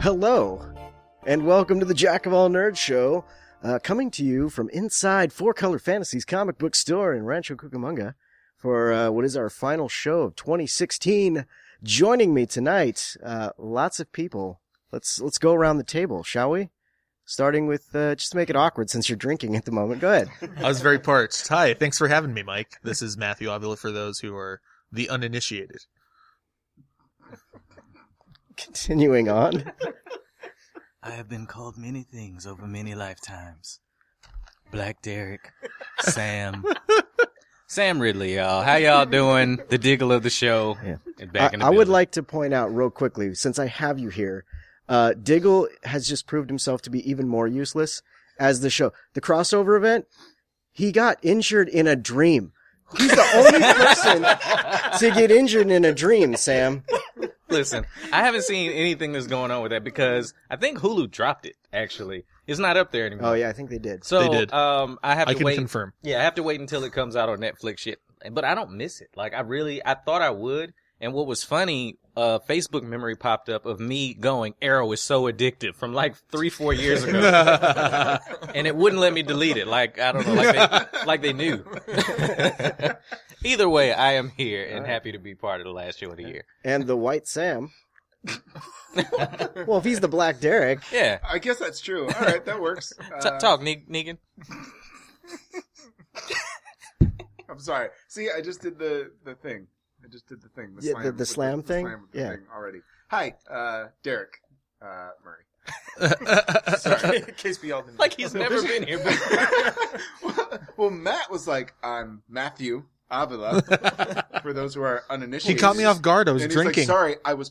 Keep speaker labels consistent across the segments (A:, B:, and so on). A: hello, and welcome to the Jack of All Nerds show, uh, coming to you from inside Four Color Fantasies comic book store in Rancho Cucamonga for uh, what is our final show of 2016. Joining me tonight, uh, lots of people. Let's let's go around the table, shall we? Starting with uh, just to make it awkward since you're drinking at the moment. Go ahead.
B: I was very parched. Hi, thanks for having me, Mike. This is Matthew Avila for those who are the uninitiated.
A: Continuing on.
C: I have been called many things over many lifetimes. Black Derek, Sam, Sam Ridley, y'all. How y'all doing? The diggle of the show.
A: Yeah.
C: And back
A: I,
C: in the
A: I would
C: building.
A: like to point out real quickly, since I have you here, uh, Diggle has just proved himself to be even more useless as the show. The crossover event, he got injured in a dream. He's the only person to get injured in a dream, Sam.
C: Listen, I haven't seen anything that's going on with that because I think Hulu dropped it. Actually, it's not up there anymore.
A: Oh yeah, I think they did.
C: So
B: They did.
C: um, I have
B: I
C: to
B: can
C: wait.
B: confirm.
C: Yeah, I have to wait until it comes out on Netflix shit. But I don't miss it. Like I really I thought I would. And what was funny, uh Facebook memory popped up of me going, Arrow is so addictive from like three, four years ago. and it wouldn't let me delete it. Like I don't know, like they like they knew. Either way, I am here and happy to be part of the last show of the year.
A: And the White Sam. well, if he's the Black Derek,
C: Yeah.
D: I guess that's true. All right, that works.
C: T-
D: Uh,
C: talk, ne- Negan.
D: I'm sorry. See, I just did the the thing. I just did the thing. The
A: Yeah,
D: slam
A: the- the
D: with
A: slam
D: the
A: thing?
D: slam with the
A: Yeah.
D: thing already. Hi, uh, Derek uh, Murray.
B: Sorry.
E: In case we all didn't.
C: Like he's never been here before.
D: well, well, Matt was like, "I'm Matthew Avila." For those who are
B: He
D: uninitiated,
B: caught me off guard. I was
D: and he's
B: drinking.
D: Like, Sorry, I was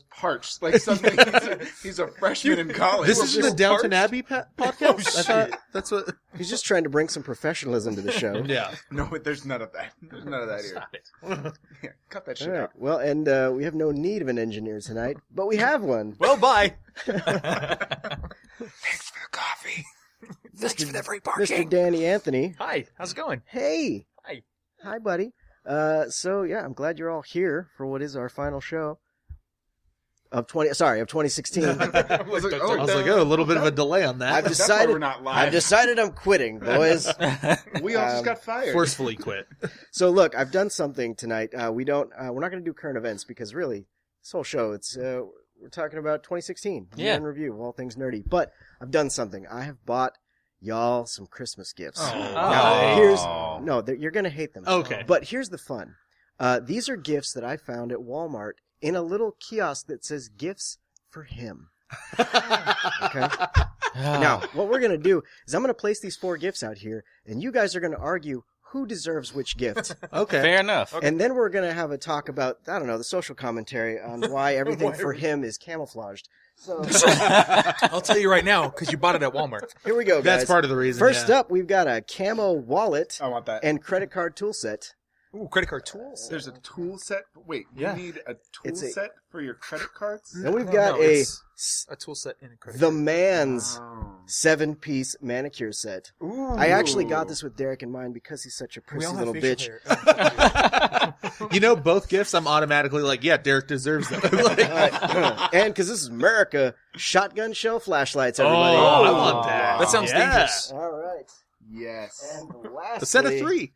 D: parched. Like something. he's, a, he's a freshman in college.
B: this isn't the Downton Abbey pa- podcast. I thought that's what.
A: he's just trying to bring some professionalism to the show.
B: Yeah.
D: no. but There's none of that. There's none of that here.
C: Stop it.
D: Yeah, cut that
A: All
D: shit
A: right.
D: out.
A: Well, and uh, we have no need of an engineer tonight, but we have one.
E: Well, bye.
D: Thanks for the coffee.
E: Thanks for the free
A: Mr. Danny Anthony.
E: Hi, how's it going?
A: Hey.
E: Hi.
A: Hi, buddy. Uh, so yeah, I'm glad you're all here for what is our final show of 20, sorry, of 2016.
D: I was like,
B: I was like, oh, a little bit of a delay on
A: I've
B: that.
D: That's why
A: decided,
D: we're not live.
A: I've decided I'm quitting, boys.
D: we all
A: um,
D: just got fired.
B: Forcefully quit.
A: so look, I've done something tonight. Uh, we don't, uh, we're not going to do current events because really this whole show, it's, uh, we're talking about 2016 year
C: Yeah.
A: in review of all things nerdy, but I've done something. I have bought y'all some Christmas gifts. Now,
E: Oh.
A: here's, no, they're- you're going to hate them.
B: Okay.
A: But here's the fun. Uh, these are gifts that I found at Walmart in a little kiosk that says gifts for him. okay. Now, what we're going to do is I'm going to place these four gifts out here and you guys are going to argue who deserves which gift.
B: Okay.
C: Fair enough.
A: And then we're going to have a talk about, I don't know, the social commentary on why everything for him is camouflaged. So
E: I'll tell you right now because you bought it at Walmart.
A: here we go, guys.
B: That's part of the reason.
A: First
B: yeah.
A: up, we've got a camo wallet
D: I want that.
A: and credit card tool set.
E: Ooh, credit card tools.
D: There's a tool set. Wait,
E: Yeah.
D: you need a tool
A: It's a-
D: set for your credit cards?
A: Then
B: Oh,
A: we've
E: No,
A: got
E: no,
A: a
E: it's
A: s-
E: a tool set in a credit.
A: the man's
D: Oh.
A: seven piece manicure set.
E: card. Ooh,
A: I actually got this with Derek in mind because he's such a
E: we
A: prissy
E: all have
A: little
E: facial
A: bitch.
E: hair. Oh.
B: you know, both gifts. I'm automatically like, yeah, Derek deserves them. Like,
A: Alright. and because this is America, shotgun shell flashlights,
B: oh,
A: everybody.
B: I want that.
E: That sounds
B: Yeah.
E: dangerous.
A: All right.
D: Yes.
A: And lastly,
B: A set of three.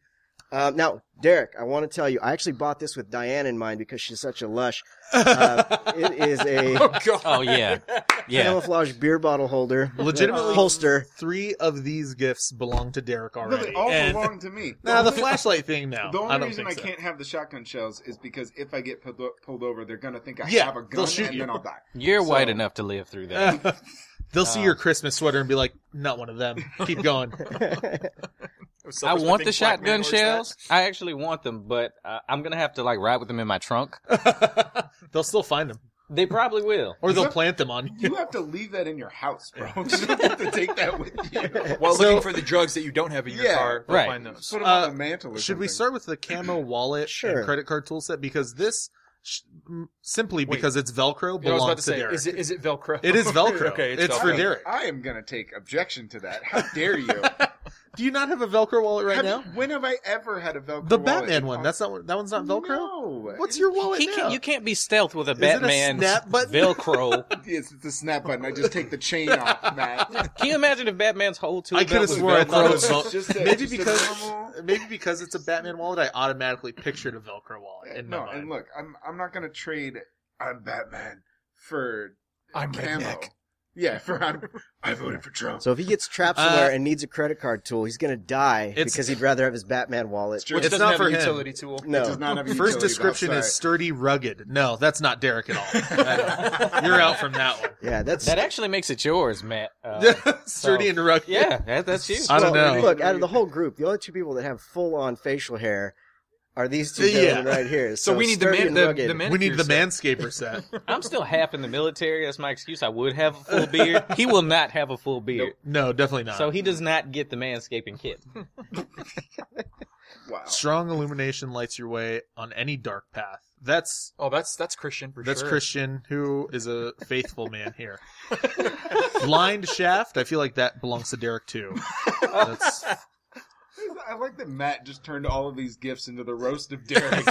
A: Um, now, Derek, I want to tell you, I actually bought this with Diane in mind because she's such a lush.
B: Um,
A: Uh, it is a
C: Oh yeah. Yeah.
A: camouflage beer bottle holder,
B: Legitimately-
A: holster.
B: Three of these gifts belong to Derek
D: No,
B: already.
D: they all
B: And-
D: belong to me.
B: Nah, the
D: only-
B: flashlight thing now.
D: The
B: I
D: only
B: don't
D: reason I
B: think so.
D: can't have the shotgun shells is because if I get pulled, o- pulled over, they're gonna think I
B: Yeah,
D: have a
B: they'll
D: gun,
B: shoot
D: and
B: you.
D: then I'll die.
C: You're white
D: So-
C: enough to live through that.
B: They'll see your Christmas sweater and be like, not one of them. Keep going.
C: I
E: Selfish,
C: want
E: think
C: the
E: black man
C: shotgun
E: wears that.
C: shells. I actually want them, but uh, I'm gonna have to like ride with them in my trunk.
B: they'll still find them.
C: They probably will.
B: Or they'll plant them on you.
D: You have to leave that in your house, bro. you don't have to take that with you.
E: While
B: So-
E: looking for the drugs that you don't have in your
D: Yeah,
E: car, they'll
C: right.
E: find those.
D: Put 'em
B: Uh,
D: on the mantle. Or
B: Should we
D: something.
B: start with the camo wallet
A: Sure.
B: and credit card tool set? Because this, sh- m- simply because it's Velcro, belongs
E: You know, I was about to say,
B: Derek.
E: is it, is it Velcro?
B: It is Velcro.
E: okay,
B: It's
E: Velcro.
B: for Derek.
D: I am gonna take objection to that. How dare you?
B: Do you not have a Velcro wallet right
D: Have
B: now?
D: you- when have I ever had a Velcro?
B: The
D: wallet?
B: Batman one.
D: Oh,
B: That's not. That one's not Velcro.
D: No.
B: What's your wallet
C: He
B: now?
C: can't, you can't be stealth with a
B: it a
C: Batman
B: snap button?
C: Velcro.
D: It's the snap button. I just take the chain off, Matt.
C: Can you imagine if Batman's whole two?
B: I coulda
C: belt was
B: swore I
C: Velcro?
B: thought it was
D: It's
B: Vel-
D: just a-
B: maybe
D: just a
B: because
D: normal-
B: maybe because it's a Batman wallet, I automatically pictured a Velcro wallet. In my
D: no,
B: mind.
D: and look, I'm I'm not gonna trade. I'm Batman for
E: I'm
D: camo.
E: redneck.
D: Yeah, for I'm, I voted for Trump.
A: So if he gets trapped
B: Uh,
A: somewhere and needs a credit card tool, he's gonna die
B: It's-
A: because he'd rather have his Batman wallet.
D: true.
E: Which
B: It's
E: doesn't
B: not
E: have
B: for
E: a
B: him.
E: utility tool.
D: It
A: No,
D: does not have a
B: First
D: utility,
B: description
D: but I'm
B: is
D: sorry.
B: sturdy, rugged. No, that's not Derek at all. You're out from that one.
A: yeah, that's
C: That actually makes it yours, Matt. Uh,
B: sturdy and rugged.
C: yeah, that, that's you.
B: I don't know.
A: Look, out of the whole group, the only two people that have full-on facial hair are these two
B: Yeah.
A: gentlemen right here. So,
E: So we need the
A: sturdy
E: man,
A: and
E: the,
A: rugged.
E: the man.
B: We need the manscaper set.
C: I'm still half in the military. That's my excuse. I would have a full beard. He will not have a full beard.
B: No, definitely not.
C: So he does not get the manscaping kit.
D: Wow.
B: Strong illumination lights your way on any dark path. That's
E: Oh, that's that's Christian. For
B: that's
E: sure.
B: Christian, who is a faithful man here. Blind shaft. I feel like that belongs to Derek too. That's,
D: I like that Matt just turned all of these gifts into the roast of Derek.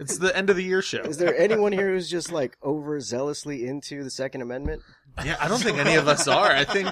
B: it's the end of the year show.
A: Is there anyone here who's just like overzealously into the Second Amendment?
B: Yeah, I don't think any of us are. I think.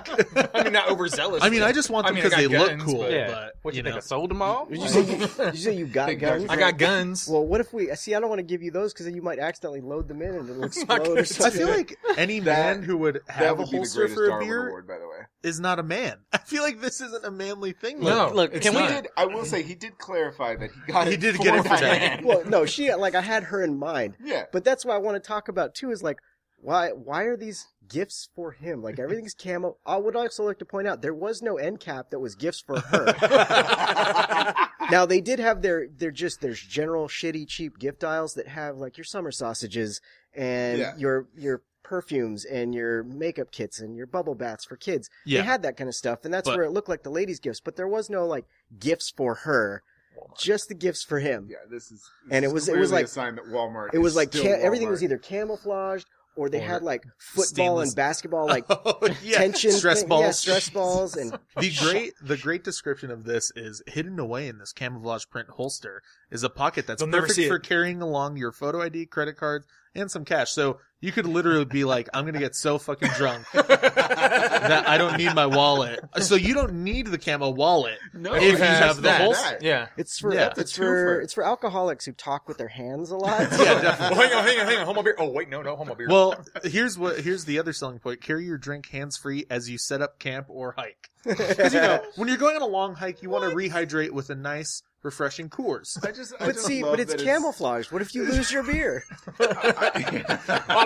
E: I mean, not overzealous.
B: I mean, I just want
E: I
B: them
E: mean,
B: because
E: I
B: they
E: got
B: look
E: guns,
B: cool. But,
E: but-
C: Yeah. What you
B: you
C: think?
B: know,
C: I sold them all?
A: Did you say you, did you, say you got
D: Big
A: guns?
D: guns.
E: I got guns.
A: Well, what if we? See, I don't want to give you those because then you might accidentally load them in and it'll explode or
B: I
A: something.
B: feel like any man who would
D: that
B: have a
D: would be the
B: holster
D: greatest
B: for a
D: Darwin
B: beer
D: Award, by the way.
B: is not a man. I feel like this isn't a manly thing.
E: No.
B: Logan.
C: Look,
E: it's
C: can we?
E: not.
D: He did. I will say he did clarify that he got.
B: He
D: it
B: did
D: for
B: get it for
D: Diane.
A: well, no, she like I had her in mind,
D: Yeah.
A: but that's what I want to talk about too. Is like why why are these gifts for him? Like everything's camo. I would also like to point out there was no end cap that was gifts for her. now they did have their they're just there's general shitty cheap gift aisles that have like your summer sausages and
D: Yeah.
A: your your perfumes and your makeup kits and your bubble baths for kids.
B: yeah,
A: They had that kind of stuff, and that's
B: But-
A: where it looked like the ladies' gifts, but there was no like gifts for her,
B: Oh
A: just the gifts for him.
D: Yeah. This is. This
A: And it
D: is
A: was- it was
D: clearly
A: like-
D: a sign that Walmart.
A: it was
D: is
A: like
D: still
A: ca- everything
D: Walmart.
A: was either camouflaged or they
B: Or
A: had like football
B: stainless-
A: and basketball like
B: Oh, yeah.
A: tension
B: stress
A: thing-
B: balls.
A: yeah, stress balls, and
B: The great, the great description of this is hidden away in this camouflage print holster is a pocket that's
E: They'll never
B: perfect
E: see it.
B: for carrying along your photo ID, credit cards, and some cash. So you could literally be like, "I'm gonna get so fucking drunk that I don't need my wallet." So you don't need the camo wallet.
E: no,
B: if you have the
E: that.
B: holster.
E: Yeah.
A: it's for
B: Yeah,
A: it's,
D: it's
A: for,
D: for-
A: it's for alcoholics who talk with their hands a lot.
B: Yeah,
E: Oh, hang on, hang on, hang on. Homo beer. Oh wait, no, no homo beer.
B: Well, here's what here's the other selling point: carry your drink hands free as you set up camp or hike. Because you know, when you're going on a long hike, you want to rehydrate with a nice, refreshing Coors.
D: I just. I
A: But
D: just
A: see,
D: love
A: but it's
D: that
A: camouflaged. What if you lose your beer?
E: oh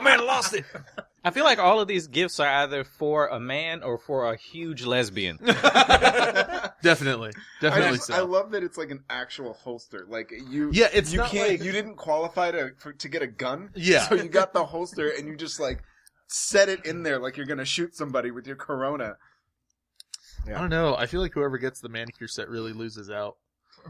E: man, I lost it.
C: I feel like all of these gifts are either for a man or for a huge lesbian.
B: Definitely,
D: I,
B: definitely
D: just-
B: so.
D: I love that it's like an actual holster. Like you.
B: yeah, it's
D: You
B: not
D: can't.
B: like
D: you didn't qualify to for, to get a gun.
B: Yeah.
D: So you got the holster, and you just like set it in there like you're gonna shoot somebody with your Corona.
B: I don't know. I feel like whoever gets the manicure set really loses out.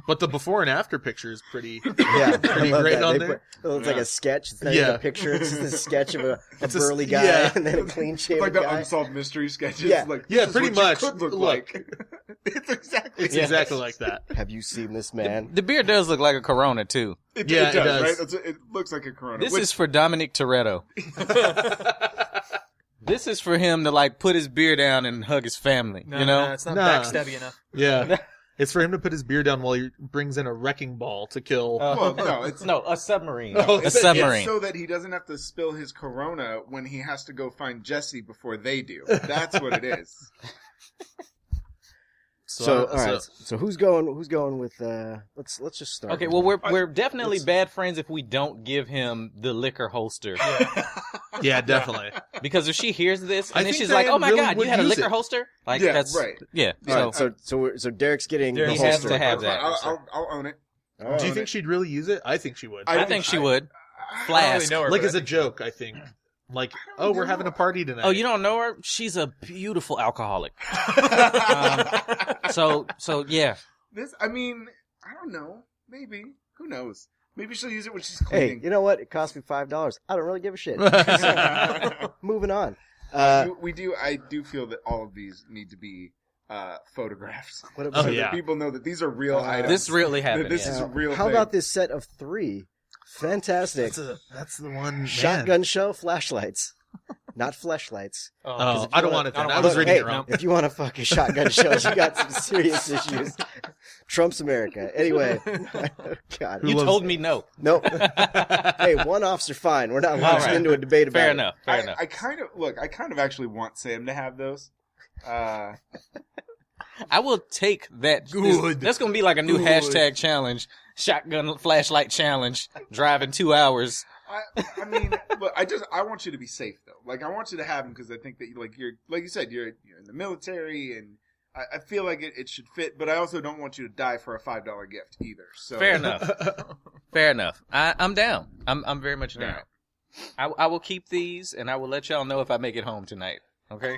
B: But the before and after picture is pretty.
A: Yeah,
B: Pretty great on
A: They
B: there.
A: put- it's like
D: Yeah.
A: a sketch. It's not
B: Yeah.
A: even a picture. It's just a sketch of a, a
B: It's a s-
A: burly guy
B: yeah.
A: and then a clean
D: It's
A: shaven
D: like the
A: guy.
D: unsolved mystery sketches.
A: Yeah.
D: like,
B: Yeah,
D: this is
B: pretty
D: what you
B: much.
D: could look,
B: Look.
D: like. it's exactly.
B: It's exactly like that.
A: Have you seen this man?
C: The beard does look like a Corona too.
D: It,
B: Yeah,
D: it
B: it
D: does,
B: does.
D: right? That's, it looks like a Corona.
C: This
D: which-
C: is for Dominic Toretto. this is for him to like put his beer down and hug his family.
E: No,
C: you know,
E: no, it's not
B: Nah.
E: backstabby enough.
B: Yeah, it's for him to put his beer down while he brings in a wrecking ball to kill.
E: Uh,
D: well, no, it's
C: uh, no, a submarine.
B: No,
C: a
B: it's-
C: submarine.
D: so that he doesn't have to spill his Corona when he has to go find Jesse before they do. That's what it is.
A: So,
B: I don't-
A: all right. So, who's going? Who's going with? uh Let's let's just start.
C: okay,
A: with-
C: well we're we're definitely bad friends if we don't give him the liquor holster
B: yeah, definitely.
C: because if she hears this and
B: I
C: then
B: think
C: she's like,
B: Diane
C: "Oh my
B: really
C: god, you
B: would
C: had a
B: use
C: liquor
B: it.
C: holster!" Like
D: Yeah,
C: that's
D: right.
C: Yeah.
A: All
C: so
A: right, so so we're, so Derek's getting
E: Derek
A: the
C: he
A: holster.
C: has to have that.
D: I'll, I'll, I'll own it. I'll
B: Do you
D: own
B: think
D: it.
B: she'd really use it? I think she would.
D: I
C: I
D: don't-
C: think she
D: I-
C: would.
E: I don't really
C: Flask.
E: know her,
B: like
E: but
B: as a joke, I think. Like, oh, we're having a party tonight.
C: Oh, you don't know her? She's a beautiful alcoholic. um, so so yeah.
D: Oh, This, I mean, I don't know. Maybe. Who knows? Maybe she'll use it when she's
A: Hey,
D: cleaning.
A: you know what? It cost me five dollars. I don't really give a shit. Moving on.
D: Uh,
A: Uh,
D: we do. I do feel that all of these need to be uh, photographs.
A: What
B: Oh,
D: so
A: about-
B: yeah.
D: that people know that these are real
A: Uh,
D: items.
C: This really happened.
D: This
C: yeah.
D: is
A: Now,
D: a real
A: How
D: thing.
A: about this set of three? Fantastic.
B: That's, a, that's the one. man.
A: Shotgun shell flashlights. Not fleshlights.
B: Oh, I don't want it.
E: I
B: Then.
E: don't
B: I,
E: want
B: was
E: it.
B: reading
A: hey,
B: it wrong.
A: If you want to fuck a shotgun shell, you got some serious issues. Trump's America. Anyway. God.
C: You
B: Who loves-
C: told me no.
A: Nope.
C: Fair
A: Hey, one off's are fine. We're not launching
C: right.
A: into a debate about it.
C: enough. Fair
D: I,
C: enough.
D: I kind of look. I kind of actually want Sam to have those. Uh,
C: I will take that.
B: Good.
C: That's going to be like a new
B: Good.
C: hashtag challenge. Shotgun flashlight challenge. Driving two hours.
D: I, I mean, look, I just I want you to be safe though. Like I want you to have them because I think that you like you're like you said you're you're in the military and I, I feel like it, it should fit. But I also don't want you to die for a five dollar gift either. So
C: Fair enough. Fair enough. I, I'm down. I'm I'm very much
D: All
C: down.
D: right.
C: I, I will keep these, and I will let y'all know if I make it home tonight. Okay.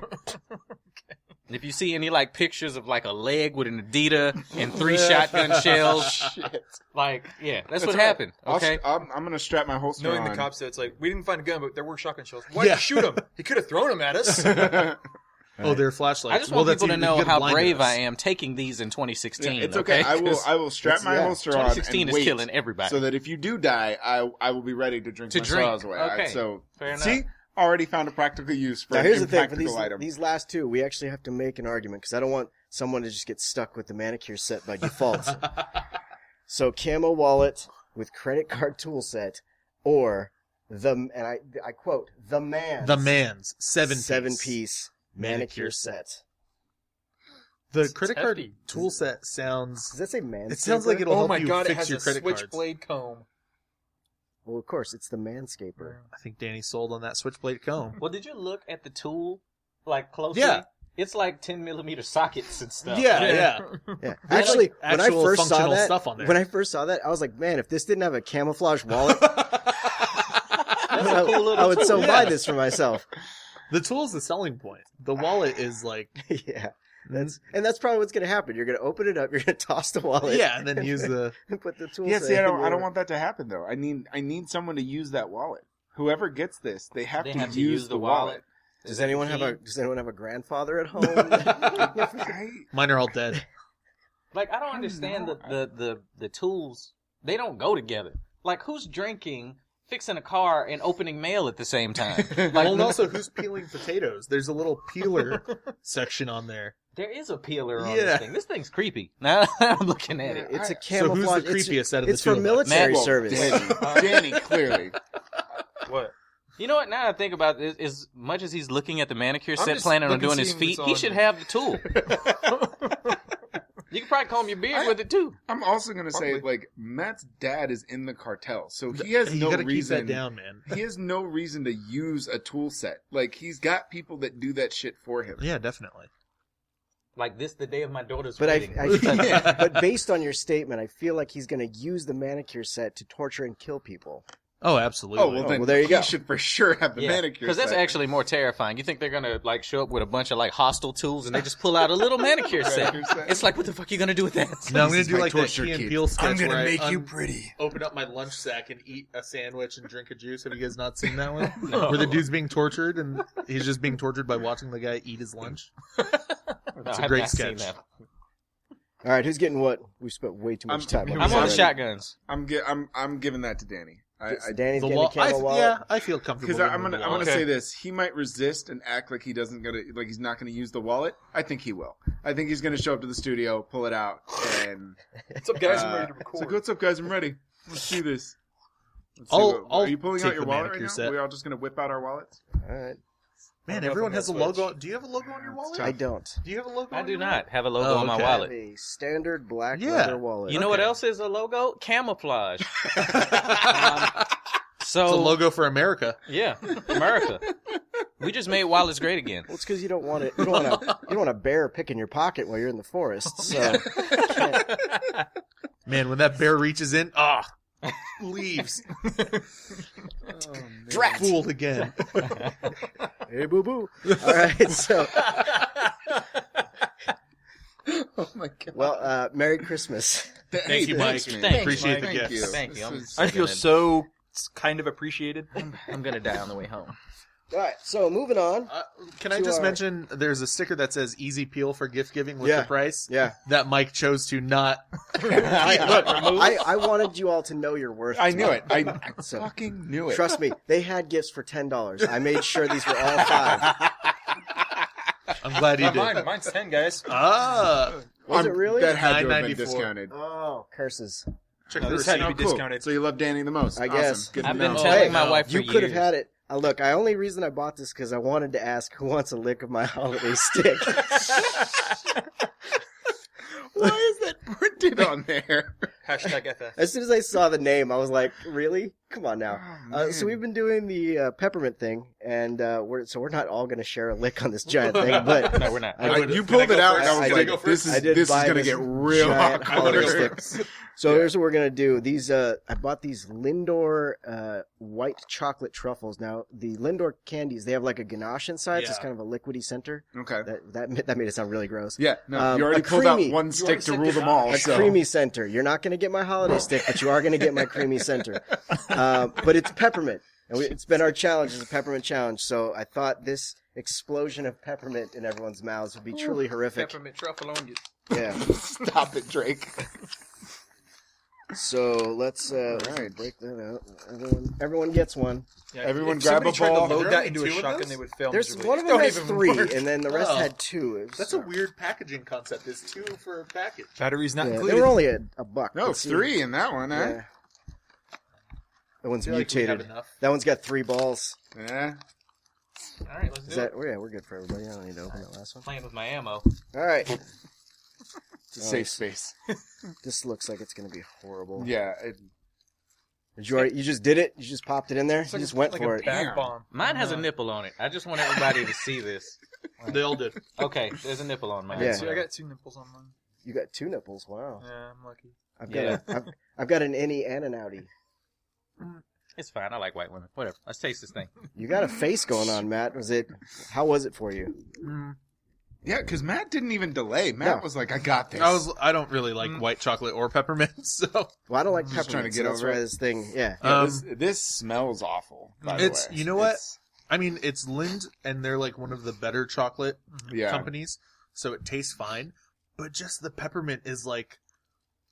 C: If you see any like pictures of like a leg with an Adidas and three shotgun shells,
D: Shit.
C: like yeah, that's,
E: That's
C: what
E: all right.
C: happened.
D: I'll
C: Okay.
D: st- I'm, I'm gonna strap my holster
E: Knowing
D: on.
E: the cops, it's like we didn't find a gun, but there were shotgun shells. Why
B: Yeah.
E: did you shoot him? He could have thrown them at us.
B: Oh, they're flashlights.
C: I just
B: Well,
C: want
B: that's
C: people to
B: even- you
C: know
B: could've
C: how
B: blinded
C: brave
B: us.
C: I am taking these in 2016.
D: it's okay. I will. I will strap
A: It's-
D: my
A: yeah.
D: holster on.
C: 2016
D: and
C: is
D: wait
C: killing everybody.
D: So that if you do die, I I will be ready to drink
C: To
D: my
C: drink.
D: sorrows away. I-
C: Okay.
D: so
C: Fair enough.
D: see, already found a practical use for
A: Now
D: an
A: here's the thing for
D: impractical
A: these
D: item.
A: these last two, we actually have to make an argument because I don't want someone to just get stuck with the manicure set by default. so camo wallet with credit card tool set, or the and I I quote the man
B: The man's seven
A: seven
B: piece.
A: piece
B: manicure
A: manicure set.
B: The credit card
E: hefty.
B: tool set
A: Does
B: sounds.
A: that say man?
B: It sounds like
A: it.
B: it'll
E: oh
B: help
E: my
B: you
E: god, it
B: fix
E: has
B: your
E: a
B: credit cards.
E: switchblade comb.
A: Well, of course, it's the manscaper.
B: I think Danny sold on that switchblade comb.
C: well, did you look at the tool like closely?
B: Yeah.
C: It's like 10 millimeter sockets and stuff.
B: yeah,
A: Yeah,
B: There's,
A: actually,
B: like,
A: when I
B: actual
A: first saw
B: functional
A: that,
B: stuff on there.
A: when I first saw that, I was like, man, if this didn't have a camouflage wallet,
C: That's
A: I,
C: a cool little
A: I would
C: tool.
A: so buy
B: yeah.
A: this for myself.
B: The tool's the selling point. The wallet is like,
A: yeah. That's and that's probably what's gonna happen. You're gonna open it up. You're gonna toss the wallet.
B: yeah, and then use the.
A: and put the tool.
D: Yeah, see,
A: set in
D: I don't, I
A: there.
D: don't want that to happen though. I need, I need someone to use that wallet. Whoever gets this, they have,
C: They
D: to,
C: have to
D: use
C: use
D: the
C: the
D: wallet.
A: Does anyone have a
C: He-
A: Does anyone have a grandfather at home?
D: I,
B: Mine are all dead.
C: Like I don't
D: I
C: understand
D: know.
C: the, the the the tools. They don't go together. Like who's drinking, fixing a car, and opening mail at the same time? Like
B: well, and also, who's peeling potatoes? There's a little peeler section on there.
C: there is a peeler on
B: Yeah.
C: this thing. This thing's creepy. Now that I'm looking at it.
A: it's a
B: So who's
A: camouflage.
B: the creepiest out of
A: It's, it's
B: the two?
A: for
B: of us?
A: military
C: Matt-
D: well,
A: service.
D: Danny, Danny, clearly.
E: What?
C: You know what? Now that I think about it, as- as much as he's looking at the manicure set,
E: just
C: planning on
E: looking,
C: doing his
E: seeing what's
C: feet, he
E: on
C: should
E: there.
C: have the tool. you can probably comb your beard
D: I-
C: with it too.
D: I'm also gonna say,
E: Probably.
D: like, Matt's dad is in the cartel, so he has
B: You
D: no
B: gotta
D: reason.
B: keep that down, man.
D: He has no reason to use a tool set. Like, he's got people that do that shit for him.
B: Yeah, definitely.
C: Like this, the day of my daughter's
A: But I,
C: wedding.
A: I
B: Yeah.
A: but based on your statement, I feel like he's going to use the manicure set to torture and kill people.
B: Oh, absolutely.
D: Oh well, then
A: well, there you
D: he
A: go.
D: should for sure have the manicure.
C: Because that's
D: set.
C: actually more terrifying. You think they're gonna like show up with a bunch of like hostile tools and they just pull out a little manicure set.
D: Manicure set.
C: It's like, what the fuck are you gonna do with that?
B: no, I'm
D: This
B: gonna
D: is
B: do
D: my
B: like that
D: torture
B: Key and
D: kid.
B: Peele sketch
E: I'm
B: where
E: gonna
B: I
E: make you
B: un-
E: pretty.
B: open up my lunch sack and eat a sandwich and drink a juice. Have you guys not seen that one? Where the dude's being tortured and he's just being tortured by watching the guy eat his lunch. It's
C: I
B: a
C: have
B: great
C: not
B: sketch.
C: seen that.
A: All right, who's getting what? We spent way too much
D: I'm-
A: time.
D: I'm
C: I'm on
D: Sorry.
C: shotguns.
D: I'm, gi- I'm, I'm giving that to Danny. I, I
A: Just Danny's
B: The
A: getting
B: wall-
A: a
B: I,
A: camo wallet.
B: yeah, I feel comfortable.
D: Because I'm gonna,
B: giving him
D: I'm
B: the
D: gonna
B: wallet.
D: say this: he might resist and act like he doesn't gonna, like he's not gonna use the wallet. I think he will. I think he's gonna show up to the studio, pull it out, and
E: What's up, guys? I'm
D: uh,
E: ready to
D: it's like,
E: record.
D: "What's up, guys? I'm ready. Let's do this." Let's
B: I'll-
D: see
B: I'll
D: are you pulling
B: take
D: out your
B: the
D: wallet right
B: manicure
D: now?
B: set.
D: We're all just gonna whip out our wallets.
A: All right.
E: I'm
B: Man,
E: gonna
B: everyone
E: go
B: has a
E: from that
B: logo.
E: switch.
B: Do you have a logo on your
D: It's
B: wallet?
A: I don't.
B: Do you have a logo?
C: I
B: on
C: do
B: your
C: not
B: wallet?
C: have a logo
B: Oh,
C: on my
B: okay.
A: I have
C: wallet.
A: a standard black
B: Yeah.
A: leather wallet.
C: You know what
B: Okay.
C: else is a logo? Camouflage. Um, So
B: It's a logo for America.
C: yeah, America. We just made wallets great again.
A: Well, it's because you don't want it. You don't want a. You don't want a bear pick in your pocket while you're in the forest. So
B: Man, when that bear reaches in, ah, leaves.
A: Drat.
B: Fooled again.
A: hey, boo boo. All right. So
D: Oh my god!
A: well, uh, Merry Christmas.
B: Thank you, Mike.
D: thanks, man.
C: Thanks,
B: Appreciate the
C: Mike.
B: gift.
D: you.
C: Thank you.
D: This is-
E: I feel so kind of appreciated.
C: I'm gonna die on the way home.
A: All right, so moving on.
B: Uh, can I
A: To
B: just
A: our-
B: mention there's a sticker that says easy peel for gift giving with
A: Yeah.
B: the price
A: Yeah,
B: that Mike chose to not.
A: I,
B: look,
C: Oh.
A: I, I wanted you all to know your worth.
D: I knew it. I, I
A: So-
D: fucking knew it.
A: Trust me, they had gifts for ten dollars. I made sure these were all five.
B: I'm glad he
E: Not
B: did.
E: mine. Mine's ten, guys.
B: Ah,
A: Was
D: I'm-
A: it really?
D: That had to have been
B: 9.94.
D: discounted.
A: oh, curses!
B: check
E: No,
B: the
E: this had
B: receipt.
E: to be discounted.
D: So you love Danny the most.
A: I
D: Awesome.
A: guess.
D: Good to
C: I've been
D: know.
C: telling
A: Hey,
C: my
B: no.
C: wife for
A: you could have
C: years.
A: had it. Uh, look, I only reason I bought this because I wanted to ask who wants a lick of my holiday stick.
D: Why is that printed on there?
E: Hashtag FF.
A: as soon as I saw the name, I was like, really? Come on now.
D: Oh,
A: Uh, so
D: man.
A: we've been doing the uh, peppermint thing, and uh, we're so we're not all going to share a lick on this giant thing, but
C: no, we're not.
A: I
D: I-
A: would-
D: you pulled
E: Can I
D: it
E: go
D: out,
E: first?
D: and I was
A: Can I
D: like,
E: go
D: "This
E: first?
A: I
D: is
A: did
D: this is
A: buy
D: gonna
A: this
D: get real
A: giant
D: awkward."
A: holiday sticks. So here's what we're gonna do. These uh, I bought these Lindor uh, white chocolate truffles. Now the Lindor candies, they have like a ganache inside. So it's
B: Yeah.
A: kind of a liquidy center.
D: Okay.
A: That that ma- that made it sound really gross.
D: Yeah. No,
A: Um,
D: you already
A: a
D: pulled
A: creamy-
D: out one stick to rule them all.
A: A
D: so.
A: creamy center. You're not gonna get my holiday stick, but you are gonna get my creamy center. Uh, but it's peppermint, and we, it's been our challenge. It's a peppermint challenge. So I thought this explosion of peppermint in everyone's mouths would be truly horrific.
E: Peppermint truffle on you.
A: Yeah.
D: Stop it, Drake.
A: So let's uh,
D: All right.
A: break that out. Everyone, everyone gets one.
E: Yeah,
D: Everyone
E: if
D: grab
E: somebody
D: a
E: tried to
D: ball.
E: Load
B: There are
E: that
B: only
E: into a
B: two of
E: shotgun,
B: those?
E: they would fail.
A: There's
E: miserably.
A: one of them
E: Don't
A: has
E: even
A: three,
E: work.
A: and then the rest
B: Oh.
A: had two. It was-
B: That's a weird packaging concept. Is two for a package.
E: Batteries
A: Yeah,
E: not
A: they
E: included.
A: were only a, a buck.
D: No,
A: Let's see.
D: three in that one, huh?
A: Yeah. That one's
B: I feel like we have
A: mutated.
B: enough.
A: that one's got three balls.
D: Yeah.
E: All right, let's
A: Is
E: do
A: that?
E: it.
A: Oh, yeah, we're good for everybody. I don't need to open that last one.
C: playing with my ammo.
A: All right.
D: It's a
A: Oh,
D: safe space.
A: This looks like it's gonna be horrible.
D: Yeah. It,
A: Did you already, you just did it. You just popped it in there.
E: It's
A: you
E: like
A: just
E: a-
A: went
E: like
A: for
E: a
A: it.
E: bath
D: Damn.
E: bomb.
C: Mine has a nipple on it. I just want everybody to see this.
B: They all did.
C: Okay, there's a nipple on mine.
A: Yeah.
E: See, I got two nipples on mine.
A: You got two nipples. Wow.
E: Yeah, I'm lucky.
A: I've got a, I've, I've got an innie and an outie.
C: It's fine. I like white women. Whatever. Let's taste this thing.
A: You got a face going on, Matt. Was it? How was it for you?
D: yeah, because Matt didn't even delay. Matt
A: No.
D: was like, "I got this."
B: I was. I don't really like
E: Mm.
B: white chocolate or peppermint, so
A: Well, I don't like
D: I'm just
A: peppermint.
D: trying to
A: so
D: get
A: that's
D: over
A: why
D: it.
A: this thing. Yeah.
D: Yeah,
B: um,
D: this, this smells awful. By the
B: It's-
D: way.
B: you know what?
D: It's-
B: I mean it's Lind, and they're like one of the better chocolate
D: yeah.
B: companies, so it tastes fine. But just the peppermint is like,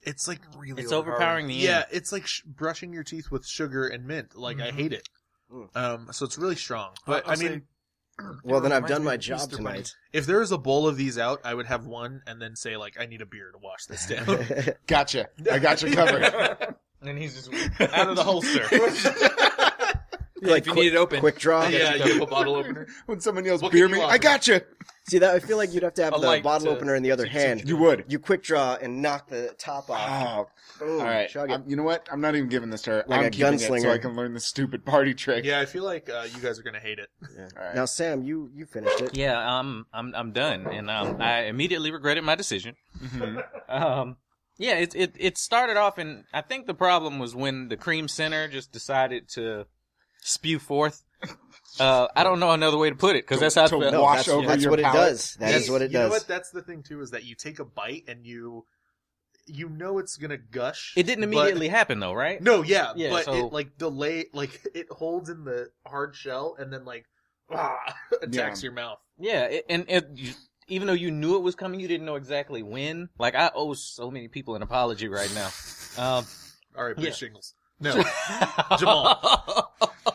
B: it's like really.
C: It's overpowering the
B: Yeah,
C: end.
B: it's like sh- brushing your teeth with sugar and mint. Like I
E: Mhm.
B: hate it.
A: Mm.
B: Um, so it's really strong. But
E: I'll
B: I mean,
E: say-
A: Well, then I've
E: Reminds
A: done
E: me
A: my
E: of
A: job
E: Easter Bunny.
A: tonight.
B: if there was a bowl of these out, I would have one and then say like, I need a beer to wash this down.
D: Gotcha. I got you covered.
C: And he's just out of the holster.
A: like
E: if you
A: quick,
E: need it open,
A: quick draw.
B: yeah, you have a bottle opener.
D: when someone yells
B: What
D: "beer
B: can you
D: me,"
B: offer?
D: I got you.
A: See that? I feel like you'd have to have
E: A
A: the
E: light
A: bottle
E: to-
A: opener in the other
E: to- to-
A: hand.
D: You would.
A: You quick draw and knock the top off.
D: Oh,
A: Boom,
D: all right.
A: Chug it.
D: I'm- you know what? I'm not even giving this to her.
A: Like
D: I'm
A: a
D: keeping it so
A: gunslinger.
D: I can learn the stupid party trick.
B: Yeah, I feel like uh, you guys are gonna hate it.
A: Yeah.
D: All right.
A: Now, Sam, you you finished it.
C: yeah, um, I'm I'm done, and um, I immediately regretted my decision.
D: Mhm.
C: Um, yeah, it it it started off, and I think the problem was when the cream center just decided to spew forth. Uh, I don't know another way to put it because that's how I
D: To
C: felt.
A: No,
D: wash
A: that's,
D: over
A: that's
D: your
A: what it
D: palate.
A: does. That is
B: Yes,
A: what it
B: you
A: does.
B: Know what? That's the thing too is that you take a bite and you, you know it's gonna gush.
C: It didn't
B: but-
C: immediately happen though, right?
B: No, yeah,
C: Yeah,
B: but
C: so-
B: it like delay, like it holds in the hard shell and then like ah, attacks your mouth.
C: Yeah, it, and it, you, even though you knew it was coming, you didn't know exactly when. Like I owe so many people an apology right now. Um,
B: All right, please
C: Yeah.
B: shingles. No, Jamal.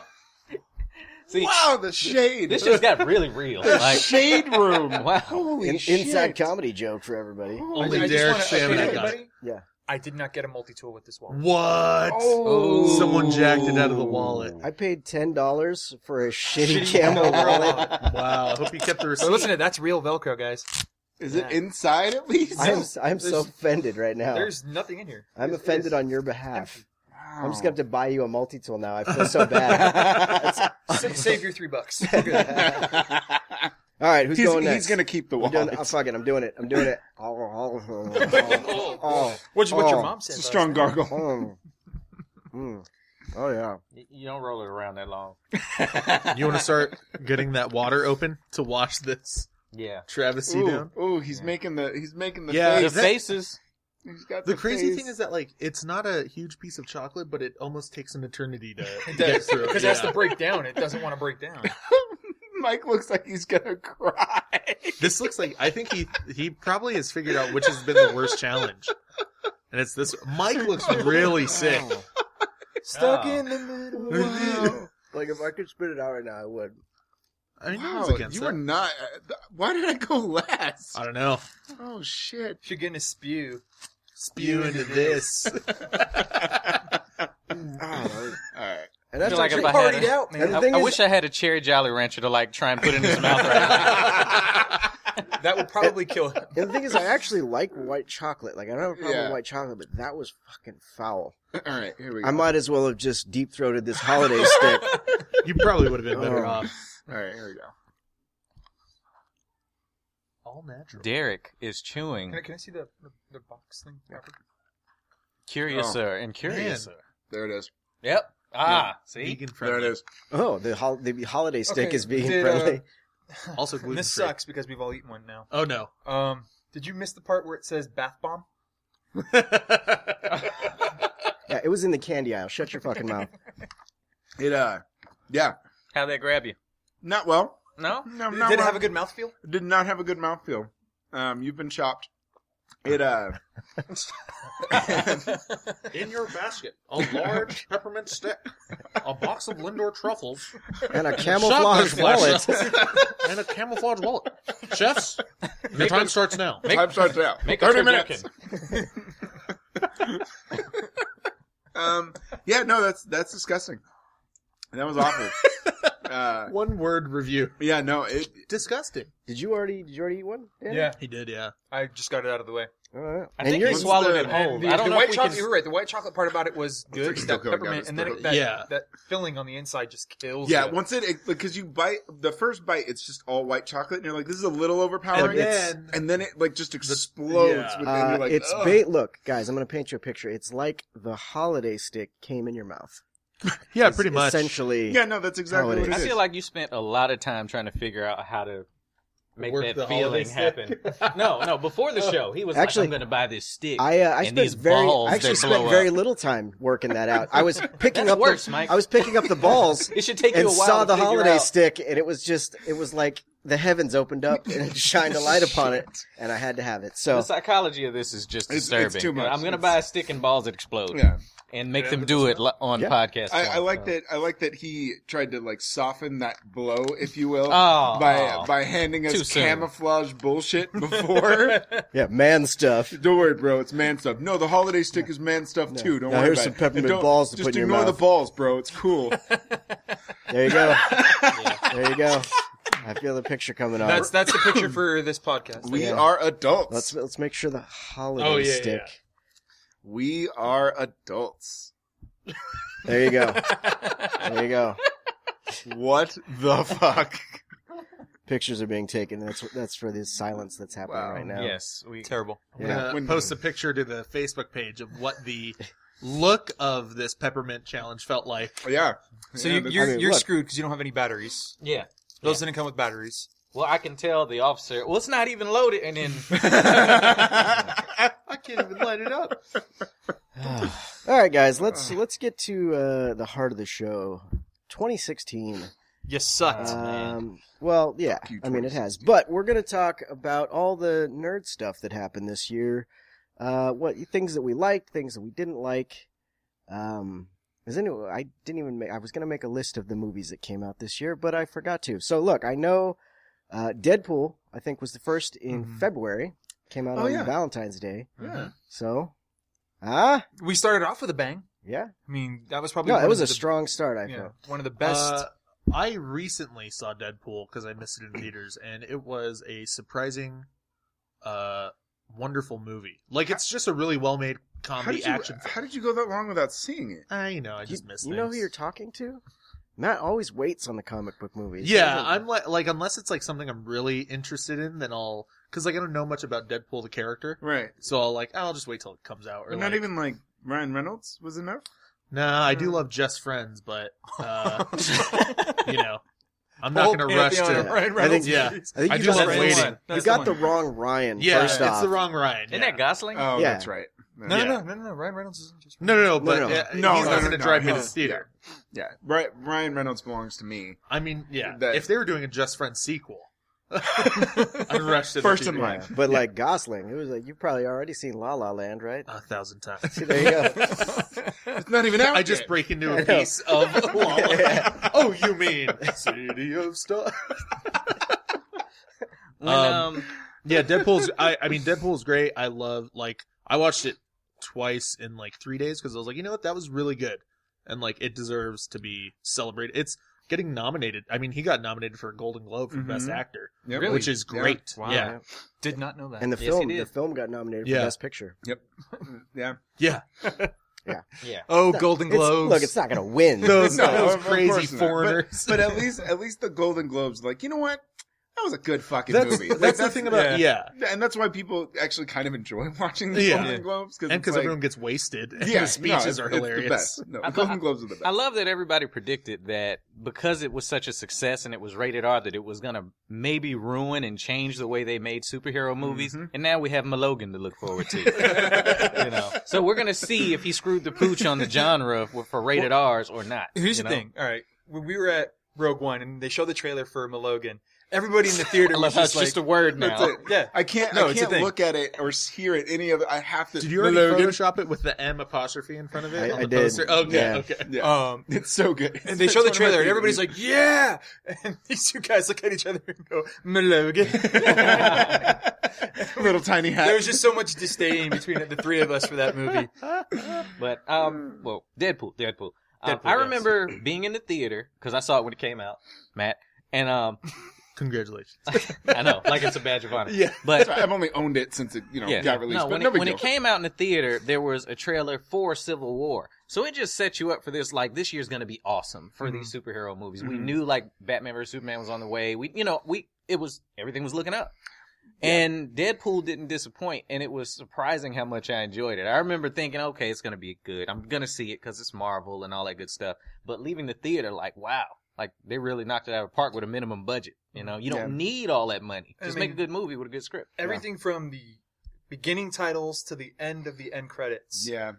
C: See,
D: Wow, the shade.
C: this just got really real.
D: the
C: Like,
D: shade room.
C: wow.
D: Holy
A: In-
D: shit.
A: inside comedy joke for everybody.
D: Oh,
B: Only
E: I, I
B: Derek,
E: just
B: Sam, and
E: want to
B: I got it.
E: everybody.
A: Yeah.
E: I did not get a multi-tool with this
C: Mm.
E: one.
B: what?
D: Oh.
B: Someone jacked it out of the wallet.
A: I paid ten dollars for a shitty camo wallet.
B: Wow, I hope you kept the receipt.
E: So listen, to that's real Velcro, guys.
D: Is it
E: Yeah.
D: inside at least?
A: I am I am so
E: There's-
A: offended right now.
E: There's nothing in here.
A: I'm
E: It's-
A: offended
E: it's-
A: on your behalf.
D: Wow.
A: I'm just gonna have to buy you a multi tool now. I feel so bad.
E: Sa- save your three bucks. We're good.
A: All right, who's
D: he's,
A: going next?
D: he's gonna keep the
A: I'm doing,
D: wallet.
A: oh, fuck it, I'm doing it. I'm doing it. Oh, oh, oh, oh, oh,
E: What'd you, what
A: Oh,
E: your mom said?
D: It's a
E: last
D: strong
E: night.
D: gargle.
A: mm. Mm. oh yeah.
C: You- You don't roll it around that long.
B: you want to start getting that water open to wash this
C: Yeah.
B: travesty
D: Ooh,
B: down?
D: ooh, he's
C: Yeah.
D: making the he's making the
B: Yeah,
C: The
D: face.
B: that-
C: faces.
D: He's got
B: The crazy
D: face.
B: thing is that like it's not a huge piece of chocolate, but it almost takes an eternity to, to get
E: It does
B: through.
E: because
B: yeah.
E: that's the breakdown. It doesn't want to break down.
D: Mike looks like he's gonna cry.
B: This looks like I think he he probably has figured out which has been the worst challenge, and it's this. Mike looks really sick.
A: Oh.
C: Stuck in
E: the middle.
B: Wow.
A: Like if I could spit it out right now, I would.
B: I mean, no
D: Wow,
B: one's against
D: you
B: that.
D: were not. uh, th- Why did I go last?
B: I don't know.
D: Oh shit!
E: You're gonna spew.
B: Spew into this.
D: All right.
A: And that's
C: Feel like
A: actually-
C: if I had
E: Partied
C: a-
E: out,
A: And
E: man.
A: the
C: I,
A: thing
C: I
A: is-
C: wish I had a cherry Jolly Rancher to like try and put in his mouth right
E: That would probably kill him.
A: And the thing is, I actually like white chocolate. Like I don't have a problem
D: Yeah.
A: with white chocolate, but that was fucking foul.
D: All right. Here we go.
A: I might as well have just deep throated this holiday stick.
B: you probably would have been better
A: Oh.
B: off.
D: All right. Here we go.
B: All
C: now.
B: natural.
C: Derek is
E: Can I,
C: chewing
E: can I see the, the, the box thing? Robert?
C: Curiouser and Curiouser.
D: There it is.
C: Yep. Ah, see?
B: Vegan
D: There it
B: friendly.
D: is.
A: Oh, the hol- the holiday stick
E: Okay,
A: is vegan
E: did, uh,
A: friendly.
B: Also gluten
E: This sucks because we've all eaten one now.
B: Oh no.
E: Um, did you miss the part where it says bath bomb?
A: yeah, it was in the candy aisle. Shut your fucking mouth.
D: It. Uh. Yeah.
C: How'd that grab you?
D: Not well.
C: No?
D: No.
E: Did
D: Not
E: it
D: well.
E: have a good mouthfeel?
D: Did not have a good mouthfeel. Um. You've been chopped. It. Uh.
B: In your basket, a large peppermint stick, a box of Lindor truffles,
A: And a camouflage wallet.
B: and a camouflage wallet. Chefs, your
C: Make
B: time
C: a-
B: starts now.
D: time starts out.
C: Make a
D: Thirty minutes.
C: turducken.
D: Um. Yeah. No. That's that's disgusting. That was awful. uh.
B: One word review.
D: Yeah. No. It.
B: Disgusting.
A: Did you already? Did you already eat one? Dan?
B: He did, yeah.
E: I just got it out of the way.
A: All right.
C: I
A: and
C: think
A: you're
C: you swallowed
D: the-
C: it whole.
E: The,
C: I don't
E: Oh, the
C: know
E: white
C: if we
E: chocolate.
C: can...
E: You're right. The white chocolate part about it was good.
D: It's still
E: That
D: going down,
E: peppermint,
D: it's
E: and then
D: still
E: it,
D: going-
E: that,
B: Yeah.
E: that filling on the inside just kills.
D: Yeah,
E: you.
D: once it, it because you bite the first bite, it's just all white chocolate, and you're like, "This is a little overpowering."
B: And then-
D: and then it like just explodes.
B: yeah.
D: within,
A: Uh,
D: you're like,
A: it's
C: "Oh."
D: "Ugh."
A: ba- look, guys. I'm gonna paint you a picture. It's like the holiday stick came in your mouth.
B: Yeah,
A: It's Essentially,
D: Yeah, no, that's exactly
A: How it
D: what it
A: is.
D: is.
C: I feel like you spent a lot of time trying to figure out how to make
B: Work the
C: that
B: holiday
C: feeling happen. no, no, before the show, he was
A: Actually,
C: like, I'm going to buy this stick.
A: I uh, I
C: And
A: spent
C: these
A: very
C: balls
A: I actually
C: that
A: spent
C: blow up.
A: very little time working that out. I was picking
C: That's
A: up
C: worse,
A: the,
C: Mike.
A: I was picking up the balls
C: It should take you
A: and
C: a while
A: saw
C: to
A: the
C: figure
A: holiday
C: out.
A: stick, and it was just it was like the heavens opened up and it shined a light upon it, and I had to have it. So
C: The psychology of this is just
D: It's- it's
C: disturbing.
D: too much.
C: I'm going to
D: It's-
C: buy a stick and balls that explode
D: yeah.
C: and make them do it li- on
A: Yeah.
C: podcast.
D: I, I
C: form.
D: like that. I like that he tried to like soften that blow, if you will,
C: Oh,
D: by
C: oh.
D: by handing
C: Too
D: us
C: soon.
D: camouflage bullshit before.
A: yeah, man stuff.
D: Don't worry, bro. It's man stuff. No, the holiday stick is man stuff too. Don't
A: Now
D: worry
A: here's
D: about
A: some
D: it.
A: peppermint
D: And don't-
A: balls to
D: just
A: put in your
D: ignore
A: mouth.
D: the balls, bro. It's cool.
A: There you go. There you go. I feel the picture coming on.
E: that's that's the picture for this podcast.
D: we
A: Yeah.
D: are adults.
A: Let's let's make sure the holiday
B: Oh, yeah,
A: stick.
D: We are adults.
A: There you go. There you go.
D: What the fuck?
A: Pictures are being taken. That's that's for the silence that's happening
D: Wow.
A: right now.
C: Yes, we
E: Terrible.
B: I'm
A: Yeah.
B: gonna
D: When-
B: post a picture to the Facebook page of what the look of this peppermint challenge felt like.
D: Oh, Yeah.
E: So
D: Yeah,
E: you,
D: that's-
E: you're
A: I mean,
E: you're
A: look.
E: screwed because you don't have any batteries.
C: yeah.
E: Those didn't come with batteries.
C: Well, I can tell the officer. Well, it's not even loaded, and then
B: I can't even light it up.
A: All right, guys. Let's let's get to uh, the heart of the show. 2016.
E: You sucked.
C: Oh, man.
A: Um, well, yeah,
D: you,
A: I mean it
D: 2016.
A: has, but we're gonna talk about all the nerd stuff that happened this year. Uh, what things that we liked, things that we didn't like. Um, is any I didn't even make. I was gonna make a list of the movies that came out this year, but I forgot to. So look, I know uh, Deadpool. I think was the first in
B: Mhm.
A: February. Came out
D: Oh,
A: on
D: yeah.
A: Valentine's Day.
D: Mm-hmm.
B: Yeah.
A: So, ah,
E: we started off with a bang.
A: yeah.
E: I mean, that was probably
A: No,
E: one
A: it was a
E: of the,
A: strong start. I
E: yeah,
A: felt.
E: one of the best.
B: Uh, I recently saw Deadpool because I missed it in theaters, and it was a surprising, uh, wonderful movie. Like it's just a really well-made
D: How
B: comedy
D: did, you,
B: action. film.
D: how did you go that long without seeing it?
B: I know, I just
A: you,
B: missed.
A: you know who
B: things.
A: you're talking to? Matt always waits on the comic book movies. He
B: Yeah,
A: doesn't-
B: I'm like, like unless it's like something I'm really interested in, then I'll because like I don't know much about Deadpool the character,
D: Right.
B: so I'll like I'll just wait till it comes out. Or
D: Or not
B: like-
D: even Mm. like Ryan Reynolds was enough.
B: Nah, I do
E: Hmm.
B: love Just Friends, but uh, you know, I'm not
E: Whole
B: gonna rush
E: pantheon
B: to.
E: of Ryan
A: I think-
E: Reynolds
B: yeah.
E: movies.
A: I think
B: I
A: you
B: do
A: got
B: love
A: the
E: That's
A: wrong-
B: waiting.
E: one.
A: You
E: That's
A: got
E: one.
A: the wrong Ryan.
B: Yeah,
A: first
B: it's
A: off.
B: the wrong Ryan.
C: isn't
B: yeah.
C: that Gosling?
D: Oh,
A: Yeah.
D: that's right.
A: Yeah.
D: That's right.
E: No,
B: Yeah.
E: no, no, no, no. Ryan Reynolds isn't just.
B: No, no, no. But
A: no.
B: uh,
D: No,
B: he's
D: no,
B: not
D: no,
B: going to
D: no,
B: drive me
D: no.
B: to the theater.
D: Yeah, Bri- Ryan Reynolds belongs to me.
B: I mean, yeah.
D: That-
B: if they were doing a Just Friends sequel, I'd rush to the
D: First in
B: theater.
D: line.
A: But like Gosling, it was like you've probably already seen La La Land, right?
B: a thousand times.
A: See, there you go.
D: It's not even out.
B: I just
D: yet.
B: break into
A: I
B: a
A: know.
B: piece of wall. oh, you mean City of Stars? Um,
C: When, um,
B: Yeah, Deadpool's. I, I mean, Deadpool's great. I love. Like, I watched it twice in like three days because I was like, you know what, that was really good, and like, it deserves to be celebrated. It's getting nominated. I mean, he got nominated for a Golden Globe for Best
D: Mhm.
B: Actor,
D: Yep.
C: Really?
B: which is great. Yeah.
E: Wow.
B: yeah,
E: Did not know that.
A: And the
C: Yes,
A: film,
C: he
A: the
C: did.
A: film got nominated
B: Yeah.
A: for Best Picture.
D: Yeah.
C: yeah.
E: oh, Golden
A: It's-
E: Globes.
A: look, it's not gonna win.
B: Those,
D: No,
B: those
D: of- of
B: crazy
D: course not.
B: foreigners.
D: But at least, at least the Golden Globes, like you know what, that was a good fucking
B: that's
D: movie. Like,
B: that's, the thing about yeah,
D: and that's why people actually kind of enjoy watching the
B: Yeah.
D: Golden Globes
B: And 'cause and because
D: it's like-
B: everyone gets wasted. And
D: yeah,
B: the speeches are
D: no, it's- it's
B: hilarious.
D: the best. No,
C: I-
D: the Golden Globes are the best.
C: I love that everybody predicted that because it was such a success and it was rated R that it was gonna maybe ruin and change the way they made superhero movies.
D: Mhm.
C: And now we have Malogan to look forward to. you know, so we're gonna see if he screwed the pooch on the genre for, for rated R's or not.
E: Here's
C: you
E: the
C: know?
E: thing. All right, when we were at Rogue One and they showed the trailer for Malogan, everybody in the theater
C: I
E: was
C: love how it's
E: just like,
C: just a word
D: That's
C: now.
D: it.
E: yeah.
D: I can't.
E: No,
D: I
E: it's a
D: can't
E: thing.
D: look at it or hear it any of. it. I have to.
B: Did you already
D: Logan.
B: Photoshop it with the M apostrophe in front of
A: I-
B: it on
A: I
B: the
A: did.
B: poster? Okay,
A: Yeah.
B: okay.
D: Yeah.
E: Um,
D: it's so good.
E: and they
D: It's
E: show the
D: one of my
E: trailer, and
D: favorite
E: everybody's like, "Yeah!" And these two guys look at each other and go, "Malogan."
D: movies. little tiny hat.
E: there was just so much disdain between the three of us for that movie.
C: But um, well, Deadpool, Deadpool. Um,
E: Deadpool,
C: I
E: yes.
C: remember being in the theater because I saw it when it came out, Matt. And um,
B: Oh, Congratulations.
C: I know, like it's a badge of honor.
B: Yeah.
C: But
D: Sorry, I've only owned it since it you know
C: Yeah.
D: got released.
C: No,
D: but
C: when,
D: no
C: it,
D: big
C: when it
D: deal.
C: came out in the theater, there was a trailer for Civil War. So it just set you up for this. Like this year's going to be awesome for these superhero movies. We
D: Mhm.
C: knew like Batman vs Superman was on the way. We, you know, we it was everything was looking up. And Deadpool didn't disappoint, and it was surprising how much I enjoyed it. I remember thinking, okay, it's gonna be good. I'm gonna see it because it's Marvel and all that good stuff. But leaving the theater, like, wow, like they really knocked it out of the park with a minimum budget. You know, you don't need all that money.
E: I
C: Just make a
E: mean-
C: good movie with a good script.
E: Everything from the beginning titles to the end of the end credits,
D: Yeah.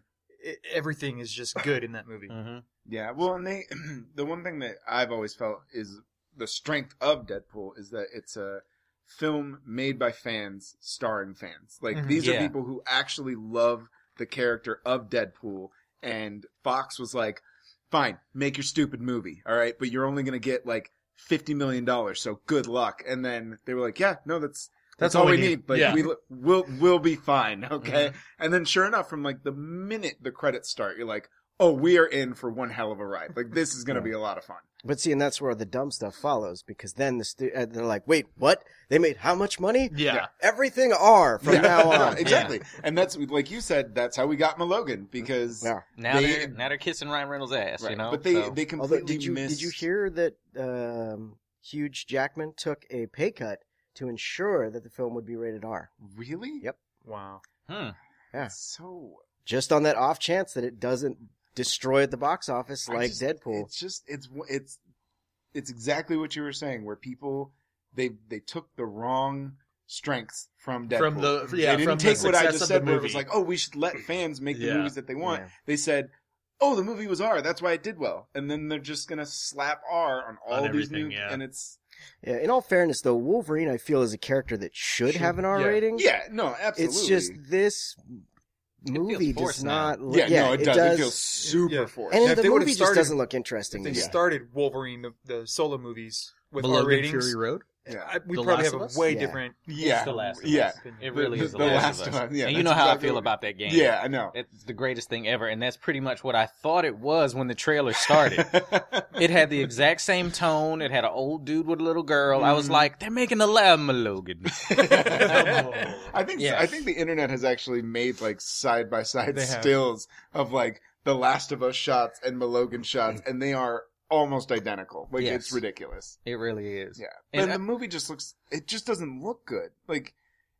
E: i- everything is just good in that movie.
C: Mm-hmm.
D: Yeah, well, and they the one thing that I've always felt is the strength of Deadpool is that it's a film made by fans starring fans. Like
E: Mhm.
D: these
C: Yeah.
D: are people who actually love the character of Deadpool and Fox was like, "Fine, make your stupid movie, all right, but you're only going to get like 50 million dollars, so good luck." And then they were like, "Yeah, no, that's that's, all we need. Like
B: yeah.
D: we will we'll be fine, okay?"
A: Mm-hmm.
D: And then sure enough, from like the minute the credits start, you're like, oh, we are in for one hell of a ride. Like this is going to be a lot of fun.
A: But see, and that's where the dumb stuff follows because then the stu- uh, they're like, "Wait, what? They made how much money?
B: yeah.
A: Everything R from
D: Yeah.
A: now
D: Yeah,
A: on."
D: exactly. And that's like you said, that's how we got Malogan because
A: Yeah.
C: Now
D: They-
C: they, are now they're kissing Ryan Reynolds' ass,
D: Right.
C: you know.
D: but they
C: So-
D: they
A: Although,
D: completely
A: did you
D: missed.
A: did you hear that um, Huge Jackman took a pay cut to ensure that the film would be rated R?
D: Really?
A: Yep.
E: Wow.
C: Hmm.
D: So
A: Just on that off chance that it doesn't destroy at the box office
D: I
A: like
D: just-
A: Deadpool.
D: It's just it's it's it's exactly what you were saying, where people they they took the wrong strengths from Deadpool.
B: From the yeah,
D: they didn't
B: from
D: take
B: the
D: what I
B: success
D: just
B: of
D: said,
B: the
D: where it
B: movie.
D: was like, oh, we should let fans make
B: Yeah.
D: the movies that they want.
A: Yeah.
D: They said, oh, the movie was R, that's why it did well, and then they're just gonna slap R on all
B: On
D: these new,
B: everything, yeah.
D: and it's
A: Yeah, in all fairness, though, Wolverine I feel is a character that should have an R
B: yeah.
A: rating.
D: yeah, no, absolutely.
A: it's just this movie does
C: forced now.
A: not. look
D: yeah, no, it, does. It feels super
E: Yeah.
D: forced.
A: and
E: Yeah, if
A: the
E: they would've
A: movie just
E: started-
A: doesn't look
E: If
A: interesting.
E: they
A: to me.
D: Yeah.
E: started Wolverine the, the solo movies with
B: Below
E: R
B: Good
E: ratings,
B: Fury Road.
D: yeah,
E: I, we
B: The Last
E: probably have
B: of
E: a
B: Us?
E: way
A: Yeah.
E: different.
D: yeah,
C: It's the last. Of
D: yeah.
C: Us. It
E: The-
C: really
D: the-
C: is the,
D: the
C: last,
D: last
C: of us.
D: one, yeah,
C: and you
D: that's
C: know how
D: exactly
C: I feel
D: what-
C: about that game.
D: yeah, I know.
C: It's the greatest thing ever, and that's pretty much what I thought it was when the trailer started. it had the exact same tone. It had an old dude with a little girl. I was
D: Mhm.
C: like, they're making a lab Malogan.
D: I think
C: Yeah.
D: I think the internet has actually made like side by side
E: They have.
D: stills of like the Last of Us shots and Malogan
B: Mm.
D: shots, and they are almost identical. Like
C: Yes.
D: it's ridiculous.
C: It really is.
D: Yeah,
C: And
D: but
C: I-
D: the movie just looks. It just doesn't look good. Like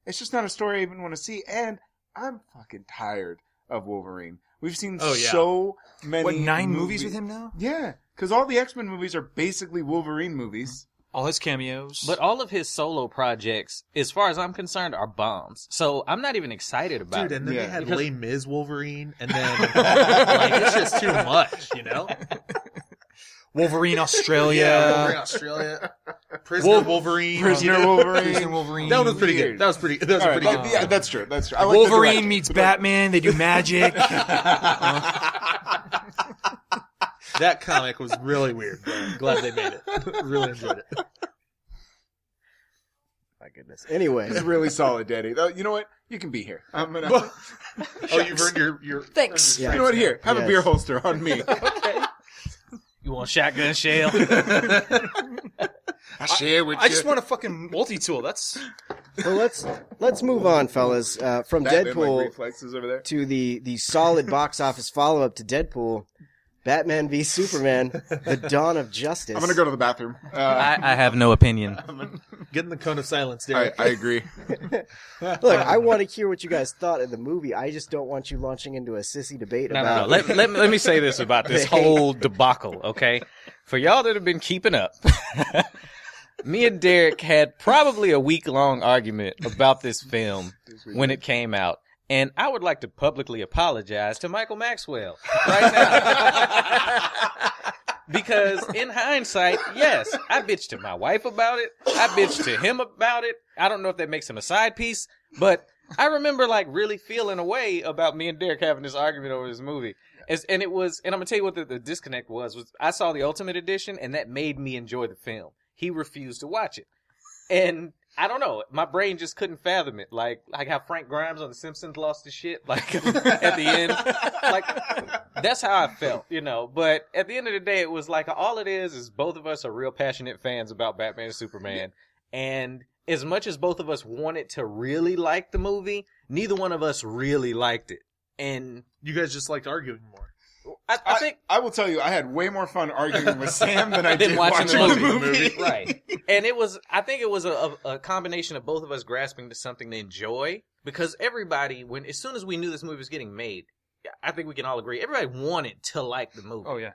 D: it's just not a story I even want to see. And I'm fucking tired of Wolverine. We've seen
B: Oh, yeah.
D: so many
E: What nine
D: movie-
E: movies with him now?
D: Yeah, because all the X Men movies are basically Wolverine movies.
E: all his cameos.
C: But all of his solo projects, as far as I'm concerned, are bombs. So I'm not even excited about
B: Dude,
C: it.
B: and then
D: Yeah.
B: they had
C: Because-
B: Les Mis Wolverine, and then like it's just too much, you know.
E: Wolverine Australia.
B: Wolverine Australia, Prisoner
E: Wolf-
B: Wolverine,
D: Prisoner
B: You know?
E: Prison
D: Wolverine.
E: Wolverine.
B: That one was pretty
D: Weird.
B: good. That was pretty. That was
D: All right,
B: pretty
D: but
B: good.
D: yeah, that's true. That's true. I like the
E: Wolverine
D: direction.
E: meets
D: The direction.
E: Batman. They do magic.
B: that comic was really weird. But I'm glad they made it. really enjoyed it.
A: My goodness. Anyway,
D: It's really solid, Daddy. Though, You know what? You can be here. I'm gonna.
B: oh, you've earned your your
E: Thanks.
A: Yeah.
D: you know what? Here, have
A: Yes.
D: a beer holster on me.
C: You want shotgun shell?
D: I share with
E: I just want a fucking multi tool. That's
A: well let's let's move on, fellas. Uh, from
D: Like
A: Deadpool
D: reflexes over there.
A: to the the solid box office follow up to Deadpool, Batman v Superman: The Dawn of Justice.
D: I'm gonna go to the bathroom. Uh,
C: I, I have no opinion.
B: Get in the cone of silence,
D: I,
B: Derek.
D: I agree.
A: Look, I want to hear what you guys thought of the movie. I just don't want you launching into a sissy debate
C: No,
A: about.
C: no, no. Let, let, let me say this about this whole debacle, okay? For y'all that have been keeping up, me and Derek had probably a week long argument about this film when it came out. And I would like to publicly apologize to Michael Maxwell right now. because in hindsight, yes, I bitched to my wife about it. I bitched to him about it. I don't know if that makes him a side piece, but I remember like really feeling a way about me and Derek having this argument over this movie. As, and it was, and I'm gonna tell you what the, the disconnect was, was I saw the Ultimate Edition and that made me enjoy the film. He refused to watch it. And I don't know, my brain just couldn't fathom it. Like, like how Frank Grimes on The Simpsons lost his shit, like at the end. Like, that's how I felt, you know. But at the end of the day, it was like all it is is both of us are real passionate fans about Batman and Superman. And as much as both of us wanted to really like the movie, neither one of us really liked it. And
B: you guys just liked arguing more.
C: I, I think
D: I will tell you, I had way more fun arguing with Sam than I
C: Than
D: did
C: watching
D: watching,
C: the
D: the
C: movie.
D: movie.
C: right. And it was, I think it was a, a, a combination of both of us grasping to something to enjoy because everybody, when as soon as we knew this movie was getting made, I think we can all agree everybody wanted to like the movie,
E: oh yeah.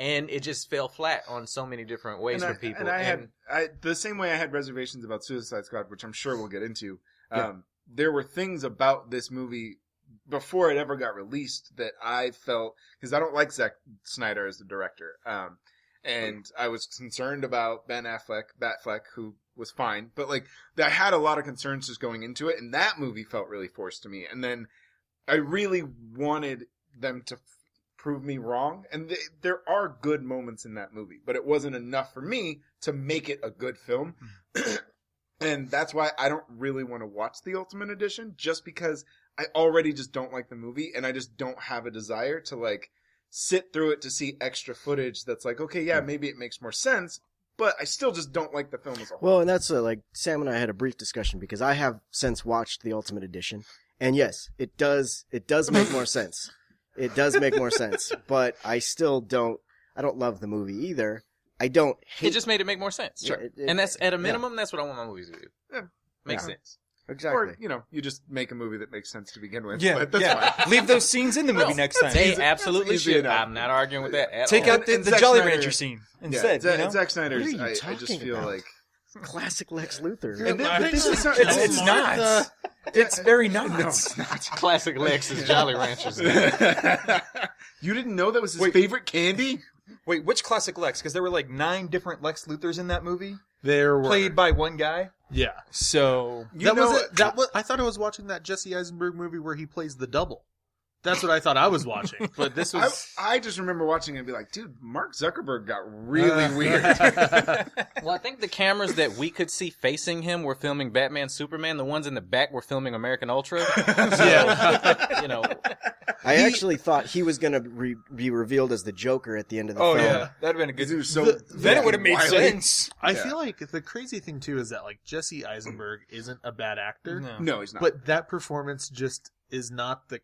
C: and it just fell flat on so many different ways
D: and I,
C: for people.
D: and I had I, the same way I had reservations about Suicide Squad, which I'm sure we'll get into. Um, There were things about this movie before it ever got released that I felt because I don't like Zack Snyder as the director, um, and I was concerned about Ben Affleck, Batfleck, who was fine, but like I had a lot of concerns just going into it, and that movie felt really forced to me. And then I really wanted them to f- prove me wrong, and th- there are good moments in that movie, but it wasn't enough for me to make it a good film. and that's why I don't really want to watch the Ultimate Edition, just because I already just don't like the movie, and I just don't have a desire to like sit through it to see extra footage that's like, okay, yeah, maybe it makes more sense, but I still just don't like the film as a whole.
A: Well, and that's uh, like Sam and I had a brief discussion because I have since watched the Ultimate Edition, and yes, it does it does make more sense. It does make more sense, but I still don't. I don't love the movie either. I don't hate.
C: it just made it make more sense.
A: Yeah, it- it-
C: and that's at a
A: yeah.
C: minimum. That's what I want my movies to do.
D: Yeah.
C: Makes
D: Yeah.
C: sense.
A: exactly.
D: Or you know, you just make a movie that makes sense to begin with.
E: Yeah,
D: but that's
E: yeah.
D: fine.
E: Leave those scenes in the movie next time.
C: They
D: easy-
C: absolutely
D: that's easy
C: should.
D: enough.
C: I'm not arguing with that. At
E: Take
C: all.
E: out the,
D: And
E: the
D: Zack
E: Jolly
D: Snyder-
E: Rancher scene
D: Yeah,
E: instead.
D: Zack-
E: you know?
D: Zack Snyder's.
A: What are you
D: I, I
A: talking
D: just feel
A: about?
D: like,
A: Classic Lex Luthor.
D: and
B: I
D: then, but
B: think
D: this
B: so.
D: is not, uh,
E: It's,
B: Oh,
E: it's not. uh,
B: Martha.
E: It's very not.
D: No, it's not.
C: classic Lex is Jolly Ranchers.
D: you didn't know that was his
E: Wait.
D: favorite candy?
E: Wait, which classic Lex? Because there were like nine different Lex Luthers in that movie,
B: There were
E: played by one guy.
B: yeah.
E: So
D: You
B: that
D: know,
B: was it. That was. I thought I was watching that Jesse Eisenberg movie where he plays the double. That's what I thought I was watching, but this
D: I,
B: was
D: I just remember watching it and be like, dude, Mark Zuckerberg got really
B: Uh.
D: weird.
C: Well, I think the cameras that we could see facing him were filming Batman, Superman. The ones in the back were filming American Ultra.
B: Yeah.
C: you know,
A: I actually thought he was going to re- be revealed as the Joker at the end of the
E: Oh
A: film.
E: yeah, that'd been a good.
D: Because he was so
E: then it would have made
D: wild.
E: sense.
B: I
D: Yeah.
B: feel like the crazy thing too is that like Jesse Eisenberg isn't a bad actor,
D: No, he's not.
B: but that performance just is not the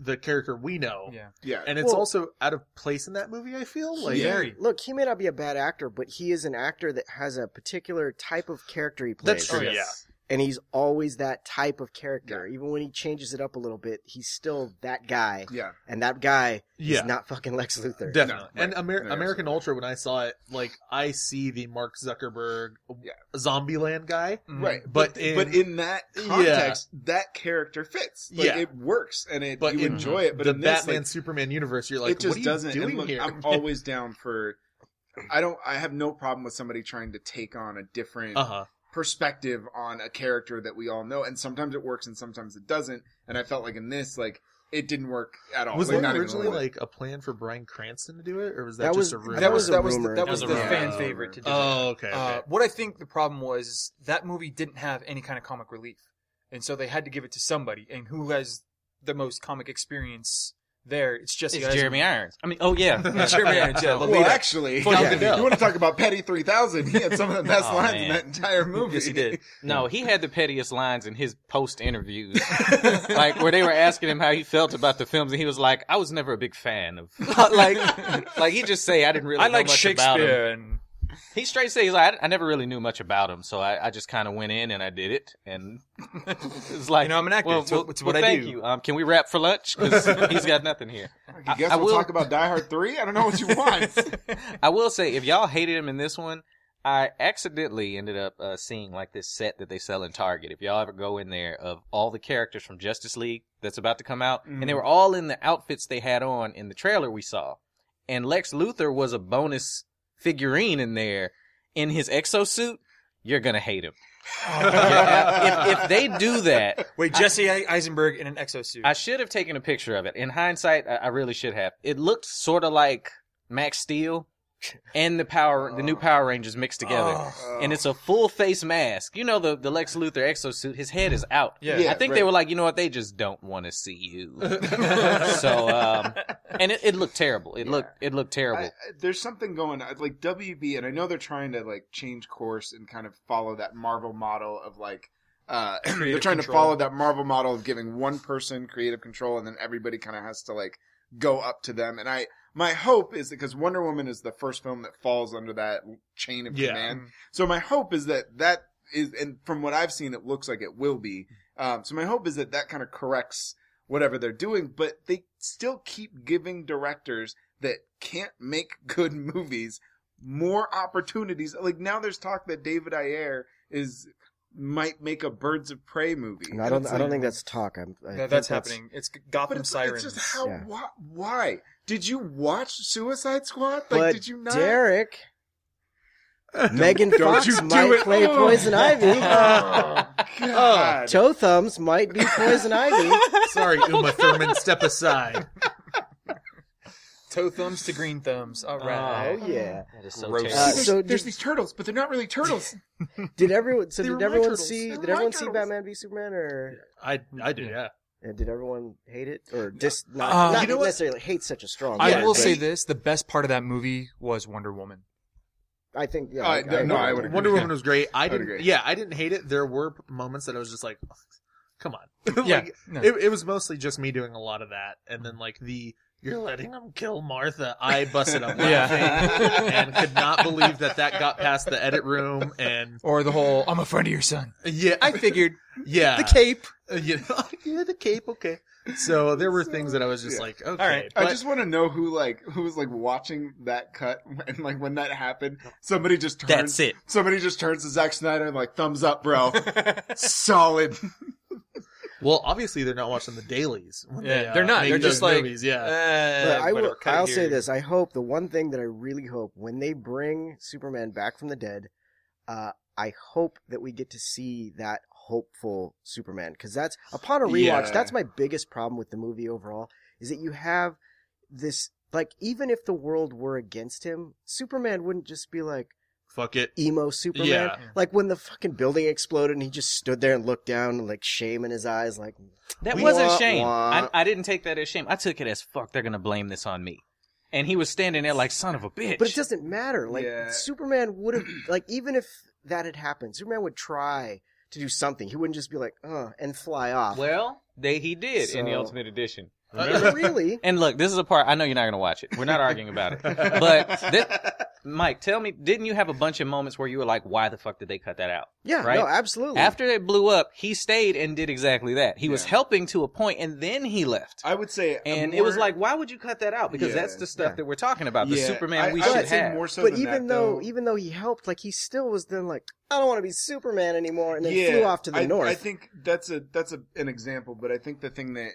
B: the character we know,
E: Yeah.
D: yeah,
B: and it's
A: Well-
B: also out of place in that movie. I feel like
D: Yeah.
E: Very.
A: Look, he may not be a bad actor, but he is an actor that has a particular type of character he plays.
B: That's true.
E: yes.
B: Yeah,
A: and he's always that type of character. Even when he changes it up a little bit, he's still that guy,
D: Yeah.
A: and that guy
B: Yeah.
A: is not fucking Lex Luthor.
B: Definitely.
D: No,
B: and
D: right.
B: Amer-
D: No,
B: American
D: absolutely.
B: Ultra, when I saw it, like I see the Mark Zuckerberg
D: Yeah. Mm-hmm.
B: zombie land guy.
D: Right,
B: Mm, But
D: but but in,
B: in-
D: that
B: Yeah.
D: context, that character fits. Like,
B: Yeah.
D: it works, and it
B: But
D: you
B: in
D: enjoy it. But
B: the
D: in this,
B: Batman
D: like,
B: Superman universe, you're like,
D: it just
B: what are you
D: doesn't. and
B: doing
D: look,
B: here?
D: I'm always down for. I don't. I have no problem with somebody trying to take on a different
B: uh huh.
D: perspective on a character that we all know, and sometimes it works and sometimes it doesn't. And I felt like in this, like it didn't work at all.
B: Was
D: like,
B: that
D: not even a
B: originally
D: little bit.
B: like a plan for Brian Cranston to do it, or was that,
A: That
B: just
A: was-
B: a rumor?
A: that was-
D: that was
A: rumor.
D: that
E: That was
D: was
E: the
D: the
B: Yeah.
E: fan
B: Yeah.
E: favorite to do. that.
B: oh okay. okay.
E: Uh, what I think the problem was is that movie didn't have any kind of comic relief, and so they had to give it to somebody. And who has the most comic experience there? It's Jesse.
C: It's
E: Eisenberg.
C: Jeremy Irons. I mean, oh yeah,
E: Yeah, Jeremy Irons. Yeah,
D: Well,
E: Lolita.
D: actually,
C: Fuck
D: yeah,
C: Vidal.
D: you want to talk about Petty Three Thousand? He had some of the best
C: Oh,
D: lines
C: man.
D: in that entire movie.
E: Yes, he did.
C: No, he had the pettiest lines in his post interviews, like where they were asking him how he felt about the films, and he was like, "I was never a big fan of." like, like he just say, "I didn't really."
E: I
C: know
E: like
C: much About him.
E: Shakespeare, and
C: He straight says, "I I never really knew much about him, so I, I just kind of went in and I did it, and it's like
E: you know I'm an actor.
C: well,
E: it's, what-
C: well,
E: it's what
C: well,
E: I
C: thank
E: do.
C: you. Um, can we wrap for lunch? Because he's got nothing here.
D: You guess
C: I
D: we'll
C: will-
D: talk about Die Hard Three. I don't know what you want.
C: I will say, if y'all hated him in this one, I accidentally ended up uh, seeing like this set that they sell in Target. If y'all ever go in there, of all the characters from Justice League that's about to come out, and they
E: Mm-hmm.
D: Mhm.
C: were all in the outfits they had on in the trailer we saw, and Lex Luthor was a bonus figurine in there in his exosuit. You're gonna hate him. if, if they do that,
E: Wait, Jesse I- Eisenberg in an exosuit.
C: I should have taken a picture of it. In hindsight, I, I really should have. It looked sort of like Max Steel and the Power, the new Power Rangers mixed together.
D: Uh,
E: Oh.
C: And it's a full face mask. You know the, the Lex Luthor exosuit. His head is out.
E: yeah.
D: Yeah.
C: I think
D: right.
C: they were like, you know what? They just don't want to see you. so, um, and it, it looked terrible. It
D: Yeah.
C: looked it looked
D: I,
C: terrible.
D: I- there's something going on, like WB, and I know they're trying to like change course and kind of follow that Marvel model of like uh, they're
E: Creative
D: trying to
E: control.
D: follow that Marvel model of giving one person creative control, and then everybody kind of has to like go up to them. And I, my hope is because Wonder Woman is the first film that falls under that chain of
B: Yeah.
D: command. So my hope is that that is, and from what I've seen, it looks like it will be. Um, so my hope is that that kind of corrects whatever they're doing, but they still keep giving directors that can't make good movies more opportunities. Like now, there's talk that David Ayer is might make a Birds of Prey movie.
A: And I
D: And
A: don't.
D: it's
A: I don't
D: like,
A: think that's talk. I'm, I
E: That-
A: think
E: that's happening. It's
D: But
E: Gotham
D: it's,
E: Sirens.
D: it's just how
A: Yeah.
D: why, why did you watch Suicide Squad? Like,
A: but
D: did you not?
A: Derek, Megan
D: don't
A: Fox
D: you do
A: might
D: it.
A: play
D: Oh.
A: Poison Ivy.
D: Oh, God.
A: Toe thumbs might be Poison Ivy.
B: Sorry, Uma Thurman, step aside.
E: Toe thumbs to green thumbs. All right.
A: Oh yeah.
C: that is so
E: gross.
C: terrible.
A: Uh,
D: there's,
A: so
D: there's
A: did-
D: these turtles, but they're not really turtles.
A: Did everyone? So
B: They were
A: did
B: my
A: everyone
B: turtles.
A: see?
D: They were
A: Did
D: my
A: everyone see
D: turtles.
A: Batman v Superman or?
B: I I do, yeah.
A: And did everyone hate it or dis? Not,
E: Uh,
A: not
E: you know
B: what?
A: necessarily hate such a strong.
E: I
A: word,
E: will
A: but
E: say this: the best part of that movie was Wonder Woman.
A: I think. Yeah.
D: Uh, no, no, I would-
B: Wonder Woman was great. I
D: I would
B: didn't.
D: agree.
B: Yeah, I didn't hate it. There were moments that I was just like, "Come on." Like,
E: Yeah, no.
B: It, it was mostly just me doing a lot of that, and then like the "You're letting him kill Martha," I busted up laughing and could not believe that that got past the edit room. And
E: or the whole "I'm a friend of your son."
B: yeah, I
E: figured
B: yeah,
E: cape.
B: Uh, yeah, yeah, the cape. Okay, so there were things that I was just
D: Yeah.
B: like, okay,
E: right.
D: I
B: but-
D: just want to know who like who was like watching that cut and like when that happened, somebody just turns.
C: That's it.
D: Somebody just turns to Zack Snyder and like thumbs up, bro. Solid.
B: well, obviously they're not watching the dailies. when
E: Yeah,
B: they, uh,
E: they're not.
B: make
E: They're
B: those
E: just like, uh,
B: movies, yeah.
A: But I will. I'll say this. I hope the one thing that I really hope when they bring Superman back from the dead, uh, I hope that we get to see that hopeful Superman because that's upon a rewatch.
D: Yeah.
A: That's my biggest problem with the movie overall is that you have this like even if the world were against him, Superman wouldn't just be like
B: Fuck it.
A: emo Superman.
B: Yeah.
A: Like when the fucking building exploded and he just stood there and looked down, like shame in his eyes, like
C: That
A: We-
C: wasn't
A: Wah,
C: shame.
A: wah.
C: I, I didn't take that as shame. I took it as fuck. They're gonna blame this on me. And he was standing there like son of a bitch.
A: But it doesn't matter. Like
D: Yeah.
A: Superman would have, like even if that had happened, Superman would try to do something. He wouldn't just be like, "Uh," and fly off.
C: Well, they he did in the
A: So-
C: Ultimate Edition.
B: Remember?
A: really?
C: And look, this is a part I know you're not going to watch it. We're not arguing about it. But thi- Mike, tell me, didn't you have a bunch of moments where you were like, why the fuck did they cut that out?
A: Yeah,
C: Right?
A: no, absolutely.
C: After it blew up, he stayed and did exactly that. He was
D: Yeah.
C: helping to a point and then he left.
D: I would say,
C: and
D: more-
C: it was like, why would you cut that out? Because
D: Yeah,
C: that's the stuff
A: yeah.
C: that we're talking about. The
D: yeah,
C: Superman
D: I-
C: we
D: I
C: should
D: would say
C: have.
D: more so
A: but
D: than
A: even
D: that,
A: though,
D: though.
A: even though he helped, like he still was then like, I don't want to be Superman anymore, and then
D: yeah,
A: flew off to the
D: I,
A: north.
D: I think that's a that's a, an example, but I think the thing that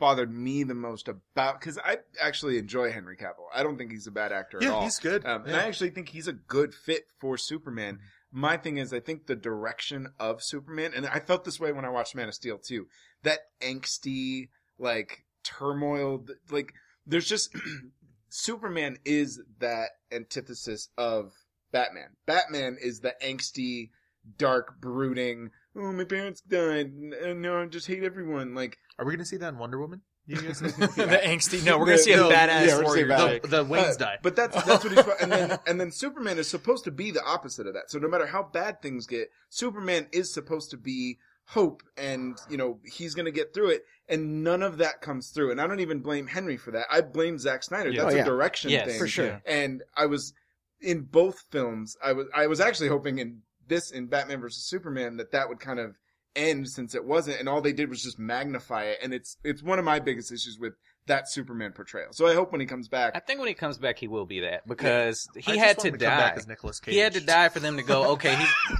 D: bothered me the most about because I actually enjoy Henry Cavill. I don't think he's a bad actor at
B: yeah,
D: all.
B: he's good.
D: Um, And
B: Yeah.
D: I actually think he's a good fit for Superman. My thing is, I think the direction of Superman, and I felt this way when I watched Man of Steel too. That angsty, like turmoil, th- like there's just Superman is that antithesis of Batman. Batman is the angsty, dark, brooding. Oh, my parents died, and and now I just hate everyone. Like
B: Are we gonna see that in Wonder Woman? You guys
E: the angsty. No, we're gonna
D: No,
E: see a
D: no,
E: badass
D: yeah, we're gonna see a
E: warrior.
D: badass-
E: chick.
B: the, the wings
D: Uh,
B: die.
D: But that's that's what he's and then and then Superman is supposed to be the opposite of that. So no matter how bad things get, Superman is supposed to be hope and you know he's going to get through it and none of that comes through and I don't even blame Henry for that. I blame Zack Snyder.
A: Yeah.
D: That's
A: Oh, yeah.
D: a direction
C: Yes,
D: thing.
A: for sure.
D: And I was in both films I was I was actually hoping in this in Batman versus Superman that that would kind of end since it wasn't and all they did was just magnify it and it's it's one of my biggest issues with that Superman portrayal. So I hope when he comes back
C: I think when he comes back, he will be that because
B: I
C: he
B: just
C: had
B: want
C: to
B: him come
C: die.
B: back as Nicolas Cage.
C: He had to die for them to go. Okay,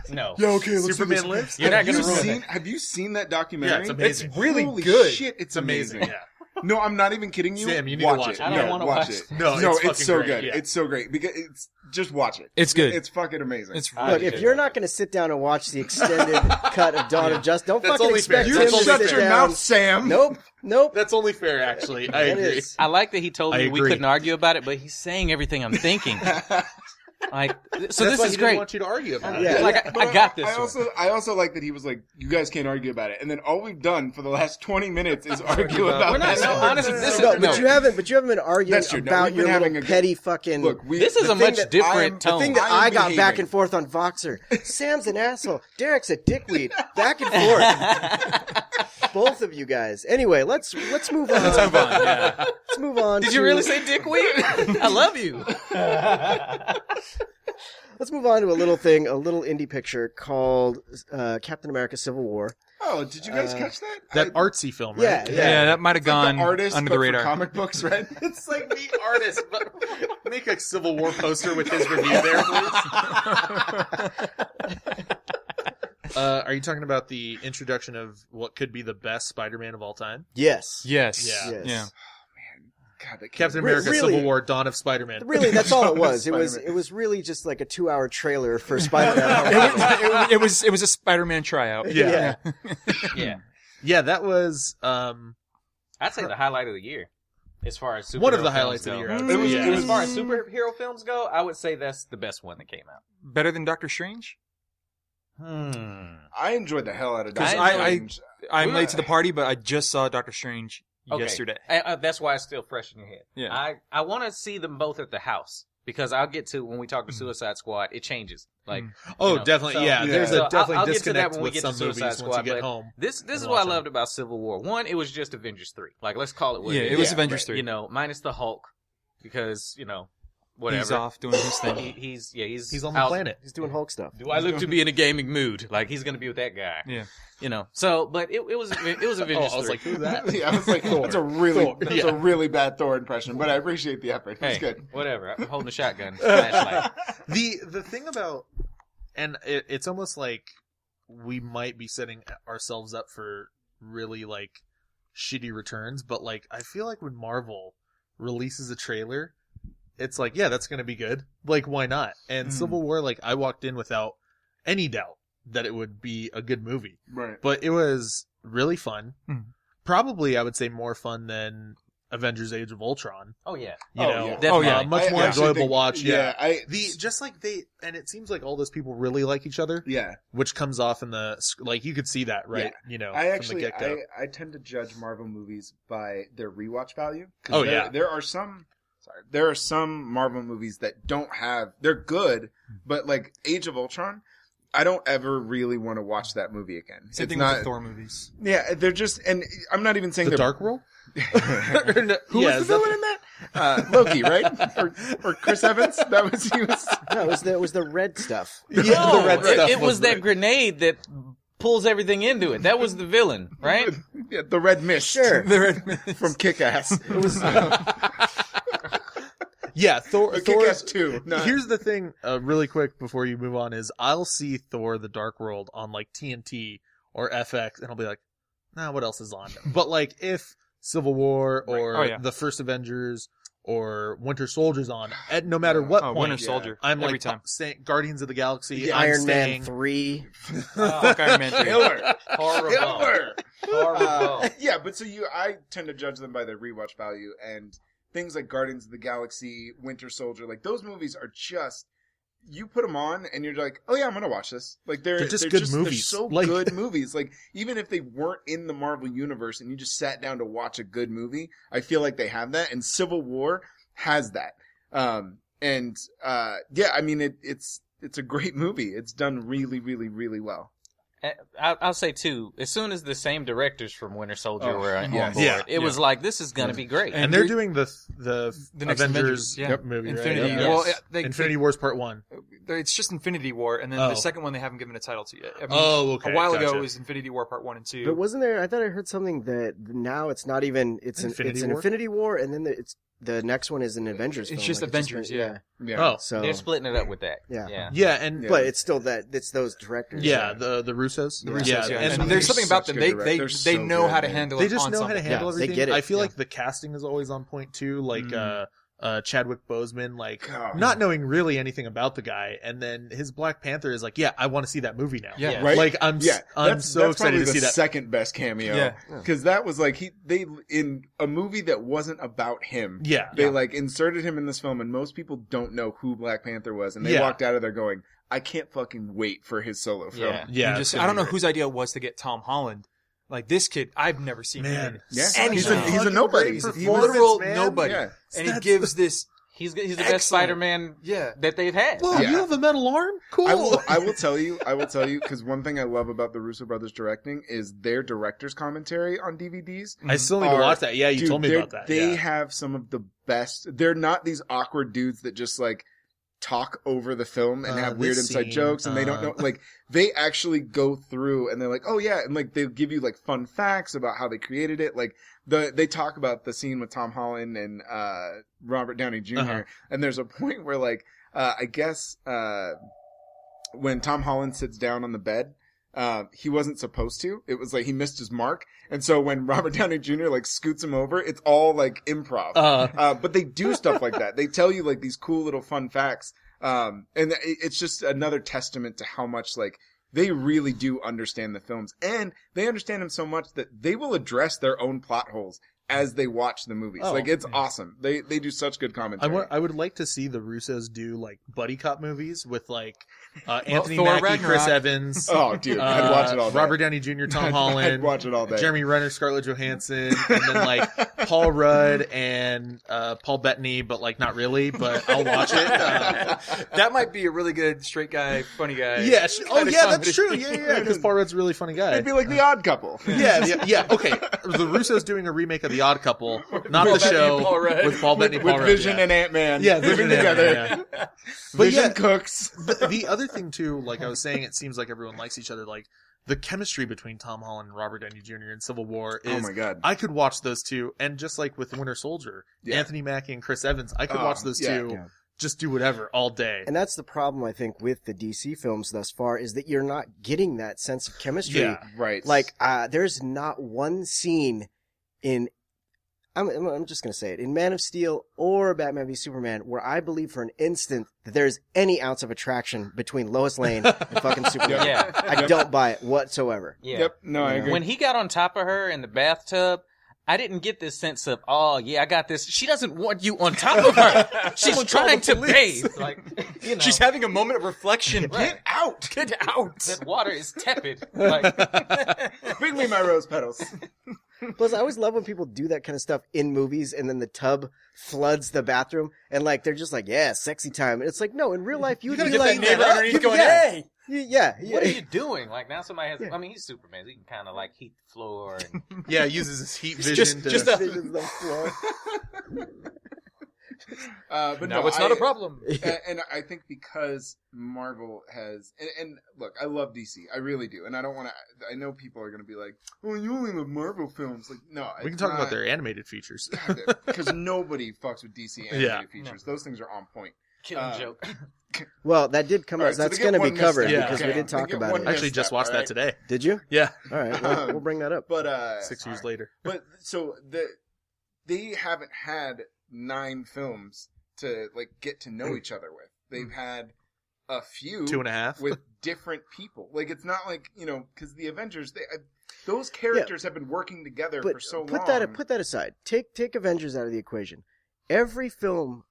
C: he, no.
D: Yeah, okay, let's do
B: Superman
D: this.
B: lives.
C: You're not
D: have
C: gonna
D: you
C: ruin
D: seen? Have you seen that documentary?
B: Yeah, it's amazing.
E: It's really
D: Holy
E: good.
D: Shit, it's
B: It's amazing.
D: amazing.
B: Yeah.
D: no, I'm not even kidding you.
B: Sam, you need to
D: watch
B: watch it.
D: it.
B: I don't
D: no,
C: wanna
D: watch,
C: watch
D: it.
C: it.
B: No,
D: no,
B: it's,
D: it's,
B: fucking
D: so
B: great.
D: good.
B: Yeah.
D: It's so great because it's just watch it.
E: It's good.
D: It's fucking amazing.
E: It's
C: I
A: Look,
C: did.
A: if you're not going to sit down and watch the extended cut of Dawn of Justice, don't
B: That's
A: fucking
B: only fair.
A: expect
D: you
A: him
B: That's
A: to
B: only
A: sit
D: shut
B: fair.
D: your
A: down.
D: mouth, Sam.
A: Nope, nope.
B: That's only fair, actually. I
A: That
B: agree.
A: is-
C: I like that he told
B: I
C: me we
B: agree.
C: couldn't argue about it, but he's saying everything I'm thinking. like, so
B: That's
C: this
B: why
C: is
B: he
C: great.
B: Didn't want you to argue about
A: Yeah.
B: it.
C: Like, I-
D: But
C: I got this
D: I
C: one.
D: also, I also like that he was like, "You guys can't argue about it," and then all we've done for the last 20 minutes is argue
E: about-
D: about.
C: We're not
D: that.
C: so honest. This is
A: no, but
C: no.
A: you haven't. But you haven't been arguing
D: That's true. No,
A: about
D: we've been
A: your
D: having
A: little
D: a good-
A: petty fucking.
D: Look, we,
C: This is
A: the
C: a
A: thing
C: much
A: that
C: different
A: The
C: tone.
A: thing that
D: I
A: I,
D: am
A: got back
D: behaving.
A: and forth on Voxer. Sam's an asshole. Derek's a dickweed. Back and forth. Both of you guys. Anyway, let's let's move on. Let's move on. Let's move on.
C: Did
A: to-
C: you really say dickweed? I love you.
A: Let's move on to a little thing, a little indie picture called uh, Captain America: Civil War.
D: oh, did you guys
A: Uh,
D: catch that?
B: That
D: I-
B: artsy film, right?
A: Yeah,
E: yeah, that might have
D: it's like
E: gone
D: the artist,
E: under
D: but
E: the
D: for
E: radar.
D: comic books, right?
B: It's like the artist, but make a Civil War poster with his review there, please. uh, are you talking about the introduction of what could be the best Spider-Man of all time?
A: Yes.
E: Yes.
B: Yeah.
A: Yes.
E: Yeah.
D: God, that
B: Captain
A: Re-
B: America:
A: really-
B: Civil War, Dawn of Spider-Man.
A: Really, that's all it was. It was
D: Spider-Man.
A: it was really just like a two-hour trailer for Spider-Man.
E: it, wa- it, it was it was a Spider-Man tryout.
B: Yeah.
A: yeah.
C: Yeah,
B: Yeah, that was um,
C: I'd say the highlight of the year, as far as superhero
B: one of the
C: films
B: highlights of the
C: go.
B: year. I would
D: It
B: say.
D: was-
B: Yeah.
D: it
C: As far as superhero films go, I would say that's the best one that came out.
E: Better than Doctor Strange.
C: Hmm.
D: I enjoyed the hell out of Doctor
E: Because I- I-
D: Strange.
E: I'm
D: Yeah.
E: late to the party, but I just saw Doctor Strange
C: Okay.
E: yesterday.
C: I, I, that's why it's still fresh in your head.
E: Yeah.
C: I, I want to see them both at the house because I'll get to when we talk to
E: Mm.
C: Suicide Squad, it changes. Like
B: Oh,
C: you know,
B: definitely.
C: so-
B: yeah,
D: yeah.
B: there's a
C: So I'll-
B: definitely
C: I'll get to
B: disconnect
C: that when we
B: with
C: get to
B: some movies
C: Suicide
B: once
C: Squad,
B: you get
C: but-
B: home.
C: this this
B: And
C: is what I
B: watch 'em.
C: loved about Civil War. One, it was just Avengers three. Like let's call it what
E: yeah,
C: it
E: it
C: is.
E: was
D: Yeah,
E: Avengers
D: right.
E: Three.
C: You know, minus the Hulk because you know whatever
E: He's off doing his
C: He,
E: thing.
C: he's yeah he's
B: He's on the
C: out.
B: planet.
A: He's doing Hulk stuff.
C: Do I look to be in a gaming mood? Like he's gonna be with that guy.
E: Yeah.
C: You know. So, but it, it was it was Avengers.
B: oh, I was
C: 3.
B: like, who's that?
D: Yeah, I was like, that's a really,
B: Thor.
D: that's
B: Yeah.
D: a really bad Thor impression, but I appreciate the effort. It was
C: hey,
D: good.
C: whatever. I'm holding a shotgun, flashlight.
B: the the thing about and it, it's almost like we might be setting ourselves up for really like shitty returns but like i feel like when marvel releases a trailer it's like yeah that's gonna be good like why not and
C: Hmm.
D: Mm.
B: civil war like i walked in without any doubt that it would be a good movie
D: Right.
B: but it was really fun
E: Mm.
B: probably i would say more fun than avengers age of ultron
C: Oh yeah.
B: you
D: Oh,
B: know
D: yeah.
E: Oh,
B: Uh,
E: yeah.
B: much
D: I
B: more
D: actually
B: enjoyable
D: think-
B: watch yeah
D: I,
B: the just like they and it seems like all those people really like each other
D: yeah.
B: which comes off in the sc- like you could see that right you know
D: I actually,
B: Oh, from the get-go
D: I, I tend to judge Marvel movies by their rewatch value. 'cause
B: Oh,
D: there,
B: yeah.
D: There are some, sorry, there are some Marvel movies that don't have, they're good, but like Age of Ultron, I don't ever really want to watch that movie again.
E: Same
D: it's
E: thing
D: not.
E: with the Thor movies.
D: yeah, they're just, and I'm not even saying
B: The
D: they're
B: Dark World? No,
D: Who was
B: yeah,
D: the
B: is that
D: villain in that? Uh, Loki, right? Or, or Chris Evans? That was he was.
A: No, it was the, it was the red stuff.
B: Yeah,
C: no,
B: the red
C: it,
B: stuff
C: it was,
B: was
C: that
B: red.
C: grenade that pulls everything into it. That was the villain, right?
D: Yeah, the Red Mist.
A: Sure.
D: the Red Mist from Kick Ass. It was
B: Yeah, Thor.
D: Kick
B: Thor
D: Ass Two. No,
B: Here's the thing, uh, really quick before you move on, is I'll see Thor: The Dark World on like TNT or FX, and I'll be like, Nah, what else is on? but like, if Civil War or
E: Right. Oh, yeah.
B: the First Avengers or Winter Soldier's on, at no matter what
E: Oh,
B: point,
E: Winter Soldier.
B: I'm
E: every
B: like
E: time.
B: saying Guardians of the Galaxy,
A: The
B: I'm
A: Iron
B: staying-
A: Man three.
E: Fuck Iron Man three.
D: Killer.
C: Horrible.
D: Killer.
C: Horrible.
D: Uh, yeah, but so you, I tend to judge them by their rewatch value and things like Guardians of the Galaxy, Winter Soldier, like those movies are just. You put them on, and you're like, "Oh yeah, I'm gonna watch this." Like they're,
B: They're just good movies.
D: They're so
B: Like-
D: good movies. Like even if they weren't in the Marvel universe, and you just sat down to watch a good movie, I feel like they have that. And Civil War has that. Um, and uh, yeah, I mean it, it's it's a great movie. It's done really, really, really well.
C: And I- I'll say too. As soon as the same directors from Winter Soldier
D: Oh,
C: were on
D: yes.
C: board,
B: Yeah,
C: it was like this is gonna be great.
B: and,
E: And
B: they're
E: they're-
B: doing the the,
E: The next
B: Avengers,
E: Avengers, yeah.
B: yep, movie, right?
E: Infinity.
B: Yep.
C: Yes.
E: Well, it- they,
B: Infinity Wars Part One.
E: they- it's just Infinity War, and then
B: Oh.
E: the second one they haven't given a title to yet. I mean,
B: Oh, okay.
E: a while ago
B: gotcha.
E: it was Infinity War Part One and Two.
A: But wasn't there? I thought I heard something that now it's not even. It's an
B: Infinity
A: it's an
B: War?
A: Infinity War, and then the, it's the next one is an Avengers.
E: It's
A: film.
E: just
A: Like,
E: Avengers,
A: been-
E: yeah.
D: Yeah.
B: oh,
A: So,
C: They're splitting it up with that.
A: Yeah.
C: yeah.
B: yeah, and
D: Yeah.
A: but it's still that it's those directors.
B: Yeah, the the Russos.
A: The
E: Russos,
B: yeah,
E: yeah.
B: And
E: And,
D: they're
E: there's something about
D: such
E: them.
D: good
E: They
D: direct-
E: they
D: they're
E: they
D: so
E: know
D: good,
E: how to
D: man.
E: handle
B: they
E: it
B: just
E: on
B: know how to
E: something.
B: handle
A: Yeah, they
B: everything.
A: get it.
B: I feel
A: Yeah.
B: like the casting is always on point too. Like
D: Mm.
B: uh, uh, Chadwick Boseman, like
D: God.
B: not knowing really anything about the guy, and then his Black Panther is like, yeah, I want to see that movie now.
E: Yeah.
C: Yeah.
D: Right?
B: Like I'm, s-
D: Yeah,
B: I'm
D: that's,
B: so
D: that's
B: excited
D: probably
B: to
D: the
B: see that.
D: second best cameo.
E: Yeah.
A: Yeah.
D: because that was like he they in a movie that wasn't about him.
B: yeah,
D: They like inserted him in this film, and most people don't know who Black Panther was, and they
B: Yeah.
D: walked out of there going, "I can't fucking wait for his solo film."
C: Yeah.
E: You
B: yeah.
E: just-
B: it's gonna
E: I don't
B: be
E: know
B: great.
E: whose idea it was to get Tom Holland. Like this kid, I've never seen him.
B: Man,
E: in
D: Yeah.
E: such
D: He's
E: a
D: a- he's a
B: fucking
D: nobody.
B: great
D: He's a- he was-
B: performance,
E: literal
B: man.
E: nobody.
D: Yeah.
E: and he
B: That's
E: gives this.
C: He's he's the
E: Excellent.
C: best Spider-Man
E: Yeah,
C: that they've had.
B: Whoa,
D: Yeah.
B: you have a metal arm? Cool.
D: I will, I will tell you, I will tell you, because one thing I love about the Russo brothers directing is their director's commentary on DVDs.
B: I still need to
D: Are-
B: watch that. Yeah, you
D: Dude,
B: told me
D: they're-
B: about that.
D: They
B: yeah.
D: have some of the best. They're not these awkward dudes that just like talk over the film and
B: Uh,
D: have weird
B: this
D: inside
B: scene,
D: jokes and they don't
B: uh,
D: know. Like they actually go through and they're like, oh yeah, and like they give you like fun facts about how they created it. Like the they talk about the scene with Tom Holland and uh Robert Downey junior
B: Uh-huh.
D: And there's a point where like uh I guess uh when Tom Holland sits down on the bed. Uh, he wasn't supposed to. It was like he missed his mark, and so when Robert Downey Jr. like scoots him over, it's all like improv.
C: Uh,
D: Uh, but they do stuff like that. They tell you like these cool little fun facts. Um, and it- it's just another testament to how much like they really do understand the films and they understand them so much that they will address their own plot holes as they watch the movies.
B: Oh,
D: like it's
B: yeah.
D: awesome. They, they do such good
B: I
D: commentary.
B: wa- I would like to see the Russos do like buddy cop movies with like uh,
E: Well,
B: Anthony
E: Thor
B: Mackie,
E: Ragnarok.
B: Chris Evans,
D: oh dude, I'd
B: uh,
D: watch it all day.
B: Robert Downey Jr., Tom
D: I'd
B: Holland,
D: watch it all day.
B: Jeremy Renner, Scarlett Johansson, and then like Paul Rudd and uh, Paul Bettany, but like not really. But I'll watch it. Uh,
E: that might be a really good straight guy, funny guy.
B: yeah. sh- Oh
E: Kinda
B: yeah, that's true.
E: comedy.
B: Yeah, yeah. Because Paul Rudd's a really funny guy.
D: It'd be like
B: Uh,
D: the odd couple.
B: Yeah, yeah, yeah. Okay, the Russos doing a remake of The Odd Couple, not
E: Paul
B: the
E: Bettany,
B: show
E: Paul Rudd.
B: with Paul
D: With,
B: Bettany,
D: with
B: Paul Rudd,
D: Vision
B: yeah.
D: and Ant Man,
B: Yeah,
D: living
B: Vision and Ant-Man,
D: together.
B: yeah. But
D: Vision
B: yeah-
D: cooks.
B: the, the other thing too, like I was saying, it seems like everyone likes each other. Like the chemistry between Tom Holland and Robert Downey Jr. in Civil War
D: Oh
B: is.
D: my god!
B: I could watch those two, and just like with Winter Soldier,
D: Yeah.
B: Anthony Mackie and Chris Evans, I could
D: Oh,
B: watch those
D: yeah,
B: two
A: yeah.
B: just do whatever all day.
A: And that's the problem I think with the DC films thus far is that you're not getting that sense of chemistry.
B: Yeah.
D: Right.
A: Like uh, there's not one scene in I'm, I'm I'm just gonna say it in Man of Steel or Batman v Superman where I believe for an instant that there's any ounce of attraction between Lois Lane and fucking Superman.
C: Yeah.
A: I don't buy it whatsoever.
C: yeah.
D: Yep. No, I
A: Yeah.
D: agree.
C: When he got on top of her in the bathtub, I didn't get this sense of, oh yeah, I got this. She doesn't want you on top of her. She's trying to bathe. Like, you know,
E: she's having a moment of reflection.
C: Right.
E: Get out! Get out!
C: that water is tepid. Like,
D: Bring me my rose petals.
A: Plus, I always love when people do that kind of stuff in movies, and then the tub floods the bathroom, and like they're just like, "Yeah, sexy time." And it's like, no, in real life, you would
E: gotta
A: be
E: get
A: like,
E: that neighbor underneath
A: you'd be-
E: going,
A: yeah.
E: "Hey!"
A: Y- Yeah, yeah.
C: What are you doing? Like now somebody has.
A: Yeah.
C: I mean, he's Superman. So he can kind of like heat the floor. And,
B: Yeah, he uses his heat vision
E: just-
B: to.
E: just a-
A: Visions of floor.
D: uh, but
E: now
D: no,
E: it's not
D: I-
E: a problem.
D: and, and I think because Marvel has, and, and look, I love DC, I really do, and I don't want to. I know people are going to be like, "Well, you only love Marvel films." Like, no,
B: we can talk about their animated features.
D: because nobody fucks with DC animated
B: Yeah.
D: features. Those things are on point.
C: Killing
D: Uh,
C: joke.
A: Well, that did come
D: All
A: out.
D: right, so
A: That's
D: they get
A: going to be
D: one missed
A: covered
B: out. Yeah.
A: because we
B: Okay.
A: did
D: They
A: talk
D: get
A: about
D: one
A: it.
D: missed-
B: Actually, just
D: that,
B: watched that
D: alright?
B: today.
A: did you?
B: Yeah,
A: All right, we'll, we'll bring that up.
D: But uh,
B: six
D: sorry.
B: years later.
D: But so the they haven't had nine films to like get to know each other with. They've
A: Hmm.
D: had a few
B: Two and a half.
D: with different people. Like it's not like you know because the Avengers, they, uh, those characters have been working together
A: But
D: for so
A: put
D: long.
A: that put that aside. Take take Avengers out of the equation. Every film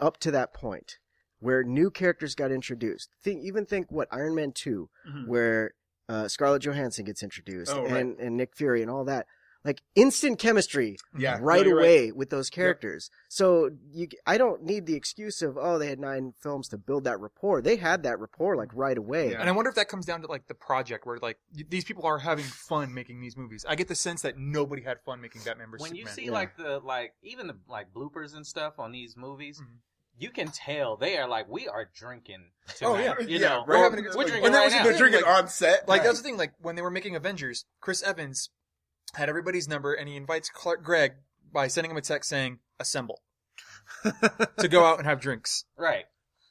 A: up to that point where new characters got introduced. Think even think what Iron Man 2
D: Mhm.
A: where uh, Scarlett Johansson gets introduced
D: Oh, right.
A: and and Nick Fury and all that. Like instant chemistry
D: yeah, no,
A: right
D: you're
A: away with those characters. So you, I don't need the excuse of oh they had nine films to build that rapport. They had that rapport like right away.
D: Yeah.
E: And I wonder if that comes down to like the project where like y- these people are having fun making these movies. I get the sense that nobody had fun making Batman vs
C: when you
E: Superman.
C: see
A: yeah.
C: like the like even the like bloopers and stuff on these movies,
E: Mhm.
C: you can tell they are like we are drinking.
E: Oh,
C: Tonight,
E: yeah.
C: you
D: Yeah,
C: know
D: we're
C: or
D: having a good
C: we're
D: time.
C: drinking
E: And that
C: right
E: was a
C: now.
E: good
D: They're drinking
E: Like-
D: on set.
E: Like
D: Right.
E: that's the thing. Like when they were making Avengers, Chris Evans had everybody's number, and he invites Clark Gregg by sending him a text saying "assemble" to go out and have drinks.
C: Right.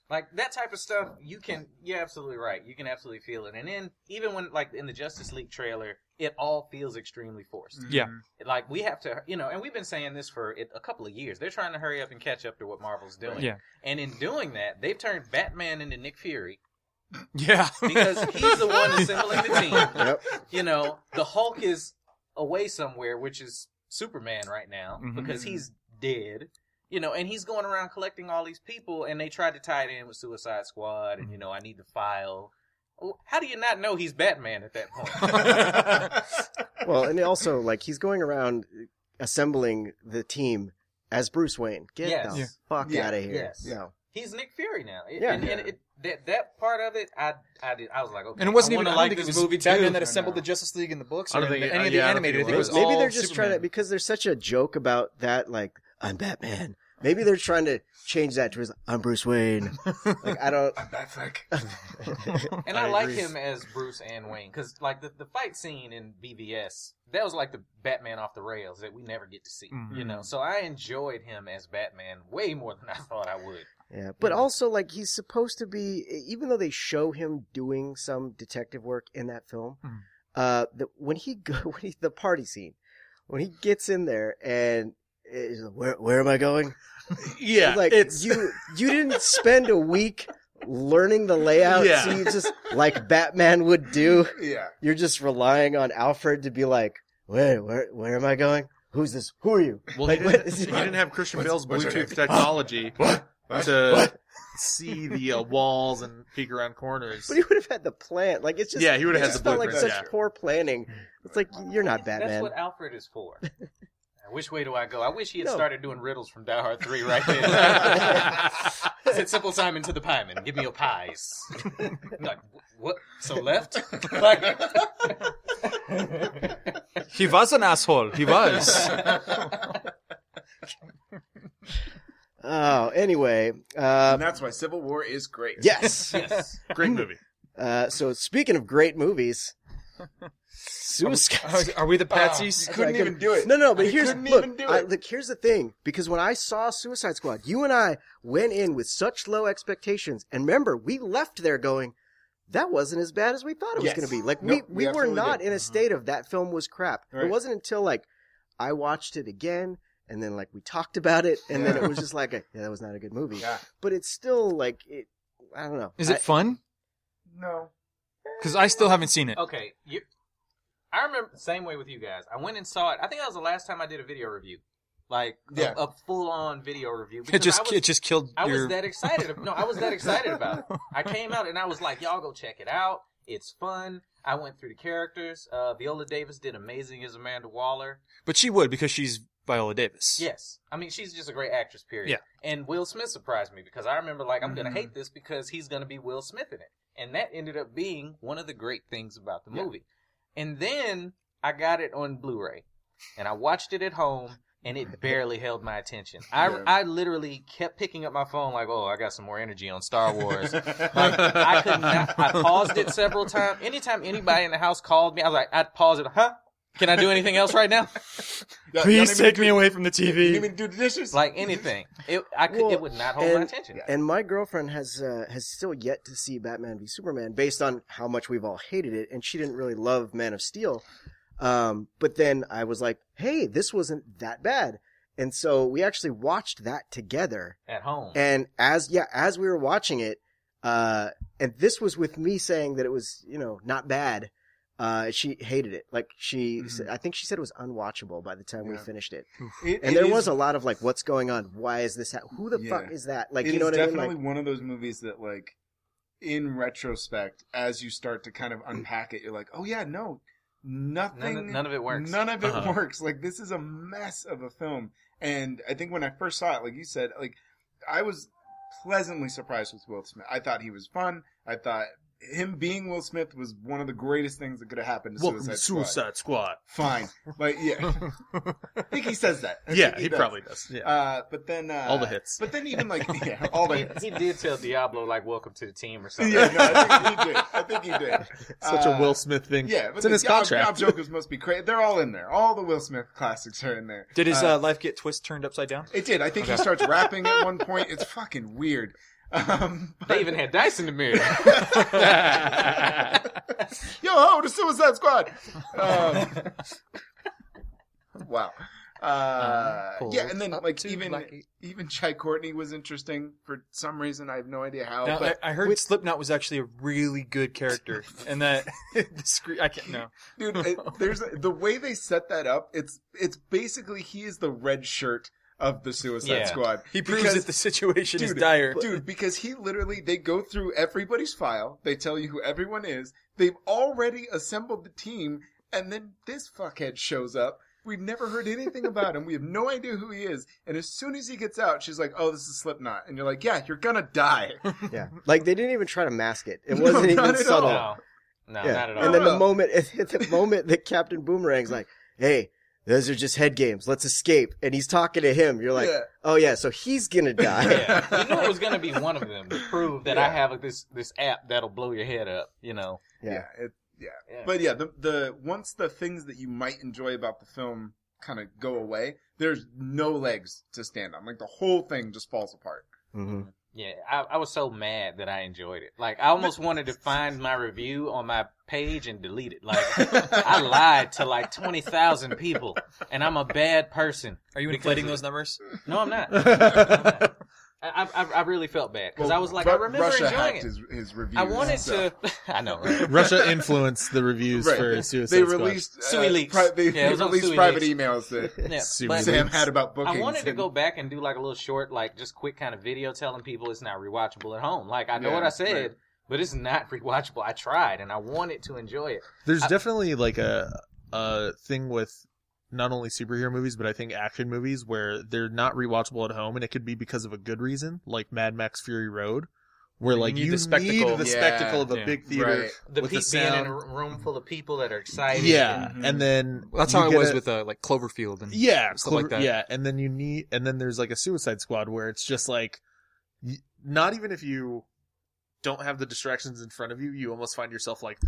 C: Like that type of stuff, you can. You're absolutely right. You can absolutely feel it. And then even when like in the Justice League trailer, it all feels extremely forced.
D: Mhm.
E: Yeah.
C: Like we have to, you know, and we've been saying this for it- a couple of years. They're trying to hurry up and catch up to what Marvel's doing.
E: Yeah.
C: And in doing that, they've turned Batman into Nick Fury
E: Yeah,
C: because he's the one assembling the team.
A: Yep.
C: You know, the Hulk is away somewhere, which is Superman right now
A: Mm-hmm.
E: Mhm.
C: because he's dead. You know, and he's going around collecting all these people, and they tried to tie it in with Suicide Squad, and you know, I need the file. Well, How do you not know he's Batman at that point?
A: Well, and also like he's going around uh, assembling the team as Bruce Wayne. Get
C: Yes.
A: the
E: Yeah.
A: fuck
D: Yeah.
A: out of here.
C: Yes.
A: No.
C: he's Nick Fury now. It-
A: Yeah.
C: and, and it, that that part of it, I I, did, I was like, okay,
E: and it
C: I
E: wasn't even
C: wanna
E: I don't
C: like
E: think it
C: this
E: was
C: movie too.
E: Batman that assembled
D: No.
E: the Justice League in the books.
B: I
E: Or
B: don't
E: any
B: think it- uh,
E: of the
B: yeah, I don't think
E: animated.
B: it
E: I think it was
B: was.
A: Maybe
E: all
A: they're just
E: Superman.
A: trying to because there's such a joke about that like I'm Batman. Maybe they're trying to change that to his I'm Bruce Wayne. like I don't
D: I'm Batfleck.
C: And
B: I
C: I, like
B: agree.
C: him as Bruce and Wayne because, like, the, the fight scene in BVS that was like the Batman off the rails that we never get to see, you
E: Mhm.
C: know. So I enjoyed him as Batman way more than I thought I would.
A: Yeah, but also like he's supposed to be, e-, even though they show him doing some detective work in that film,
B: Hmm.
E: Mhm.
A: uh, the, when he go, when he the party scene, when he gets in there and is where where am I going?
B: yeah,
A: like
B: it's
A: you you didn't spend a week learning the layout, so
B: Yeah.
A: you just like Batman would do.
D: Yeah.
A: You're just relying on Alfred to be like, where where where am I going? Who's this? Who are you?
B: well,
A: like,
B: he,
A: what
B: didn't,
A: is
B: he
A: it?
B: didn't have Christian
D: What's-
B: Bale's
D: what's her
B: Bluetooth
D: name?
B: technology
D: What?
B: to see the uh, walls and peek around corners.
A: But he would have had the plan. Like it's just
B: yeah, he would
A: It
B: have had
A: just
B: the
A: felt like
B: blueprints.
A: such
B: yeah.
A: poor planning. It's like you're not
C: That's
A: Batman.
C: what Alfred is for. Which way do I go? I wish he had
A: No.
C: started doing riddles from Die Hard 3 right then. Said Simple Simon to the pieman, give me your pies. like, wh- what? So left? Like,
E: He was an asshole. He was.
A: Oh, anyway, uh,
D: and that's why Civil War is great.
A: yes.
C: yes.
B: Great movie.
A: Uh, so speaking of great movies,
E: Are-
A: Suicide.
E: Are
C: Oh,
D: Oh,
E: we the Patsies?
D: You couldn't
A: I can-
D: even do it.
A: No, no, but
D: You
A: here's
D: couldn't
A: look,
D: even do
A: I,
D: it.
A: look. Here's the thing, because when I saw Suicide Squad, you and I went in with such low expectations, and remember, we left there going, "That wasn't as bad as we thought it
D: Yes.
A: was going to be." Like
D: Nope, we
A: we, we were
D: absolutely
A: not
D: did. Mm-hmm.
A: in a state of that film was crap. It
D: Right.
A: wasn't until like I watched it again, and then like we talked about it, and then
D: Yeah.
A: it was just like, a, "Yeah, that was not a good movie."
D: Yeah.
A: But it's still like it. I don't know.
E: Is it fun?
D: No.
E: Because I still haven't seen it.
C: Okay. You, I remember the same way with you guys. I went and saw it. I think that was the last time I did a video review. Like, a-
D: Yeah.
C: a, full on video review.
E: It
C: because
E: just
C: I was-
E: it just killed
C: I
E: your.
C: was that excited. No, I was that excited about it. I came out and I was like, y'all go check it out. It's fun. I went through the characters. Uh, Viola Davis did amazing as Amanda Waller.
E: But she would because she's Viola Davis.
C: Yes. I mean, she's just a great actress, period.
E: Yeah.
D: Mm-hmm.
C: And Will Smith surprised me because I remember, like, I'm going to hate this because he's going to be Will Smith in it. And that ended up being one of the great things about the
D: Yeah.
C: movie. And then I got it on Blu-ray and I watched it at home and it barely held my attention. I,
D: Yeah.
C: I literally kept picking up my phone like, oh, I got some more energy on Star Wars. Like I could not. I paused it several times. Anytime anybody in the house called me, I was like, I'd pause it. Huh? Can I do anything else right now?
D: Y'all- y'all
E: Please
D: didn't even
E: take me away from the
D: do-
E: TV.
D: didn't even do the dishes.
C: Like anything? It I could. it would not hold
A: Well,
C: my
A: and-
C: attention.
A: And my girlfriend has uh, has still yet to see Batman v Superman, based on how much we've all hated it, and she didn't really love Man of Steel. Um, but then I was like, "Hey, this wasn't that bad," and so we actually watched that together.
C: At home.
A: And as yeah, as we were watching it, uh, and this was with me saying that it was you know not bad. Uh, she hated it. Like she,
D: Mhm.
A: said, I think she said it was unwatchable by the time we
D: Yeah.
A: finished it.
D: It-
A: And
D: it
A: there
D: is-
A: was a lot of like, what's going on? Why is this? Ha- Who the
D: Yeah.
A: fuck is that? Like,
D: It
A: you know
D: is
A: what I mean?
D: definitely
A: Like,
D: one of those movies that like in retrospect as you start to kind of unpack it you're like oh yeah no nothing
C: None of, none of it works.
D: None of it
B: Uh-huh.
D: works. Like this is a mess of a film. And I think when I first saw it, like you said, like I was pleasantly surprised with Will Smith. I thought he was fun. I thought him being Will Smith was one of the greatest things that could have happened to
B: Welcome
D: Suicide,
B: to
D: Squad.
B: Suicide Squad.
D: Fine. Like yeah. I think he says that. I think
B: Yeah, he,
D: does.
B: probably does. Yeah.
D: Uh, but then uh,
B: All the hits.
D: But then even like yeah, all the
C: he,
D: hits.
C: he did tell Diablo like, "Welcome to the team" or something.
D: Yeah, no, I think he did. I think he did.
B: Such
D: Uh,
B: a Will Smith thing.
D: Yeah, but
B: it's in
D: the
B: his
D: job,
B: contract.
D: job jokers must be crazy. They're all in there. All the Will Smith classics are in there.
E: Did his
D: Uh,
E: uh, life get twist turned upside down?
D: It did. I think he starts rapping at one point. It's fucking weird. Um,
C: They even had dice in the mirror.
D: yo ho, the Suicide Squad. Um, wow. Uh,
C: Um,
D: yeah, and then
E: Up
D: like
E: to
D: even
E: Black Eight.
D: even Chai Courtney was interesting for some reason. I have no idea how.
E: Now, I,
D: but
E: I heard Slipknot was actually a really good character, and that the screen, I can't know.
D: dude, it, there's the way they set that up. It's it's basically he is the red shirt of the Suicide
C: Yeah.
D: Squad.
E: He proves
D: Because-
E: that the situation is
D: Dude,
E: dire.
D: Dude, because he literally, they go through everybody's file. They tell you who everyone is. They've already assembled the team, and then this fuckhead shows up. We've never heard anything about him. We have no idea who he is. And as soon as he gets out, she's like, "Oh, this is Slipknot," and you're like, "Yeah, you're gonna die."
A: Yeah, like they didn't even try to mask it. It
D: No,
A: wasn't
D: not
A: even
D: at
A: subtle.
C: no, no,
A: Oh. Yeah.
C: not at all.
A: And then the
D: No.
A: moment, at the moment that Captain Boomerang's like, "Hey, those are just head games. Let's escape," and he's talking to him. You're like,
D: Yeah.
A: "Oh yeah, so he's gonna die."
C: yeah, you knew it was gonna be one of them to prove that I
D: Yeah.
C: have this this app that'll blow your head up. You know.
A: Yeah.
D: it, yeah.
C: Yeah.
D: But yeah, the the once the things that you might enjoy about the film kind of go away, there's no legs to stand on. Like the whole thing just falls apart.
A: Mhm.
C: Yeah, I, I was so mad that I enjoyed it. Like, I almost wanted to find my review on my page and delete it. Like, I lied to like 20,000 people, and I'm a bad person.
E: Are you
C: Because
E: inflating
C: of-
E: those numbers?
C: No, I'm not. I'm not. I, I, I really felt bad because I was like, I
D: Ru-
C: remember
D: Russia
C: enjoying
D: hacked
C: it.
D: His, his reviews,
C: I wanted
D: so.
C: to. I know, right?
B: Russia influenced the reviews
D: Right.
B: for Suicide
D: they
B: Squad.
D: released uh,
C: Suey Leaks.
D: pri- they,
C: Yeah, it
D: they
C: was on
D: released
C: Suey
D: private
C: Leaks.
D: emails that
C: Yeah,
B: Sue
C: but
B: Leaks.
D: Sam had about bookings.
C: I wanted to
D: and-
C: go back and do like a little short, like just quick kind of video telling people it's not rewatchable at home. Like, I know
D: Yeah,
C: what I said,
D: right.
C: but it's not rewatchable. I tried, and I wanted to enjoy it.
B: There's
C: I-
B: definitely like a a thing with not only superhero movies, but I think action movies where they're not rewatchable at home, and it could be because of a good reason, like Mad Max Fury Road, where
E: You
B: like
E: need
B: you
E: the
B: need the,
E: spectacle.
D: Yeah,
B: spectacle of a
E: yeah.
B: big theater.
D: Right.
C: the
B: with
C: pe-
B: the
C: being in
B: sound.
C: a r- room full of people that are excited.
B: Yeah,
D: Mhm.
B: and then
E: that's
B: you
E: how I
B: get
E: was
B: a-
E: with uh, like Cloverfield and
B: yeah
E: stuff like
B: Clover-
E: that.
B: Yeah, and then you need and then there's like a Suicide Squad where it's just like, y- not even if you don't have the distractions in front of you, you almost find yourself like,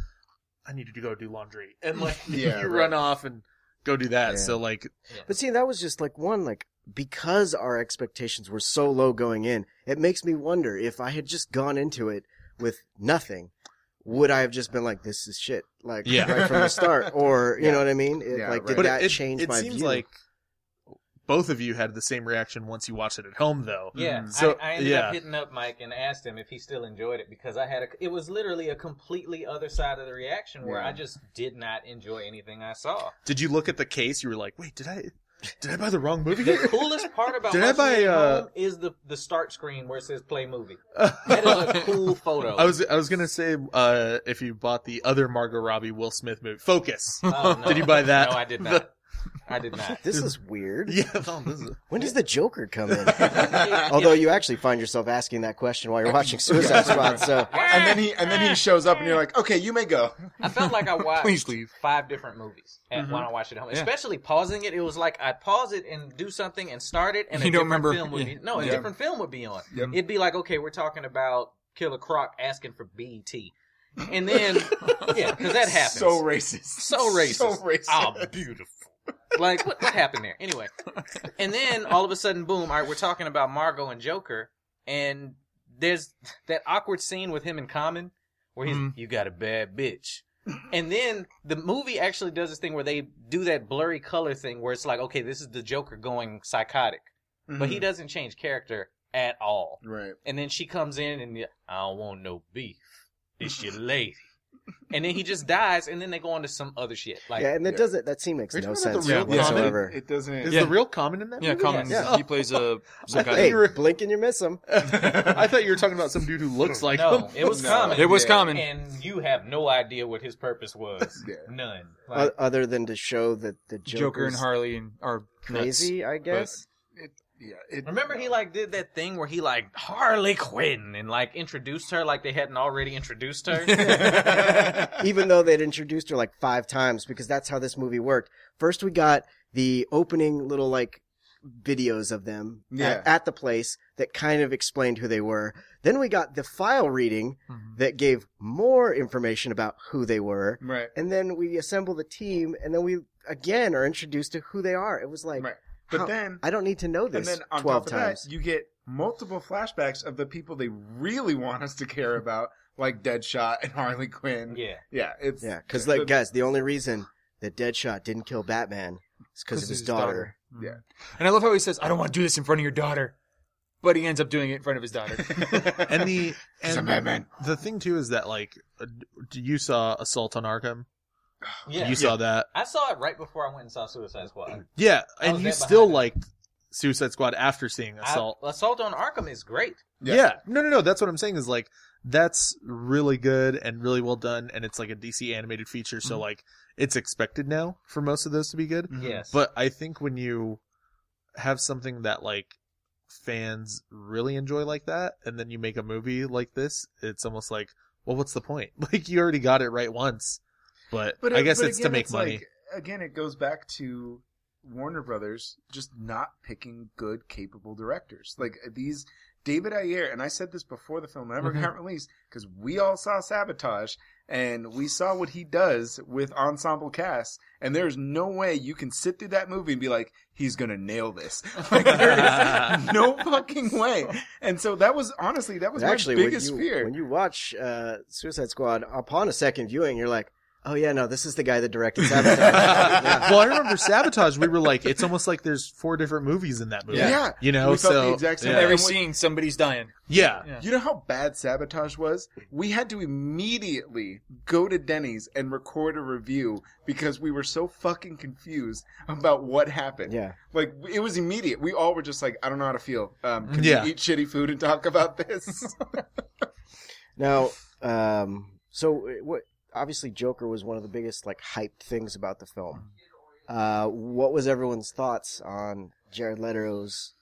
B: I need to go do laundry, and like
D: Yeah,
B: you
D: right.
B: run off and go do that.
D: Yeah.
B: So like
A: But see, that was just like one like because our expectations were so low going in. It makes me wonder if I had just gone into it with nothing, would I have just been like, "This is shit," like
B: Yeah.
A: right from the start, or you
D: Yeah.
A: know what I mean? It,
D: Yeah,
A: like,
D: right.
A: did that change my
B: seems
A: view?
B: like both of you had the same reaction once you watched it at home, though.
C: Yeah,
D: Mhm.
B: Mm-hmm. So-
C: I, I ended
B: yeah.
C: up hitting up Mike and asked him if he still enjoyed it because I had a. It was literally a completely other side of the reaction where
D: Yeah.
C: I just did not enjoy anything I saw.
B: Did you look at the case? You were like, "Wait, did I did I buy the wrong movie?"
C: The coolest part about
B: Did I
C: watching
B: buy,
C: it at
B: uh,
C: home is the the start screen where it says play movie. That is a
B: I
C: cool photo.
B: was I was gonna say uh, if you bought the other Margot Robbie Will Smith movie, Focus.
C: Oh, no.
B: Did you buy that?
C: No, I did
B: The-
C: not. I did not.
A: This is weird.
B: Yeah, no, this is-
A: When does the Joker come in?
D: and
A: Although you actually find yourself asking that question while you're watching Suicide Squad, so
D: then he and then he shows up, and you're like, "Okay, you may go.
C: I felt like I watched
D: Please leave."
C: five different movies at,
B: Mhm.
C: when I watched it at home.
E: Yeah.
C: Especially pausing it, it was like I'd pause it and do something and start it, and a
E: You don't
C: different
E: remember-
C: film would
E: yeah.
C: be, no, a
D: Yeah.
C: different film would be on.
D: Yep.
C: It'd be like, okay, we're talking about Killer Croc asking for BET, and then yeah, because that happens.
D: So racist.
C: So racist.
D: So racist.
C: Ah, beautiful. Like what, what happened there? Anyway, and then all of a sudden, boom! All right, we're talking about Margot and Joker, and there's that awkward scene with him and Common, where he's
E: Mhm.
C: you got a bad bitch, and then the movie actually does this thing where they do that blurry color thing, where it's like, okay, this is the Joker going psychotic, but
D: Mm-hmm.
C: he doesn't change character at all.
D: right.
C: And then she comes in and I don't want no beef. It's your lady. And then he just dies, and then they go on to some other shit. Like
A: yeah, and that
D: Yeah.
A: doesn't that scene makes
B: Are you
A: no
B: talking about
A: sense
B: the real
E: Yeah.
A: whatsoever.
D: It doesn't.
B: is
E: Yeah.
B: the real common in that?
E: Yeah,
B: movie?
E: Common.
C: Yeah.
E: He plays a
B: I thought
A: Hey,
E: psychiatrist.
B: you were-
A: blink and you miss him.
B: I thought you were talking about some dude who looks like
C: no,
B: him.
C: it was
D: No.
C: common.
E: It was
D: Yeah.
E: common.
C: and you have no idea what his purpose was.
D: Yeah.
C: None.
A: O-
B: Uh,
C: Like,
A: other than to show that the Joker's
E: Joker and Harley and are nuts.
A: crazy, I guess.
D: Yeah. It,
C: remember, he like did that thing where he like Harley Quinn and like introduced her like they hadn't already introduced her.
A: Even though they'd introduced her like five times, because that's how this movie worked. First, we got the opening little like videos of them
D: Yeah.
A: at, at the place that kind of explained who they were. Then we got the file reading
B: Mm-hmm.
E: Mhm.
A: that gave more information about who they were.
D: Right.
A: and then we assemble the team, and then we again are introduced to who they are. It was like
D: Right. But
A: how-
D: then
A: I don't need to know
D: and
A: this
D: then on
A: twelve
D: top of
A: times.
D: that, you get multiple flashbacks of the people they really want us to care about, like Deadshot and Harley Quinn.
C: yeah.
D: Yeah, it's
A: yeah, because like
D: the-
A: guys, the only reason that Deadshot didn't kill Batman is because of his, daughter.
E: Mhm.
D: Yeah.
E: And I love how he says, "I don't want to do this in front of your daughter," but he ends up doing it in front of his daughter.
B: And the
D: He's a
B: and
D: madman.
B: the thing too is that like uh, d- you saw Assault on Arkham.
C: Yeah.
B: You saw that.
C: I saw it right before I went and saw Suicide Squad.
B: Yeah,
C: I
B: and
C: was
B: you
C: that
B: still
C: behind it.
B: liked Suicide Squad after seeing Assault.
C: I, Assault on Arkham is great.
B: Yeah. No, no, no. That's what I'm saying is like that's really good and really well done, and it's like a DC animated feature, so
D: Mm-hmm.
E: Mhm.
B: like it's expected now for most of those to be good.
D: Mhm.
C: Yes.
B: Mm-hmm. But I think when you have something that like fans really enjoy like that, and then you make a movie like this, it's almost like, well, what's the point? Like you already got it right once. But,
D: But
B: I
D: it-
B: guess
D: but
B: it's to
D: again,
B: make money.
D: like- again, it goes back to Warner Brothers just not picking good, capable directors. Like these David Ayer, and I said this before the film ever
B: Mm-hmm.
E: Mhm.
D: got released because we all saw Sabotage and we saw what he does with ensemble casts. And there's no way you can sit through that movie and be like, he's gonna nail this. Like, there is no fucking way. And so that was honestly that was my
A: Actually, when
D: biggest
A: you,
D: fear.
A: when you watch uh, Suicide Squad upon a second viewing, you're like, oh yeah, no, this is the guy that directed Sabotage. Yeah.
B: well, I remember Sabotage. We were like, it's almost like there's four different movies in that movie.
D: yeah.
B: You know,
D: We felt
B: so
D: the exact same
B: yeah.
D: way.
E: Every
D: And what-
E: scene, somebody's dying.
B: yeah.
E: Yeah.
D: You know how bad sabotage was? We had to immediately go to Denny's and record a review because we were so fucking confused about what happened.
A: yeah.
D: Like it was immediate. We all were just like, I don't know how to feel. Um, can
B: Yeah.
D: we eat shitty food and talk about this?
A: Now, um, so uh, what? Obviously, Joker was one of the biggest like hyped things about the film. Uh, what was everyone's thoughts on Jared Leto's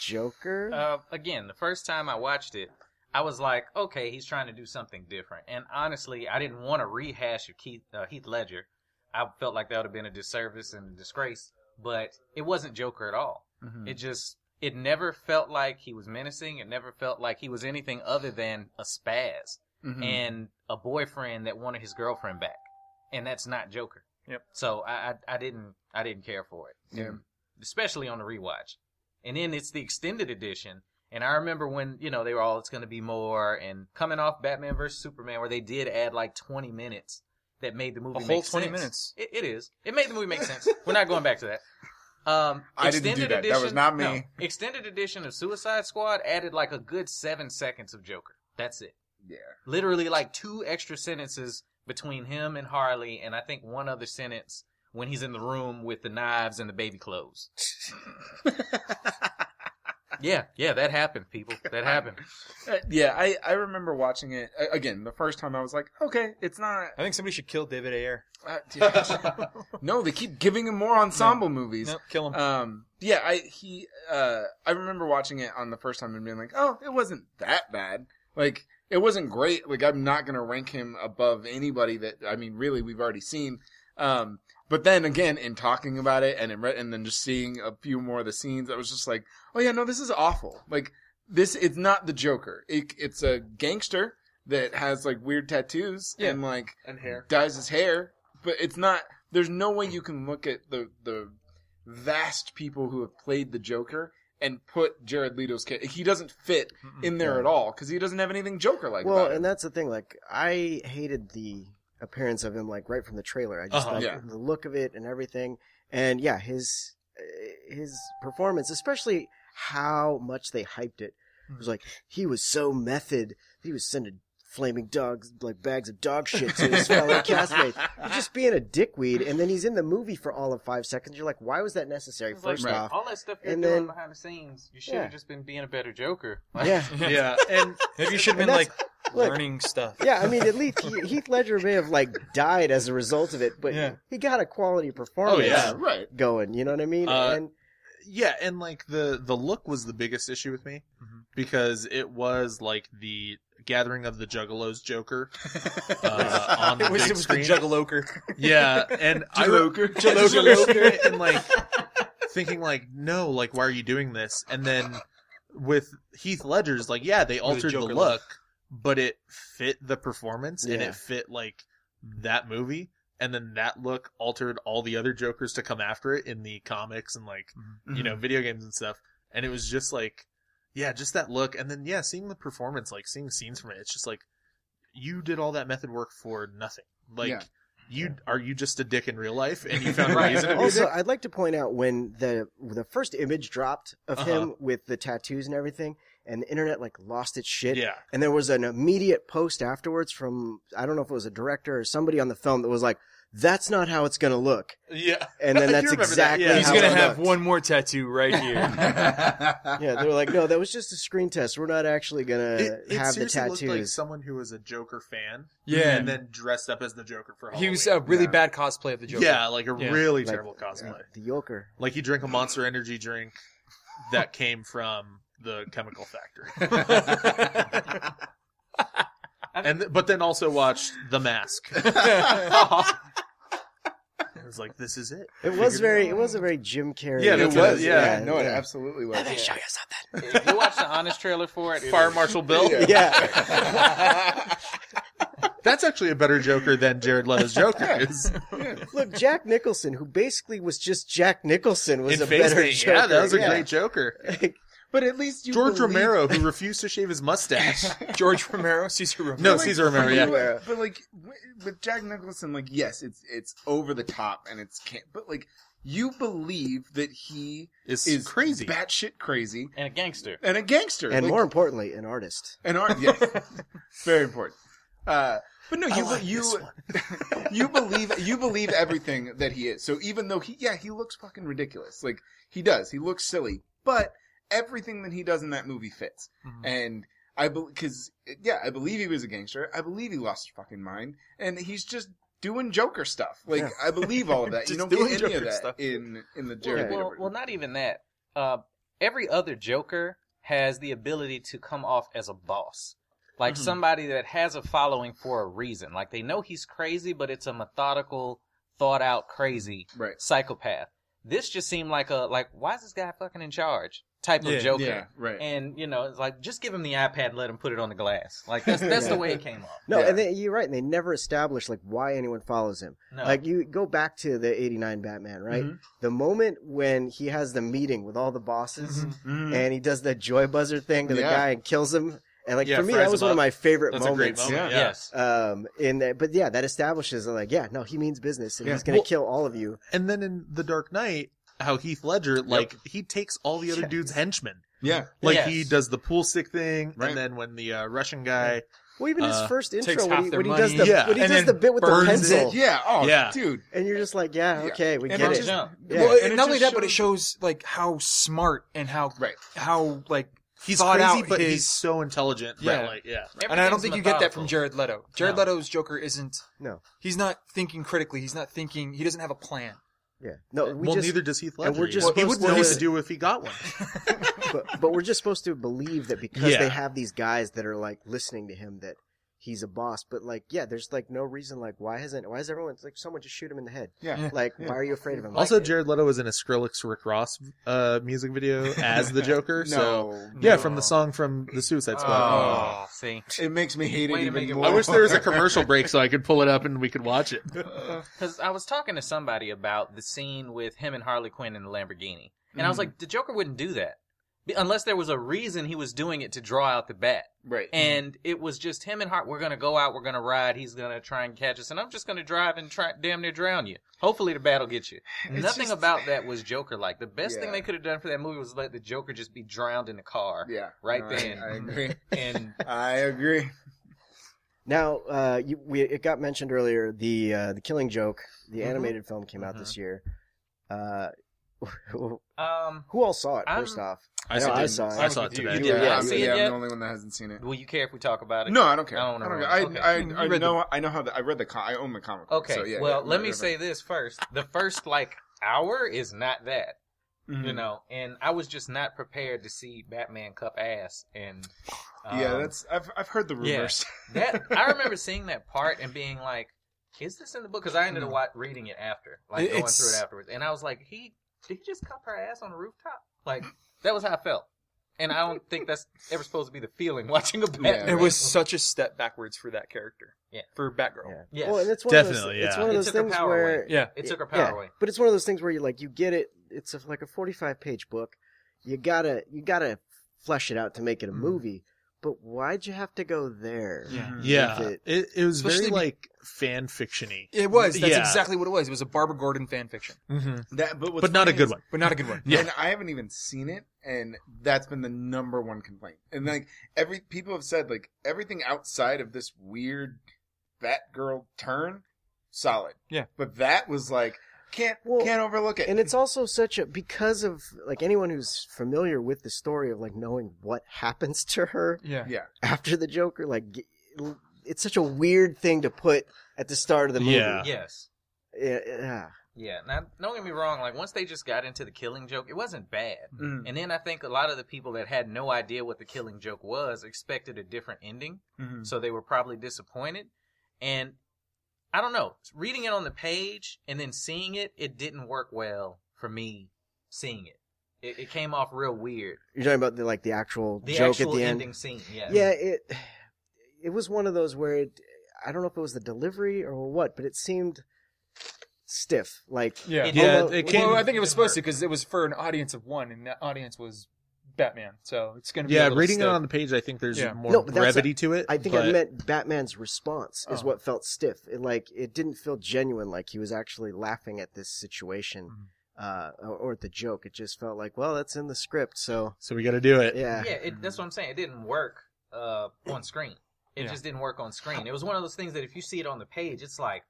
A: Joker?
C: Uh, again, the first time I watched it, I was like, okay, he's trying to do something different. And honestly, I didn't want to rehash of Keith, uh, Heath Ledger. I felt like that would have been a disservice and a disgrace. But it wasn't Joker at all. It just, it never felt like he was menacing. It never felt like he was anything other than a spaz
D: Mhm.
C: and a boyfriend that wanted his girlfriend back. And that's not Joker.
E: Yep.
C: So I, I, I didn't, I didn't care for it
D: yeah.
C: especially on the rewatch. And then it's the extended edition. And I remember when, you know, they were all, it's going to be more. And coming off Batman vs. Superman, where they did add like 20 minutes that made the movie
E: A
C: make
E: whole 20
C: sense.
E: minutes.
C: It, it is. It made the movie make sense. We're not going back to that. Um,
D: I didn't do
C: extended
D: that. That was not me.
C: no. extended edition of Suicide Squad added like a good seven seconds of Joker. That's it.
D: Yeah.
C: Literally like two extra sentences between him and Harley, and I think one other sentence when he's in the room with the knives and the baby clothes. yeah, yeah, that happened, people. That happened.
D: Uh, yeah, I, I remember watching it uh, again the first time. I was like, okay, it's not.
E: I think somebody should kill David Ayer.
D: Uh, no, they keep giving him more ensemble movies.
E: Nope, kill him.
D: Um, yeah, I he uh, I remember watching it on the first time and being like, oh, it wasn't that bad. Like it wasn't great. Like I'm not gonna rank him above anybody that I mean, really, we've already seen. Um, but then again, in talking about it and in re- and then just seeing a few more of the scenes, I was just like, oh yeah, no, this is awful. Like this, it's not the Joker. It, it's a gangster that has like weird tattoos
E: Yeah.
D: and like
B: and hair.
D: dyes his hair, but it's not. There's no way you can look at the the vast people who have played the Joker and put Jared Leto's kid. He doesn't fit
E: Mm-mm.
D: in there at all because he doesn't have anything Joker like.
A: well,
D: about him.
A: and that's the thing. Like, I hated the appearance of him, like right from the trailer. I just
B: Uh-huh.
A: thought
D: Yeah.
A: the look of it and everything. And yeah, his uh, his performance, especially how much they hyped it. It was like he was so method. He was sending flaming dogs, like bags of dog shit to his fellow castmates. He's just being a dickweed, and then he's in the movie for all of five seconds. You're like, why was that necessary? First
D: right.
A: off,
C: all that stuff
A: you're And doing then-
C: behind the scenes, you
A: should've Yeah.
C: just been being a better Joker.
A: yeah.
B: Yeah, and
E: Maybe you should have
A: And
E: been like
A: that's- look.
E: learning stuff.
A: Yeah, I mean, at least he- Heath Ledger may have like died as a result of it, but
E: Yeah.
A: he got a quality performance
B: Oh, yeah.
D: right.
A: going. You know what I mean?
B: Uh,
A: and
B: yeah, and like the the look was the biggest issue with me
E: Mhm.
B: because it was like the gathering of the Juggalos Joker uh, on the
E: It was,
B: big
E: it was the
B: screen.
E: Juggaloker.
B: yeah, and I re-
D: Joker.
B: Jugaloker and like thinking like no, like why are you doing this? And then with Heath Ledger's like yeah, they altered the
E: Joker
B: look,
E: look.
B: but it fit the performance and
A: Yeah.
B: it fit like that movie. And then that look altered all the other Jokers to come after it in the comics and like you know video games and stuff and it was just like yeah just that look and then yeah seeing the performance like seeing scenes from it it's just like you did all that method work for nothing like
D: Yeah.
B: you are you just a dick in real life and you found a
C: Right.
B: reason to be a
A: also,
B: dick?
A: I'd like to point out when the the first image dropped of
B: Uh-huh.
A: him with the tattoos and everything, and the internet like lost its shit.
B: yeah
A: And there was an immediate post afterwards from I don't know if it was a director or somebody on the film that was like, "That's not how it's gonna look."
B: yeah
A: And then
B: You
A: that's
B: remember that,
A: exactly
B: yeah.
E: He's
A: how
E: gonna
A: it
E: have
A: looked.
E: one more tattoo right here.
A: Yeah, they're like, "No, that was just a screen test. We're not actually gonna
B: it, it
A: uh, have the
B: seriously
A: tattoos."
B: looked like someone who was a joker fan
E: Yeah.
B: and then dressed up as the joker for Halloween.
E: he was a really
D: Yeah.
E: bad cosplay of the Joker.
B: yeah like a
E: Yeah.
B: really
A: Like,
B: terrible cosplay
A: Yeah, the Joker.
B: like he drank a monster energy drink that came from the chemical factory and th- but then also watched The Mask. I was like, this is it.
A: It was very. It was a very Jim Carrey.
B: Yeah,
D: it
B: that's what
D: was.
B: it-
D: yeah,
B: yeah,
D: no, it
A: yeah.
D: absolutely was.
A: you something.
C: you watch the honest trailer for it.
B: Fire Marshal Bill.
A: Yeah.
B: That's actually a better Joker than Jared Leto's Joker is.
A: Look, Jack Nicholson, who basically was just Jack Nicholson, was
B: in
A: a
B: Face
A: better
B: Paint.
A: Joker.
B: Yeah, that was a
A: yeah.
B: great Joker.
D: but at least you
B: George
D: believe-
B: Romero, who refused to shave his mustache.
E: George Romero, Cesar Romero.
B: No, Cesar Romero.
D: But,
B: Yeah,
D: like- but like wi- with Jack Nicholson, like yes, it's it's over the top and it's camp, but like you believe that he
B: it's
D: is
B: crazy.
D: batshit crazy,
C: and a gangster.
D: and a gangster,
A: And
D: like,
A: more importantly, an artist.
D: an art. Yes, very important. Uh, but no, you you you believe you believe everything that he is. So even though he yeah he looks fucking ridiculous, like he does, he looks silly, but everything that he does in that movie fits.
E: Mhm.
D: And I because yeah, I believe he was a gangster. I believe he lost his fucking mind, and he's just doing Joker stuff. Like
A: Yeah.
D: I believe all of that. you don't
E: Just
D: get
E: doing
D: any
E: Joker
D: of that
E: stuff.
D: in in the
C: Well,
D: Jared Leto
C: well,
D: version.
C: well, not even that. Uh, every other Joker has the ability to come off as a boss, like
E: Mm-hmm.
B: Mhm.
C: somebody that has a following for a reason. Like they know he's crazy, but it's a methodical, thought out crazy
D: right.
C: psychopath. This just seemed like a like why is this guy fucking in charge type of Joker.
D: Yeah. Right.
C: And you know, it's like just give him the iPad, and let him put it on the glass. Like that's that's the
D: Yeah.
C: way it came off.
A: No,
D: Yeah.
A: and they, you're right. And they never established like why anyone follows him.
C: No.
A: Like you go back to the '89 Batman, right?
B: Mm-hmm.
D: Mhm.
A: The moment when he has the meeting with all the bosses,
E: Mhm.
D: Mhm.
B: Mm-hmm.
A: and he does that joy buzzer thing to the
D: Yeah.
A: guy and kills him. And like
B: Yeah,
A: for me,
B: fries
A: that was
B: him
A: one of
B: up.
A: my favorite
B: That's a
A: moments.
B: great moment. Yeah.
C: yes.
A: um in that but yeah that establishes like yeah no he means business and
D: Yeah.
A: he's gonna
B: Well-
A: kill all of you
B: And then in The Dark Knight, how Heath Ledger, like, he takes all the other
A: Yeah.
B: dude's henchmen.
D: yeah.
B: Like
C: Yes.
B: he does the pool stick thing,
D: Right.
B: and then when the uh, Russian guy
A: Well, even his
B: Uh,
A: first intro when
E: half
A: he,
E: their
A: when he does the
B: money. Yeah.
A: when he
E: And
A: does
E: then
A: the bit with the
E: burns
A: pencil,
D: Yeah. Oh,
B: Yeah.
D: dude.
A: and you're just like, yeah,
D: Yeah.
A: okay, we
D: And
A: get
E: it
A: it.
E: just-
C: Jump.
A: Yeah.
E: Well,
D: And it
E: not only
D: just
E: that, but it
D: shows-
E: shows like how smart and how
D: Right.
E: how like
B: He's
E: thought
B: crazy,
E: out
B: but
E: his.
B: he's so intelligent. Yeah,
E: Yeah.
B: like, yeah.
E: and I don't think you get that from Jared Leto. Jared
B: No.
E: Leto's Joker isn't.
A: No.
E: He's not thinking critically. He's not thinking. He doesn't have a plan.
A: Yeah, no, we
B: well,
A: just
B: neither does Heath
A: and
B: Ledger.
A: we're just
B: Well, he would
A: supposed
B: know
A: to-
B: what to do if he got one.
A: but, but we're just supposed to believe that because
B: Yeah.
A: they have these guys that are like listening to him that he's a boss. But like, yeah, there's like no reason. Like, why hasn't? Why is everyone it's like someone just shoot him in the head?
D: Yeah.
A: Like,
D: Yeah.
A: why are you afraid of him?
B: also,
A: Like,
B: Jared Leto was in a Skrillex Rick Ross uh, music video as the Joker. So
D: No.
B: yeah, from the song from the Suicide Squad.
D: Oh.
C: Oh, see,
D: It makes me hate it
C: Way to
D: even
A: Oh.
C: make it
D: more.
B: I wish there was a commercial break so I could pull it up and we could watch it.
C: because I was talking to somebody about the scene with him and Harley Quinn in the Lamborghini, and I was
D: Mhm.
C: like, the Joker wouldn't do that Be- unless there was a reason he was doing it to draw out the bat.
D: Right.
C: And it was just him and Hart. We're gonna go out. We're gonna ride. He's gonna try and catch us, and I'm just gonna drive and try, damn near drown you. Hopefully, the battle gets you.
D: It's
C: Nothing
D: just-
C: about that was Joker like. The best
D: Yeah.
C: thing they could have done for that movie was let the Joker just be drowned in the car.
D: Yeah.
C: Right
D: No,
C: then.
D: I, I agree.
C: And
D: I agree.
A: now, uh, you, we it got mentioned earlier the uh, the Killing Joke, the
C: Mm-hmm.
A: animated film came out this year. Uh,
C: um,
A: who all saw it? 1st
C: I'm-
A: off,
B: I,
A: know,
B: said
A: I
B: didn't-
A: saw it.
B: I saw it today.
C: You
D: Yeah,
C: did not see it
D: yeah,
C: yet?
D: I'm the only one that hasn't seen it.
C: will you care if we talk about it?
D: No, I don't care.
C: I
D: I
C: don't
D: don't,
C: wanna
D: care.
C: ruin it.
D: I,
C: Okay.
D: I, I,
E: You read
D: know I know how the, I read the com- I own the comic. book,
C: Okay.
D: So, yeah,
C: well,
D: yeah,
C: let
D: yeah,
C: me
D: yeah.
C: say this first. The first like hour is not that, you
D: Mhm.
C: know. And I was just not prepared to see Batman cup ass. And um,
D: yeah, that's I've I've heard the
C: yeah.
D: rumors.
C: that. I remember seeing that part and being like, "Is this in the book?" Because I ended up
D: No.
C: wa- reading it after, like
E: It-
C: going
E: it's-
C: through it afterwards. And I was like, "He did he just cup her ass on a rooftop?" Like that was how I felt. And I don't think that's ever supposed to be the feeling watching a Batman.
D: Yeah,
E: It was such a step backwards for that character.
C: Yeah.
E: For Batgirl.
A: yeah.
C: Yes.
A: Well, and it's one
B: Definitely,
A: Of those, It's
B: yeah.
A: one of
C: It
A: those
C: took her
A: things
C: power
A: where
C: away. It took her power
A: Yeah,
C: away.
A: But it's one of those things where you like you get it. It's a, like a forty-five page book. You gotta you gotta flesh it out to make it a
C: Mm-hmm.
D: Mhm.
A: movie. But why'd you have to go there?
D: Mhm.
B: Yeah,
A: With it.
B: it, it, was
E: Especially
B: very
E: be-
B: like fan fictiony,
E: It was. That's
B: Yeah.
E: exactly what it was. It was a Barbara Gordon fan fiction,
B: mm-hmm.
D: That, but what's
B: but not a
D: funny
B: good
D: is-
B: one.
E: but not a good one.
B: Yeah.
D: And I haven't even seen it, and that's been the number one complaint. And like every people have said, like everything outside of this weird Batgirl turn, solid.
E: Yeah.
D: But that was like can't
A: Well,
D: can't overlook it.
A: And it's also such a because of like anyone who's familiar with the story of like knowing what happens to her
E: Yeah.
D: yeah.
A: after the Joker. Like g- it's such a weird thing to put at the start of the movie.
B: Yeah.
C: yes.
A: Yeah, yeah.
C: Yeah, now don't get me wrong. Like once they just got into the Killing Joke, it wasn't bad.
D: Mhm.
A: Mm-hmm.
E: Mm-hmm.
C: And then I think a lot of the people that had no idea what the Killing Joke was expected a different ending,
A: Mm-hmm.
D: Mhm.
C: so they were probably disappointed. And I don't know, reading it on the page and then seeing it, it didn't work well for me. Seeing it, it, it came off real weird.
A: You're talking about the like the actual
C: The
A: joke
C: actual
A: at the end.
C: ending scene, yeah,
A: yeah it it was one of those where it i don't know if it was the delivery or what but it seemed stiff like
E: Yeah.
C: It-
B: Yeah,
A: Although-
B: it came.
E: Well, I think it was supposed to because it was for an audience of one, and that audience was Batman. So it's going to be a
B: yeah,
E: little
B: reading it
E: stiff.
B: on the page, I think there's
E: Yeah.
B: more
A: No, but that's-
B: brevity to it.
A: i think
B: but-
A: i meant batman's response is
E: Oh.
A: what felt stiff it like it didn't feel genuine like he was actually laughing at this situation uh
B: Mm-hmm.
A: or, or at the joke it just felt like well that's in the script so
B: So we got to do it.
A: yeah
C: yeah. It, that's what I'm saying. It didn't work uh, on screen. It
E: Yeah.
C: just didn't work on screen. It was one of those things that if you see it on the page, it's like,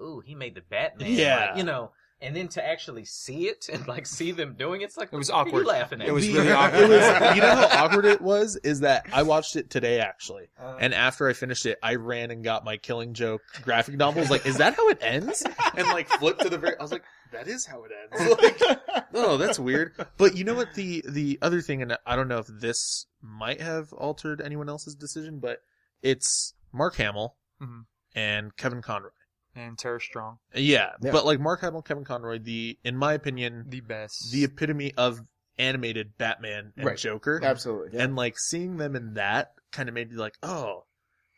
C: ooh, he made the Batman. like,
B: Yeah.
C: you know. And then to actually see it and like see them doing it, it's like
E: It was
C: "What are you
E: awkward.
C: laughing at
E: It was
B: The-
E: really awkward.
B: it was- you know how awkward it was is that I watched it today actually,
E: Uh.
B: and after I finished it, I ran and got my Killing Joke graphic novel. I was like, "Is that how it ends?" And like flipped to the very. I was like, "That is how it ends." Like, oh, that's weird. But you know what? The the other thing, and I don't know if this might have altered anyone else's decision, but it's Mark Hamill
E: Mhm.
B: and Kevin Conroy.
E: and Tara Strong,
B: Yeah,
A: Yeah.
B: but like Mark Hamill, Kevin Conroy, the in my opinion,
E: the best.
B: the epitome of animated Batman and
D: Right.
B: Joker.
D: Absolutely.
B: And like seeing them in that kind of made me like, oh,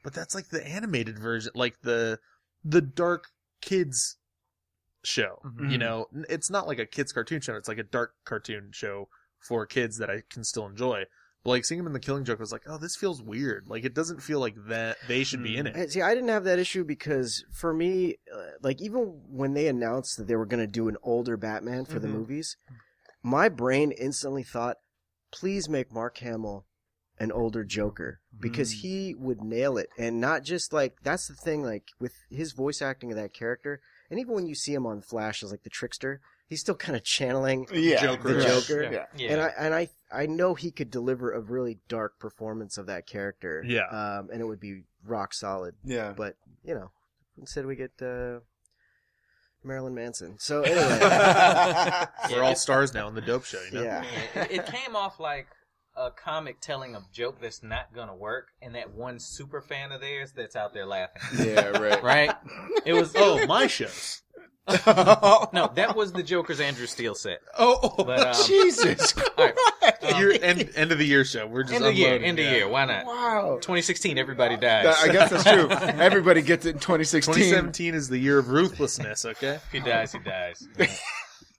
B: but that's like the animated version, like the the dark kids show.
E: Mhm.
B: You know, N- it's not like a kids cartoon show; it's like a dark cartoon show for kids that I can still enjoy. But like seeing him in the Killing Joke I was like, oh, this feels weird. Like it doesn't feel like that they should be in it.
A: Uh, See, I didn't have that issue because for me, uh, like even when they announced that they were going to do an older Batman for the
B: Mhm.
A: movies, my brain instantly thought, "Please make Mark Hamill an older Joker because he would nail it and not just like that's the thing like with his voice acting of that character and even when you see him on Flash as like the trickster he's still kind of channeling
D: Yeah,
B: Joker.
A: The Joker.
D: Yeah.
C: Yeah.
A: and I and I I know he could deliver a really dark performance of that character
B: Yeah.
A: um and it would be rock solid
D: Yeah.
A: but you know instead we get uh Marilyn Manson so anyway
B: We're all stars now in the dope show. You know?
A: yeah
C: it, it came off like a comic telling a joke that's not gonna work, and that one super fan of theirs that's out there laughing.
D: yeah, right.
C: Right? It was
B: Oh, my shows.
C: no, that was the Joker's Andrew Steele set.
D: Oh,
C: But, um,
D: Jesus!
C: all right.
D: Christ.
B: Year, end, end of the year show. We're just
C: End of year,
B: unloading,
C: end of
B: yeah.
C: year. Why not?
D: Wow.
C: 2016, everybody dies.
D: That- I guess that's true. Everybody gets it in 2016.
B: 2017 is the year of ruthlessness. Okay.
C: if he dies, he dies.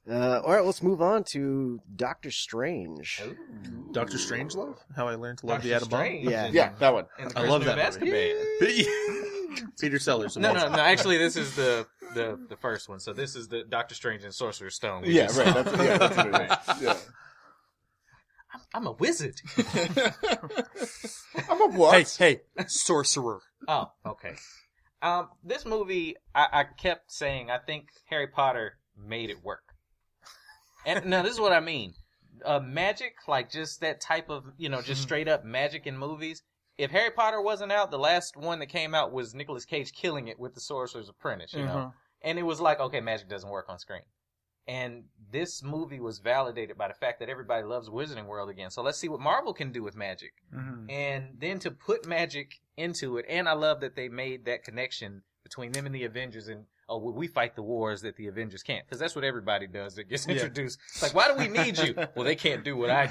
A: uh, all right let's move on to Doctor Strange
B: Doctor Strangelove, how I learned to love
C: Doctor
B: the atom bomb.
C: Strange
A: Yeah.
C: and-
D: Yeah, that one.
C: and the
B: I love that
C: Christopher
B: movie.
C: Baskerville.
B: Peter Sellers.
C: No, no, no. Actually, this is the the the first one. So this is the Doctor Strange and Sorcerer's Stone. we
D: Yeah,
C: just
D: right.
C: saw.
D: That's, yeah, that's what it is.
C: I'm a wizard.
D: Yeah. I'm a what?
E: hey, sorcerer.
C: Oh, okay. Um, this movie, I, I kept saying, I think Harry Potter made it work. And no, this is what I mean. Uh, magic, like just that type of, you know, just straight up magic in movies. If Harry Potter wasn't out, the last one that came out was Nicolas Cage killing it with the Sorcerer's Apprentice,
E: Mm-hmm.
C: you
E: Uh-huh.
C: know? And it was like, okay, magic doesn't work on screen. And this movie was validated by the fact that everybody loves Wizarding World again. So let's see what Marvel can do with magic
E: Mm-hmm.
C: and then to put magic into it and i love that they made that connection between them and the avengers and oh well, we fight the wars that the avengers can't because that's what everybody does that gets introduced it's like why do we need you well they can't do what i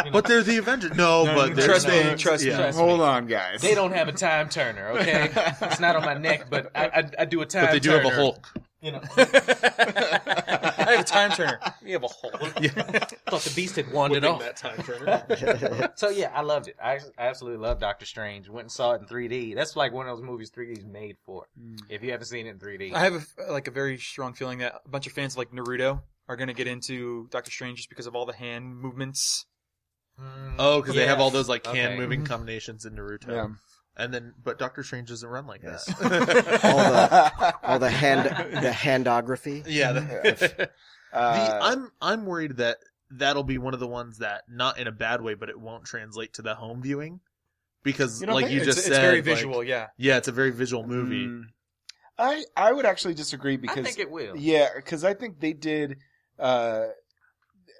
C: do
B: But they're the Avengers. No, but they're
E: trust
B: things-
E: me, trust me.
B: yeah.
C: Trust
D: Hold
C: me.
D: on, guys.
C: they don't have a time turner okay it's not on my neck but i, I, I do a time
B: But they do have a
C: turner,
B: Hulk.
C: you know
E: I have a time turner.
C: we have a hole thought the beast had wandered
B: Wouldn't
C: off
B: that time, Trevor.
C: So yeah, I loved it. I, I absolutely loved Doctor Strange. Went and saw it in 3D. That's like one of those movies 3D is made for.
D: Mm.
C: If you haven't seen it in 3D,
E: I have a f like a very strong feeling that a bunch of fans like Naruto are gonna get into Doctor Strange just because of all the hand movements.
C: Mm,
B: Oh, because they have
C: yeah.
B: all those like hand
C: Okay.
B: moving combinations in Naruto.
D: Yeah.
B: And then, but Doctor Strange doesn't run like
A: Yes.
B: that.
A: all the all the hand the handography
B: yeah. the- the,
D: Uh,
B: I'm I'm worried that that'll be one of the ones that not in a bad way, but it won't translate to the home viewing because,
D: You don't
B: like
D: think
B: you
E: it's,
B: just
E: it's
B: said,
E: very
B: like-
E: visual, yeah.
B: yeah, it's a very visual movie.
D: Mm. I I would actually disagree
C: I
D: because
C: think it will.
D: Yeah, because I think they did uh,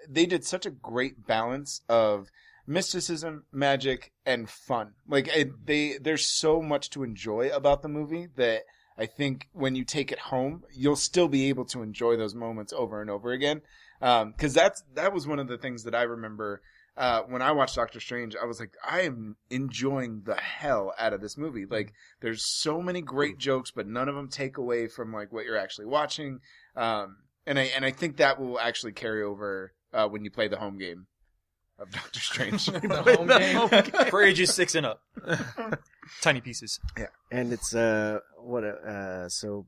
D: they did such a great balance of mysticism, magic, and fun. Like it, they there's so much to enjoy about the movie that I think when you take it home, you'll still be able to enjoy those moments over and over again. Because Um, that's that was one of the things that I remember. Uh, when I watched Doctor Strange, I was like, I am enjoying the hell out of this
C: Mm-hmm.
D: movie. Like, there's so many great jokes, but none of them take away from like what you're actually watching. Um, and I and I think that will actually carry over uh, when you play the home game of Doctor Strange.
C: The home game.
E: For ages six and up. Tiny pieces.
A: and it's uh what a, uh so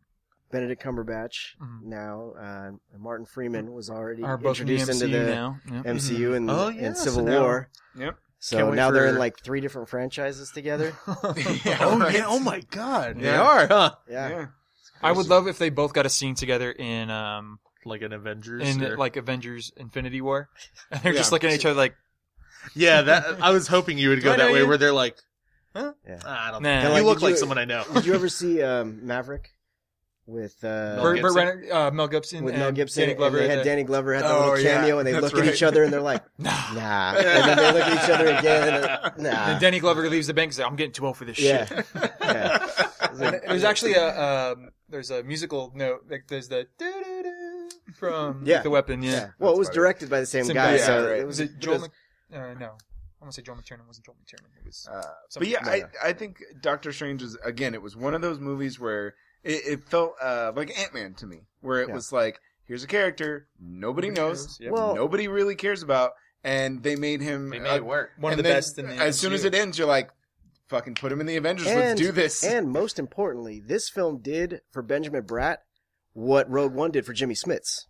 A: Benedict Cumberbatch
E: Mhm.
A: now uh, and Martin Freeman was already
E: Are both in the
A: introduced
E: MCU
A: into the
E: now. Mm-hmm. Yep.
A: MCU and,
B: Oh,
A: and
B: yeah, so
A: Civil
B: now-
A: War.
D: Yep.
A: So
B: Can't wait
A: now they're in
B: for-
A: like three different franchises together.
B: oh
D: right.
B: yeah! Oh my God, they
D: Yeah.
B: are, huh?
A: Yeah.
E: I would love if they both got a scene together in um
B: Like an Avengers,
E: in
B: or-
E: like Avengers Infinity War. And they're
D: Yeah.
E: just looking at each other like
B: yeah. That I was hoping you would
E: Do I
B: go that
E: know
B: way,
E: you?
B: where they're like,
E: Huh?
A: Yeah.
B: "Ah, I don't.
E: Nah.
B: know.
E: Kinda
B: You
A: like-
B: look
A: did
B: like
A: you-
B: someone I know.
A: Did you ever see um, Maverick with uh,
B: Mel
E: Burt, Burt
B: Gibson.
E: Renner, uh, Mel Gibson
A: with
E: and
A: Mel Gibson?
E: Danny
A: and
E: Glover.
A: they
E: at
A: had
E: the-
A: Danny Glover had that
D: Oh,
A: little
D: yeah,
A: cameo, and they
D: that's
A: look at
D: right.
A: each other and they're like, nah. And then they look at each other again, and they're like,
E: And
A: nah.
E: then Danny Glover leaves the bank. He's like, I'm getting too old for this
A: Yeah.
E: shit.
A: yeah.
E: There's actually a um, there's a musical note. Like there's the doo-doo-doo from
A: Yeah.
E: the weapon. Yeah.
A: Yeah. Well, it was
D: funny.
A: directed by the same
E: Same
A: guy,
E: guy,
A: so
D: yeah, right.
A: it
E: Was
A: was
E: it Joel? Mc- uh, no, I want to say Joel McTiernan. It wasn't Joel McTiernan. It was.
D: Uh, but
E: something-
D: yeah,
A: No,
D: I,
A: no.
D: I think Doctor Strange is again. It was one of those movies where it, it felt uh, like Ant Man to me, where it
A: Yeah.
D: was like, here's a character nobody knows,
E: Yep.
A: Well-
D: nobody really cares about, and they made him
C: they
D: uh,
C: made it work.
E: one of
D: and
E: the
D: then
E: best in the
D: As soon as
E: MCU.
D: it ends, you're like, fucking put him in the Avengers.
A: And-
D: Let's do this.
A: And most importantly, this film did for Benjamin Bratt what Rogue One did for Jimmy Smits.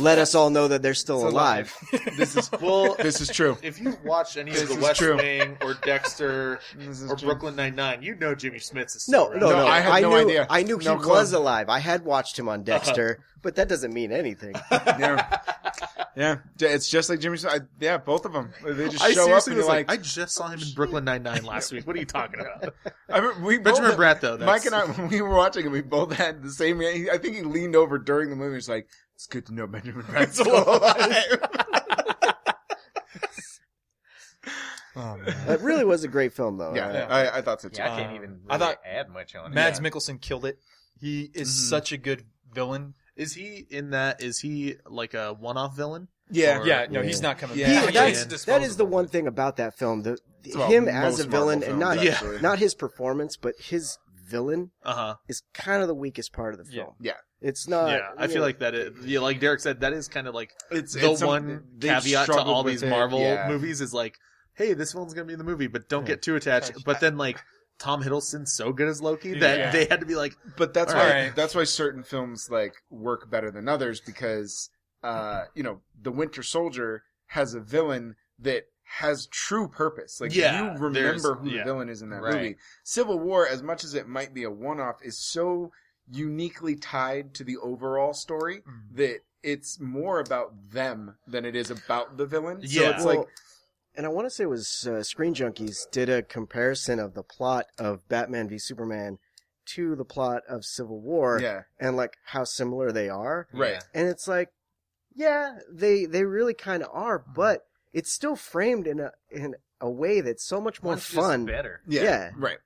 A: let us all know that they're still
E: It's
A: alive.
B: This is well.
D: This is true.
B: If you watch any of
D: This
B: The
D: is
B: West
D: true.
B: Wing or Dexter
F: This is
B: or
F: true.
B: Brooklyn Nine Nine, you know Jimmy Smith's is still
A: No,
B: around.
A: no, no.
D: I had no
A: knew,
D: idea.
A: I knew he
D: No clue.
A: was alive. I had watched him on Dexter, but that doesn't mean anything.
D: Yeah. yeah. D- It's just like Jimmy. Smith. I, yeah, both of them. They just show up
B: seriously
D: and
B: was
D: you're like,
B: I just saw him in Brooklyn Nine Nine last week. What are you talking about?
D: I, remember we both-
B: Benjamin Bratt though. That's,
D: Mike and I, when we were watching it, we both had the same. rea- I think he leaned over during the movie. He's like, "It's good to know Benjamin Bratt's still alive."
E: Oh, man.
A: It really was a great film, though.
D: yeah,
A: Uh,
D: I, I thought so too.
C: Yeah, I can't
B: Uh,
C: even. Really
E: I thought-
C: add much on it.
E: Mads Mikkelsen killed it. He is
B: Mhm.
E: such a good villain.
B: Is he in that? Is he like a one-off villain?
D: Yeah.
B: Or-
E: Yeah, no,
A: Yeah.
E: he's not coming
D: Yeah.
A: He-
E: back.
B: Yeah,
A: that's-
B: yeah.
A: that is the one thing about that film. The,
D: about
A: him as
D: most
A: a villain,
D: Marvel
A: and
D: films,
A: not
B: yeah.
D: actually.
A: not his performance, but his villain
B: Uh huh.
A: is kind of the weakest part of the
E: Yeah.
A: film.
D: Yeah.
A: it's
D: Uh,
A: not.
B: yeah, I
A: you
B: feel
A: know,
B: like that. Is, yeah, like Derek said, that is kind of like
D: It's
B: the
D: it's some-
B: one
D: they've
B: caveat to
D: struggled
B: all
D: with
B: these
D: it.
B: Marvel
D: Yeah.
B: movies is like, hey, this one's gonna be in the movie, but don't
D: Yeah.
B: get too attached. But then like Tom Hiddleston's so good as Loki
E: Dude,
B: that
E: yeah.
B: they had to be like,
D: But that's
B: All
D: why
E: right.
D: that's why certain films like work better than others because uh, you know the Winter Soldier has a villain that has true purpose. Like
B: Yeah,
D: you
B: there's-
D: remember who
B: yeah.
D: the villain is in that
C: Right.
D: movie. Civil War, as much as it might be a one-off, is so uniquely tied to the overall story
E: Mm.
D: that it's more about them than it is about the villain. So
B: Yeah.
D: it's
A: well,
D: like
A: and I want to say it was uh, Screen Junkies did a comparison of the plot of Batman v Superman to the plot of Civil War,
D: yeah,
A: and like how similar they are.
D: right.
A: and it's like yeah they they really kind of are but it's still framed in a in a way that's so much more fun
C: better.
D: Yeah.
A: Yeah.
D: Right.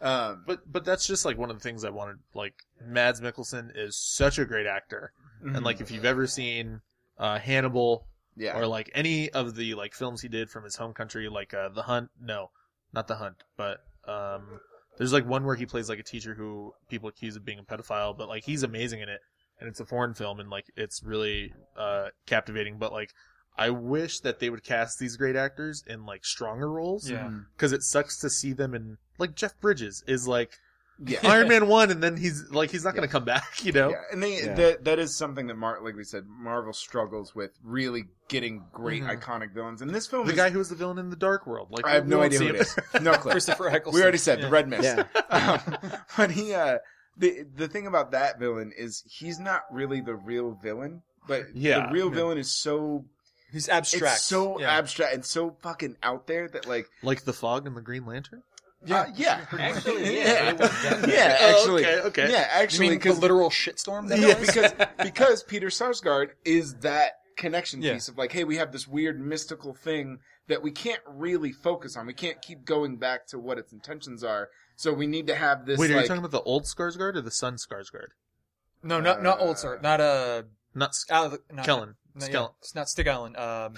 D: Um,
B: but but that's just like one of the things I wanted. Like Mads Mikkelsen is such a great actor, and like if you've ever seen uh, Hannibal
D: yeah.
B: or like any of the like films he did from his home country, like uh, The Hunt. No, not The Hunt, but um, there's like one where he plays like a teacher who people accuse of being a pedophile, but like he's amazing in it, and it's a foreign film, and like it's really uh, captivating. But like, I wish that they would cast these great actors in like stronger roles,
E: Yeah.
B: because it sucks to see them in like Jeff Bridges is like
D: yeah.
B: Iron Man one, and then he's like he's not gonna come back, you know?
D: Yeah, and they
A: Yeah.
D: that that is something that Mar like we said, Marvel struggles with really getting great
E: Mhm.
D: iconic villains. And this film,
B: The
D: is,
B: guy who was the villain in the Dark World, like
D: I have
B: we
D: no
B: won't
D: idea
B: see
D: who it
B: him.
D: is. No clue.
E: Christopher Eccleston.
D: we already said
E: Yeah.
D: the red mist.
A: yeah
D: Um, but he, uh, the the thing about that villain is he's not really the real villain, but
B: Yeah.
D: the real
B: Yeah.
D: villain is so
E: He's abstract.
D: it's so
E: Yeah.
D: abstract and so fucking out there that like
B: Like the fog and the Green Lantern.
D: yeah yeah
C: Actually, yeah,
D: yeah
C: it was done.
D: Yeah,
B: Oh,
D: actually
B: okay, okay.
D: yeah
E: You
D: actually
E: mean the
D: 'cause-
E: literal shitstorm? That
D: yeah,
E: was?
D: because because Peter Sarsgaard is that connection
E: Yeah.
D: piece of like, hey, we have this weird mystical thing that we can't really focus on. We can't keep going back to what its intentions are. So we need to have this.
B: Wait, are
D: like,
B: you talking about the old Skarsgård or the son Skarsgård?
E: no, not not old sir, not uh,
B: Not Sk-
E: Ale- not,
B: Kellen.
E: not, yeah,
B: Skellen.
E: it's not Stig Island. Um,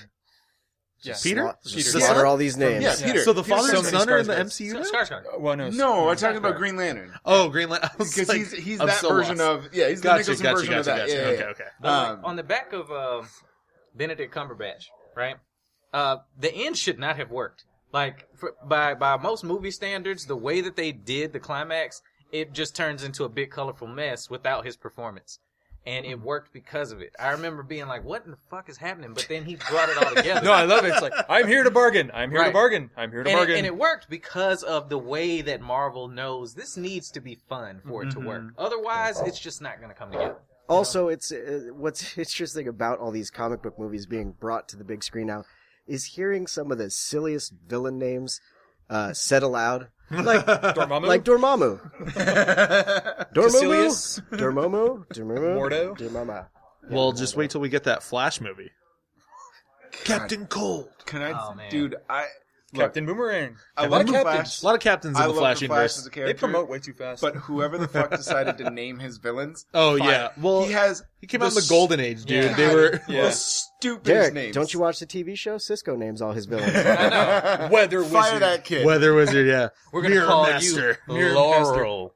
E: yeah,
A: Just
B: Peter?
A: slot- just
E: Peter.
A: slaughter
D: Yeah.
A: all these names
D: yeah,
E: Yeah.
D: Peter.
B: So the
D: Peter
B: father and
D: Sarsgaard's
B: son are in the
D: Skarsgård.
B: MCU now?
C: Skarsgård.
E: well, no,
D: No, we're
E: Skarsgård.
D: talking about Green Lantern
B: Oh, Green Lantern.
D: because he's he's
B: I'm
D: that
B: so
D: version
B: lost.
D: of yeah, he's
B: gotcha,
D: the Nicholson
B: gotcha,
D: version
B: gotcha,
D: of that.
B: gotcha.
D: yeah, yeah,
B: okay,
D: yeah.
B: okay.
C: But, like,
D: Um,
C: on the back of uh, Benedict Cumberbatch, right? Uh, the end should not have worked. Like for, by by most movie standards, the way that they did the climax, it just turns into a big colorful mess without his performance. And
E: Hmm.
C: it worked because of it. I remember being like, "What in the fuck is happening?" But then he brought it all together.
E: No, I love it. It's like I'm here to bargain. I'm here to
C: Right.
E: bargain. I'm here to
C: and it,
E: bargain.
C: and it worked because of the way that Marvel knows this needs to be fun for
E: Mm-hmm.
C: it to work. Otherwise, it's just not going to come together.
A: also it's uh, what's interesting about all these comic book movies being brought to the big screen now is hearing some of the silliest villain names uh, said aloud like
E: Dormammu,
A: like Dormammu Dormammu
E: Caecilius,
A: Dormammu Dormammu
E: Mordo?
A: Dormammu
B: Well, just wait till we get that Flash movie. Captain Cold.
D: Can I,
C: Oh, man.
D: dude? I look.
E: Captain Boomerang.
D: I
E: What
D: love
E: a
D: the
E: captain.
D: Flash.
B: A lot of captains in
D: I
B: the
D: love
B: Flash
D: the Flash
B: universe.
D: as a
E: They
D: character.
E: promote way too fast.
D: But whoever the fuck decided to name his villains,
B: oh
D: fine.
B: yeah. Well,
D: he
B: he,
D: has
B: came
D: the
B: out in the Golden Age, dude.
E: Yeah.
B: They were.
E: Yeah.
D: the stupidest
A: Derek
D: names.
A: don't you watch the TV show Cisco names all his villains
C: I
E: Weather
D: Fire
E: wizard.
D: that kid.
B: Weather Wizard, yeah.
C: We're going to
B: Mirror
C: call
B: Master.
C: you
B: Mirror
C: Laurel.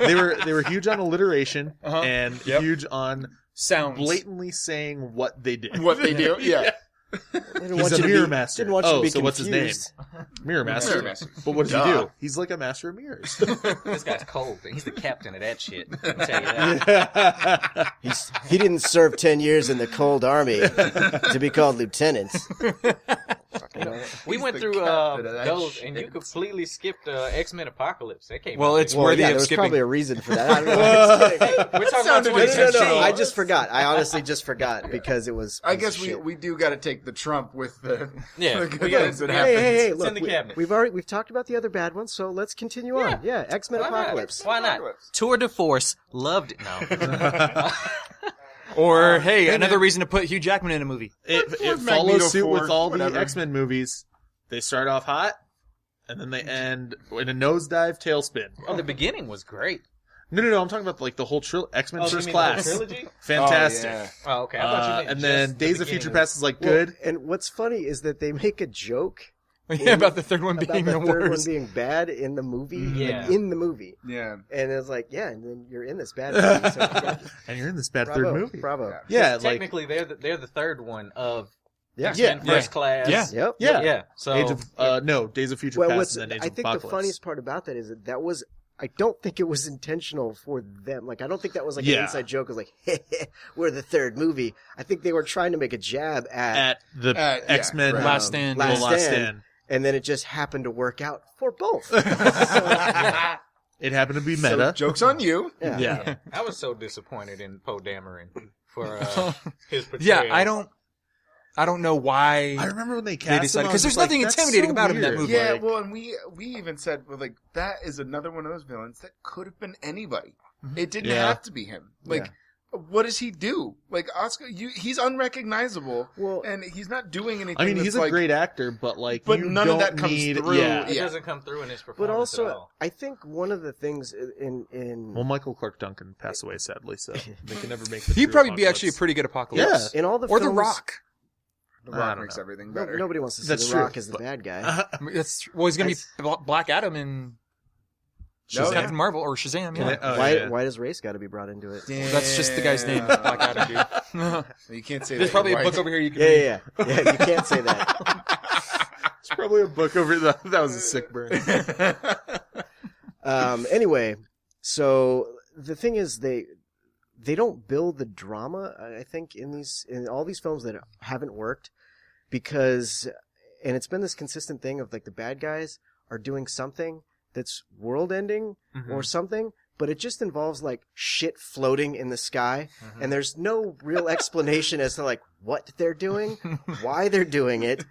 B: They were they were huge on alliteration
E: Uh-huh.
B: and
E: Yep.
B: huge on
E: sounds.
B: blatantly saying what they did.
D: what they do? Yeah.
A: I didn't want
B: He's
A: you
B: a
A: to be-
B: mirror master.
A: Didn't want you to
B: Oh,
A: be
B: so what's his name?
A: confused.
B: Mirror master.
G: Mirror master.
B: But what does he
G: Duh.
B: do? He's like a master of mirrors.
C: This guy's cold. He's the captain of that shit. I'll tell you that.
B: That's
A: He's, he didn't serve 10 years in the cold army to be called lieutenant.
C: We
G: He's
C: went
G: the
C: through uh,
G: captain of that
C: those, and
G: shit.
C: you completely skipped uh, X Men Apocalypse. That came.
E: Well,
C: out
E: it's
C: big.
A: Well,
E: worthy
A: yeah,
E: of
A: there was
E: skipping.
A: probably a reason for that. I don't know. I'm just kidding.
C: We're talking about
G: sounded
A: No, no, no,
C: 2016.
A: no, I just forgot. I honestly just forgot because it was.
D: I
A: piece of
D: guess we,
A: shit.
D: we do got to take the Trump with the
C: Yeah,
D: the good
C: we gotta-
D: things that
C: we
A: Hey,
D: happens.
A: hey, hey!
C: It's
A: Look,
C: in the
A: we,
C: cabinet.
A: have already we've talked about the other bad ones, so let's continue on. Yeah, X Men
C: Why not?
A: Apocalypse.
C: Why not?
D: Oh,
C: Tour de force. Loved it. No.
E: Or hey, another reason to put Hugh Jackman in a movie.
B: it
D: Or- or
B: it
D: Magneto
B: follows suit
D: Force,
B: with all
D: whatever.
B: the X Men movies. They start off hot, and then they end in a nosedive tailspin.
C: oh, the beginning was great.
B: No, no, no. I'm talking about like the whole tril- X Men
C: Oh, you mean
B: First
C: the
B: Class.
C: trilogy.
B: Fantastic.
D: Oh, yeah.
C: Oh, okay. I thought you
B: Uh,
C: meant
B: and
C: just
B: then
C: the
B: Days of
C: beginning
B: Future Past is like
A: Well,
B: good.
A: and what's funny is that they make a joke
E: yeah, about the third one
A: about
E: being
A: the,
E: the,
A: third
E: worst.
A: one being bad in the movie,
C: Yeah.
A: like, in the movie,
D: Yeah.
A: and it's like, yeah, and then you're in this bad movie. So bravo,
B: and you're in this bad third movie.
A: bravo.
B: Yeah, like
C: Technically, they're the, they're the third one of
A: Yeah.
C: X Men
E: Yeah.
C: First Class.
E: Yeah.
A: Yep.
B: yeah.
C: yeah. So
B: Age of uh, no Days of Future
A: Well,
B: Past
A: what's,
B: and then Age
A: I
B: of
A: think
B: Apocalypse.
A: the funniest part about that is that that was. I don't think it was intentional for them. Like, I don't think that was like an
B: Yeah.
A: inside joke. It was like, we're the third movie. I think they were trying to make a jab at,
B: at the
D: Uh, yeah,
B: X Men
D: right.
E: Last Stand.
A: Last
B: Last,
A: Stand.
B: Stand.
A: and then it just happened to work out for both.
B: It happened to be
D: So,
B: meta.
D: jokes on you.
A: Yeah.
B: yeah.
C: yeah. I was so disappointed in Poe Dameron for uh,
E: Yeah.
C: his
E: yeah,
C: portrayal.
E: I don't, I don't know why.
B: I remember when they
E: they
B: cast him,
E: decided
B: I
E: because
B: was
E: there's
B: like,
E: nothing
B: "That's
E: intimidating
B: so
E: about him in that
B: weird."
E: movie.
D: Yeah, well, and we we even said well, like that is another one of those villains that could have been anybody. It didn't
B: Mm-hmm. Yeah.
D: have to be him. Like, what does he do? Like Oscar, you he's unrecognizable,
A: Well,
D: and he's not doing anything.
B: I mean,
D: that's
B: he's
D: like,
B: a great actor, but like,
D: But
B: you
D: none
B: don't
D: of that comes
B: need,
D: through.
B: Yeah.
C: it
D: yeah.
C: doesn't come through in his performance
A: but
C: at
A: also,
C: all.
A: I think one of the things in in
B: Well, Michael Clark Duncan passed away sadly, so they can never make. The
E: He'd
B: true
E: probably be actually a
B: apocalypse.
E: pretty good apocalypse.
A: in all the
E: Or The
A: films,
E: Rock.
D: The
B: I
D: Rock
B: don't
D: makes
B: know.
D: everything
A: no-
D: better.
A: nobody wants to see
B: That's
A: The
B: true,
A: Rock as the
B: but- uh,
A: bad guy.
E: That's well, he's gonna be Bla- Black Adam and
D: No,
E: Captain Marvel or Shazam.
B: Can
E: Yeah.
B: they- oh,
A: why
B: yeah.
A: why does race got to be brought into it?
D: Damn.
E: That's just the guy's name, Black Adam, dude.
D: You can't say
E: There's
D: that.
E: probably
D: You're
E: a
D: white.
E: book over here you can
A: Yeah,
E: read.
A: yeah, yeah. yeah you can't say that.
B: It's probably a book over the. That was a sick burn.
A: Um, anyway, so the thing is they they don't build the drama. I I think in these in all these films that haven't worked because and it's been this consistent thing of like the bad guys are doing something that's world ending or something, but it just involves like shit floating in the sky, and there's no real explanation as to like what they're doing, why they're doing it,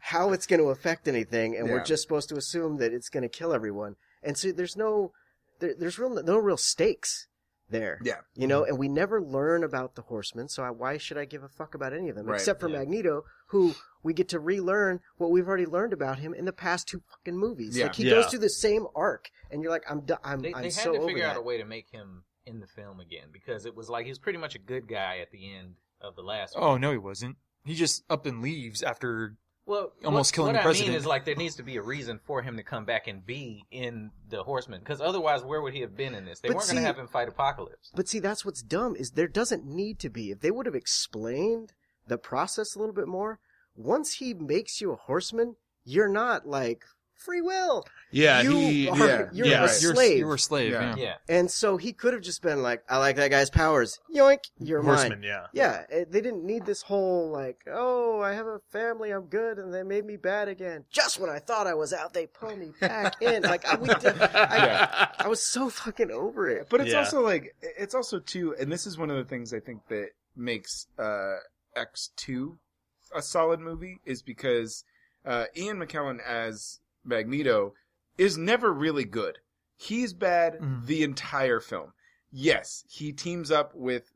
A: how it's going to affect anything, and we're
D: Yeah.
A: just supposed to assume that it's going to kill everyone. And so there's no, there, there's real no real stakes there.
D: Yeah.
A: you know, and we never learn about the Horsemen, so I, why should I give a fuck about any of them
D: Right,
A: except for
C: yeah.
A: Magneto, who. We get to relearn what we've already learned about him in the past two fucking movies.
D: Yeah.
A: Like he
B: Yeah.
A: goes through the same arc, and you're like, I'm, do- I'm,
C: they,
A: I'm
C: they had
A: so
C: to
A: over
C: figure
A: that.
C: out a way to make him in the film again because it was like he was pretty much a good guy at the end of the last. one.
E: Oh no, he wasn't. He just up and leaves after.
C: Well,
E: Almost
C: what,
E: killing
C: what
E: the
C: I
E: president.
C: mean is like there needs to be a reason for him to come back and be in the Horsemen because otherwise, where would he have been in this? They
A: But
C: weren't going
A: see-
C: to have him fight Apocalypse.
A: But see, that's what's dumb is there doesn't need to be. If they would have explained the process a little bit more, once he makes you a horseman, you're not like free will.
B: Yeah,
A: you
B: he.
A: are,
D: yeah,
A: you're
B: yeah.
A: a
B: Right.
E: You're,
A: slave.
E: you were a slave.
D: Yeah.
E: Yeah.
C: Yeah,
A: and so he could have just been like, "I like that guy's powers. Yoink, you're
B: Horseman,
A: mine."
B: yeah.
A: Yeah, it- they didn't need this whole like, "Oh, I have a family, I'm good," and they made me bad again. Just when I thought I was out, they pull me back in. Like I, we did, I, I was so fucking over it.
D: But it's
B: Yeah.
D: also like it's also too, and this is one of the things I think that makes uh, X two a solid movie is because uh, Ian McKellen as Magneto is never really good. He's bad
E: Mm.
D: the entire film. Yes, he teams up with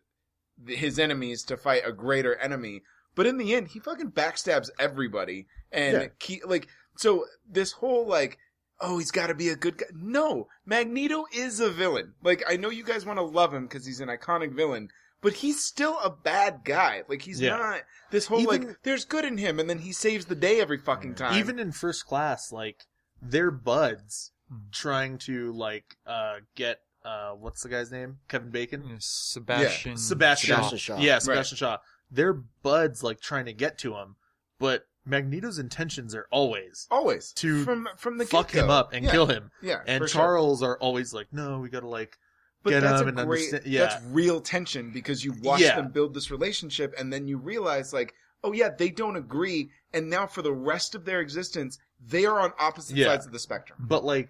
D: th- his enemies to fight a greater enemy, but in the end, he fucking backstabs everybody and
A: Yeah.
D: ke- like so. This whole like oh, he's got to be a good guy. No, Magneto is a villain. Like, I know you guys want to love him because he's an iconic villain, but he's still a bad guy. Like, he's
B: Yeah.
D: not this whole
B: Even-
D: like there's good in him, and then he saves the day every fucking time.
B: Even in first class, like they're buds
E: Hmm.
B: trying to like uh get uh what's the guy's name? Kevin Bacon.
E: Yeah, Sebastian.
B: Sebastian.
A: Sebastian Shaw.
B: Yeah, Sebastian Shaw. They're buds like trying to get to him. but Magneto's intentions are always
D: Always.
B: to
D: From from the
B: fuck
D: get-go.
B: him up and
D: yeah.
B: kill him.
D: Yeah.
B: And
D: for sure.
B: Charles are always like, no, we gotta like
D: But
B: get
D: that's
B: him
D: a
B: and
D: great.
B: understand. Yeah,
D: That's real tension because you watch
B: Yeah.
D: them build this relationship, and then you realize like, oh yeah, they don't agree, and now for the rest of their existence, they are on opposite
B: Yeah.
D: sides of the spectrum.
B: but like,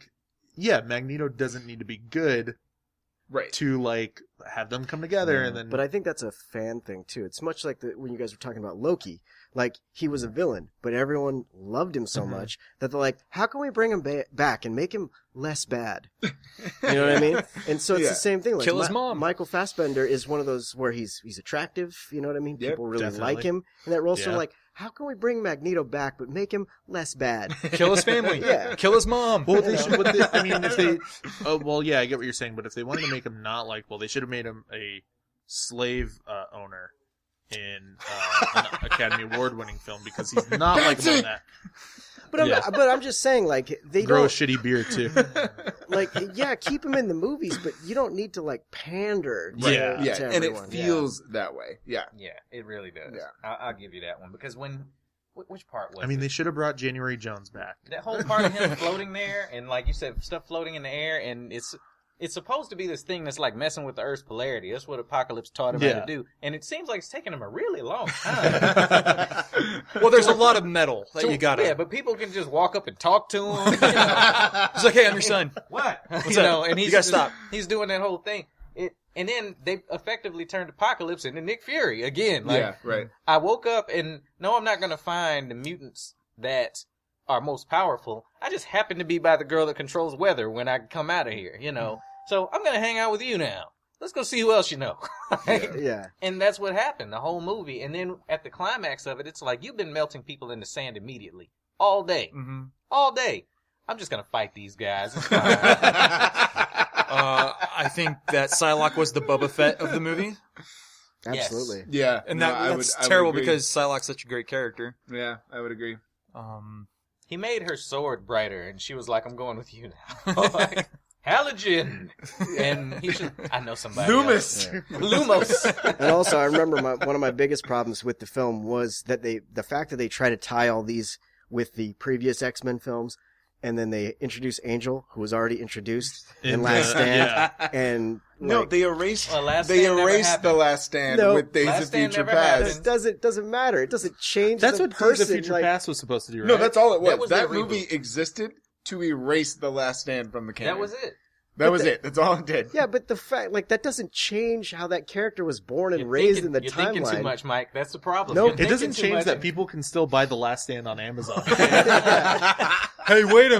B: yeah, Magneto doesn't need to be good
D: Right.
B: to like have them come together and then.
A: But I think that's a fan thing too. It's much like the, when you guys were talking about Loki. Like he was a villain, but everyone loved him so
B: Mhm.
A: much that they're like, "How can we bring him ba- back and make him less bad?" You know what I mean? And so it's
D: Yeah.
A: the same thing. Like
C: Kill his mom.
A: Michael Fassbender is one of those where he's he's attractive. You know what I mean?
D: Yep,
A: People really
B: definitely.
A: like him in that role. So
B: Yeah.
A: like, how can we bring Magneto back but make him less bad?
E: Kill his family.
A: Yeah.
E: Kill his mom.
B: well, they should. What they, I mean, if they, oh, well, yeah, I get what you're saying. But if they wanted to make him not like, well, they should have made him a slave uh, owner in uh, an Academy Award-winning film because he's not like in that.
A: But I'm
B: Yeah.
A: not, but I'm just saying like they
B: Grow a
A: don't
B: shitty beer too.
A: like yeah keep him in the movies, but you don't need to like pander. To,
B: Yeah.
A: to
H: yeah, and it
A: everyone.
H: feels that way. Yeah,
C: Yeah, it really does.
H: Yeah.
C: I- I'll give you that one because when wh- which part was
B: I mean,
C: it?
B: they should have brought January Jones back.
C: that whole part of him floating there and like you said stuff floating in the air and it's it's supposed to be this thing that's like messing with the earth's polarity that's what apocalypse taught him how
B: Yeah.
C: to do and it seems like it's taking him a really long time
E: well, there's a lot of metal that
C: So-
E: you got.
C: yeah
E: to
C: but people can just walk up and talk to him you know?
E: It's like, hey, I'm your son.
C: what
E: What's
C: you
E: up?
C: know and
E: You
C: he's
E: gotta stop.
C: he's doing that whole thing it, and then they effectively turned apocalypse into nick fury again like
H: yeah, right.
C: I woke up and no, I'm not gonna find the mutants that are most powerful. I just happen to be by the girl that controls weather when I come out of here, you know. So I'm gonna hang out with you now. Let's go see who else you know.
A: Yeah.
C: And that's what happened the whole movie. And then at the climax of it, it's like you've been melting people in the sand immediately all day,
E: Mm-hmm.
C: all day. I'm just gonna fight these guys. It's fine.
E: Uh, I think that Psylocke was the Boba Fett of the movie,
C: Yes.
A: Absolutely.
H: Yeah,
E: and
H: no,
E: that,
H: I would-
E: that's
H: I would
E: terrible
H: agree.
E: because Psylocke's such a great character.
H: yeah, I would agree.
E: Um,
C: he made her sword brighter, and she was like, "I'm going with you now." Like, Halogen, and he should. I know somebody. else.
H: Loomis.
C: Lumos.
A: And also, I remember my, one of my biggest problems with the film was that they, the fact that they try to tie all these with the previous X Men films, and then they introduce Angel, who was already introduced in,
B: In
A: Last
B: the-
A: Stand, and
H: No,
A: like,
H: they erased.
C: Well, Last
H: they
C: Stand never
H: erased the
C: happened.
H: Last Stand
A: No.
H: with Days
C: Last
H: of
C: Stand
H: Future
C: never
H: Past.
C: happened.
A: it doesn't doesn't matter. It doesn't change.
B: That's
A: the
B: what Days
A: person.
B: of Future
A: like,
B: Past was supposed to do, right?
H: No, that's all it was.
C: That
H: That,
C: was their reboot.
H: movie existed to erase the Last Stand from the canon.
C: That was it.
H: That was it. That's all it did.
A: Yeah, but the fact like that doesn't change how that character was born and
C: You're
A: raised
C: thinking-
A: in the
C: you're
A: timeline.
C: thinking too much, Mike. That's the problem.
A: No,
C: You're
B: It
C: thinking
B: doesn't
C: too
B: change
C: much
B: that
C: and-
B: people can still buy The Last Stand on Amazon.
E: hey, wait a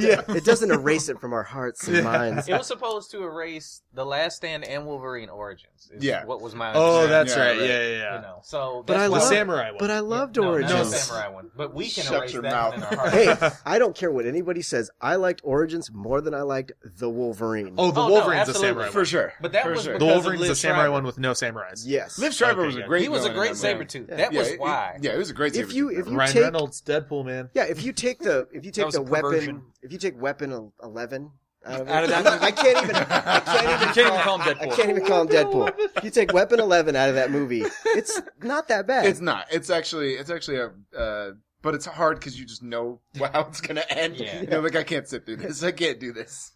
A: yeah, it doesn't erase it from our hearts and minds.
C: It was supposed to erase the Last Stand and Wolverine origins. Is
H: Yeah.
C: what was my
B: oh,
C: understanding,
B: that's
H: Yeah,
B: right.
H: right.
B: Yeah, yeah, yeah.
C: you know. So
A: But
C: that's
A: I
B: The
C: why-
A: love-
B: samurai one.
A: but I loved
C: no, not
A: Origins.
C: the samurai one, but we can
H: Shut
C: erase
H: your
C: that
H: mouth.
C: one in our hearts.
A: hey, I don't care what anybody says. I liked Origins more than I liked The Wolverine.
B: oh, the
C: Oh, no,
B: Wolverine's a
C: absolutely.
B: samurai.
H: for sure.
C: But that
H: for
C: was
H: sure.
B: The
C: Because of
B: Wolverine's
C: Liv
B: a samurai
C: Schreiber.
B: one with no samurais.
A: yes.
H: Liv Schreiber
B: Okay,
H: was a
B: yeah.
H: great.
C: he was a
H: villain in
C: great
H: that
C: saber
H: movie.
C: tooth.
A: Yeah.
C: That
H: Yeah,
C: was
H: it-
C: why.
H: Yeah, he was a great.
A: if
H: saber
A: you
H: tooth
A: if you
B: Ryan
A: take
B: Reynolds, Deadpool man.
A: yeah if you take the if you take
E: was
A: the
E: a
A: weapon
E: perversion.
A: if you take weapon el- eleven out of, it,
E: Out of that-
A: I can't even I can't
E: You
A: even
E: can't even call him
A: I
E: Deadpool.
A: can't even call him Deadpool. If you take weapon eleven out of that movie, it's not that bad.
H: It's not. It's actually. It's actually a. Uh, but it's hard because you just know how it's gonna end.
C: Yeah.
H: You know, like I can't sit through this. I can't do this.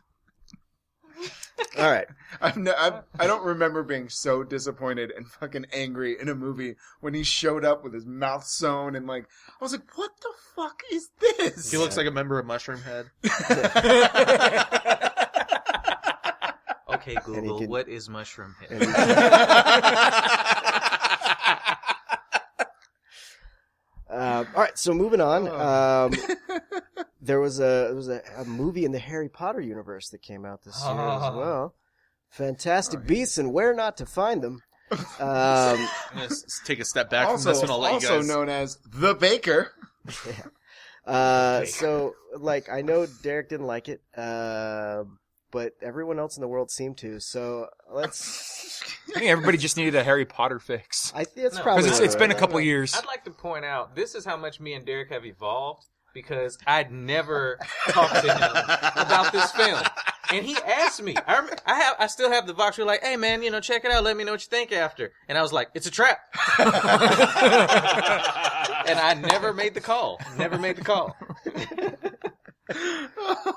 A: All right,
H: I've no, I've, I don't remember being so disappointed and fucking angry in a movie when he showed up with his mouth sewn and like I was like, what the fuck is this?
B: He looks like a member of Mushroom Head.
C: Okay, Google,
A: can-
C: what is mushroom head?
A: And he uh, all right. So moving on,
E: Oh.
A: um, there was a there was a, a movie in the Harry Potter universe that came out this year as
E: Ah.
C: Oh.
A: well. Fantastic Beasts and Where Not to Find Them. Um,
B: I'm gonna s- take a step back
H: also,
B: from this one. I'll let
H: also
B: you guys.
H: known as the Baker.
A: Uh, so like I know Derek didn't like it, uh, but everyone else in the world seemed to. So let's.
E: I think everybody just needed a Harry Potter fix.
A: I think it's
C: No,
A: probably
E: Because it's, it's been a
A: right.
E: couple years.
C: I'd like to point out this is how much me and Derek have evolved because I'd never talked to him about this film. And he asked me. I, rem- I have. I still have the box. You're like, hey man, you know, check it out. Let me know what you think after. And I was like, it's a trap. and I never made the call. Never made the call.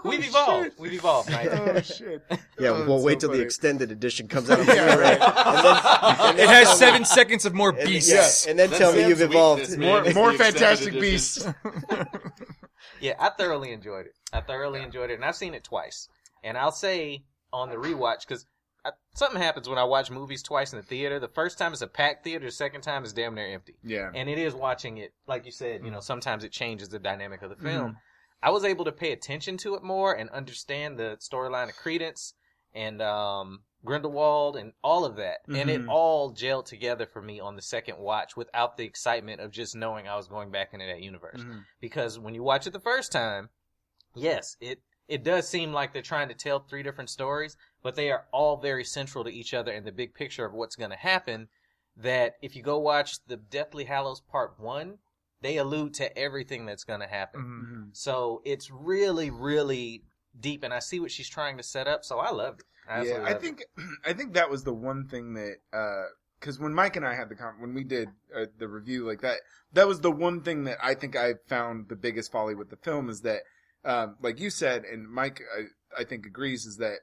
C: We've evolved. We've evolved, mate.
D: Oh shit!
A: Yeah,
D: Oh,
A: we'll
D: it's
A: wait
D: so
A: till the
D: funny.
A: extended edition comes out. On
D: Yeah,
A: Blu-ray. And then-
E: It has seven seconds of more
A: And,
E: beasts.
A: yeah, and then tell me
I: Sam's
A: you've
I: weak,
A: evolved.
I: this
D: More,
I: man. It's
D: more
I: the extended
D: Fantastic
I: edition.
D: Beasts.
C: Yeah, I thoroughly enjoyed it. I thoroughly enjoyed it, and I've seen it twice. And I'll say on the rewatch because something happens when I watch movies twice in the theater. The first time is a packed theater. The second time is damn near empty.
D: Yeah.
C: And it is watching it, like you said. You know, sometimes it changes the dynamic of the film. I was able to pay attention to it more and understand the storyline of Credence and um, Grindelwald and all of that, and it
D: Mhm.
C: all gelled together for me on the second watch without the excitement of just knowing I was going back into that universe because when you watch it the first time, yes, it it does seem like they're trying to tell three different stories, but they are all very central to each other and the big picture of what's going to happen. That if you go watch the Deathly Hallows Part One, they allude to everything that's going to happen.
E: Mhm.
D: Mm-hmm.
C: So it's really, really deep, and I see what she's trying to set up. So I loved it. I
D: yeah,
C: absolutely
D: I
C: loved
D: think I think that was the one thing that because when Mike and I had the com- when we did uh, the review like that, that was the one thing that I think I found the biggest folly with the film is that, um, like you said, and Mike I, I think agrees is that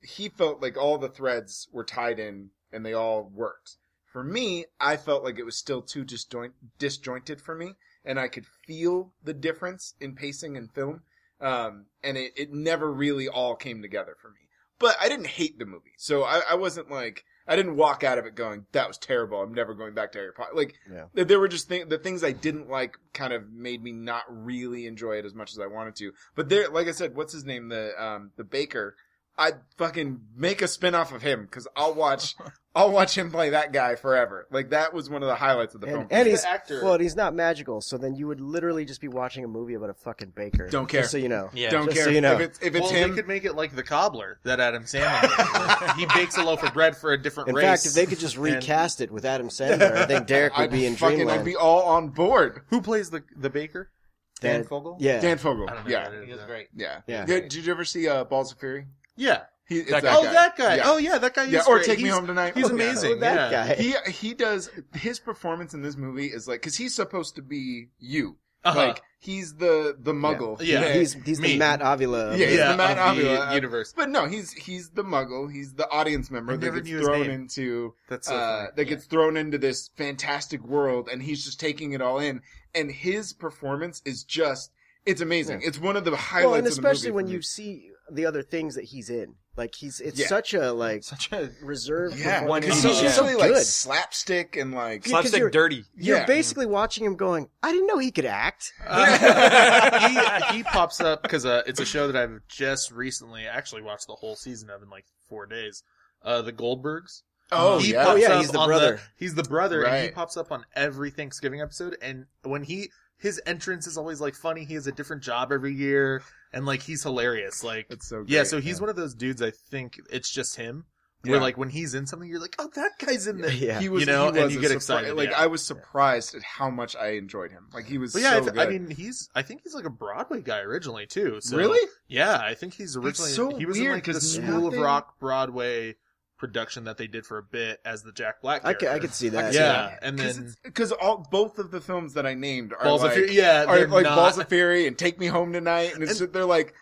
D: he felt like all the threads were tied in and they all worked. For me, I felt like it was still too disjoint disjointed for me, and I could feel the difference in pacing and film. Um, and it, it never really all came together for me but I didn't hate the movie, so I, I wasn't like I didn't walk out of it going that was terrible. I'm never going back to Harry Potter. Like
A: Yeah.
D: th- there were just th- the things I didn't like, kind of made me not really enjoy it as much as I wanted to. But there, like I said, what's his name? The um the baker. I'd fucking make a spin off of him because I'll watch I'll watch him play that guy forever. Like that was one of the highlights of the film.
A: And,
D: for
A: and
D: me.
A: he's
I: actor.
A: well, and he's not magical. So then you would literally just be watching a movie about a fucking baker.
D: Don't care.
A: Just so you know.
C: it. yeah.
D: Don't
A: just
D: care
A: so you know.
D: if it's if it's
B: well,
D: him.
B: they could make it like the cobbler that Adam Sandler. did. he bakes a loaf of bread for a different
A: In
B: race.
A: fact, if they could just recast it with Adam Sandler, I think Derek would
D: I'd
A: be in
D: fucking
A: Dreamland.
D: I'd be all on board.
B: who plays the the baker? Dan,
A: That-
B: Fogel.
A: yeah.
D: Dan Fogel.
B: I don't know
D: Yeah.
B: who that
C: He
B: is,
C: was
B: uh,
C: great.
D: Yeah.
A: Yeah.
D: Did, did you ever see uh, Balls of Fury?
B: Yeah.
D: He, it's
C: That guy.
B: oh, that guy.
D: Yeah.
B: Oh, yeah, that guy.
D: yeah,
B: is
D: or
B: great.
D: Take Me
B: He's-
D: Home Tonight.
B: He's
D: Yeah.
B: amazing.
A: Oh, that
B: yeah.
A: guy.
D: He he does his performance in this movie is like because he's supposed to be you,
B: Uh-huh.
D: like he's the the Muggle.
B: Yeah.
D: that-
A: he's he's the
B: Me.
A: Matt Avila. of
D: Yeah,
A: the-
D: he's
B: yeah,
D: the Matt
B: of the
D: Avila.
B: universe.
D: But no, he's he's the Muggle. He's the audience member
B: I
D: that
B: never
D: gets
B: knew his
D: thrown
B: name.
D: into
B: That's so
D: uh,
B: funny.
D: that gets thrown into this fantastic world, and he's just taking it all in. And his performance is just it's amazing. It's one of the highlights.
A: Well, and
D: of the movie
A: especially
D: for
A: when
D: me.
A: you see the other things that he's in, like he's it's
D: Yeah.
A: such a like
E: Such a
A: reserved.
D: yeah,
A: performance.
D: because
E: Yeah.
D: he's
E: Yeah.
D: usually like
A: good.
D: slapstick and like
A: Yeah, 'cause
E: slapstick
A: you're-
E: dirty.
A: You're
D: yeah.
A: basically watching him going, I didn't know he could act.
B: Uh, he, he pops up because uh, it's a show that I've just recently actually watched the whole season of in like four days. Uh, the Goldbergs.
D: oh
B: he
D: yeah.
B: pops
A: Oh, yeah,
B: up
A: he's the
B: on
A: brother.
B: he's the brother, and he
D: Right.
B: pops up on every Thanksgiving episode. And when he his entrance is always like funny. He has a different job every year, and like he's hilarious. Like
D: It's so
B: yeah,
D: great,
B: so he's
D: yeah.
B: one of those dudes. I think it's just him. Where
D: Yeah.
B: like when he's in something, you're like, oh, that guy's in this.
A: Yeah.
D: he was,
B: You know,
D: he was
B: and you
D: a
B: get
D: surpri-
B: excited,
D: Like
B: yeah.
D: I was surprised at how much I enjoyed him. Like he was
B: But yeah, I
D: so
B: th-
D: good.
B: I mean, he's I think he's like a Broadway guy originally too. So
D: really?
B: Yeah, I think he's originally
D: so
B: he was in
D: weird,
B: like the
D: 'cause
B: School of
D: nothing-
B: Rock Broadway production that they did for a bit as the Jack Black.
A: I could, I could
B: character.
A: see that.
B: see Yeah, and then-
D: because all both of the films that I named are
B: Balls
D: like,
B: of Fury. Yeah,
D: are
B: they're
D: like
B: not-
D: Balls of Fury and Take Me Home Tonight, and, it's just- they're like.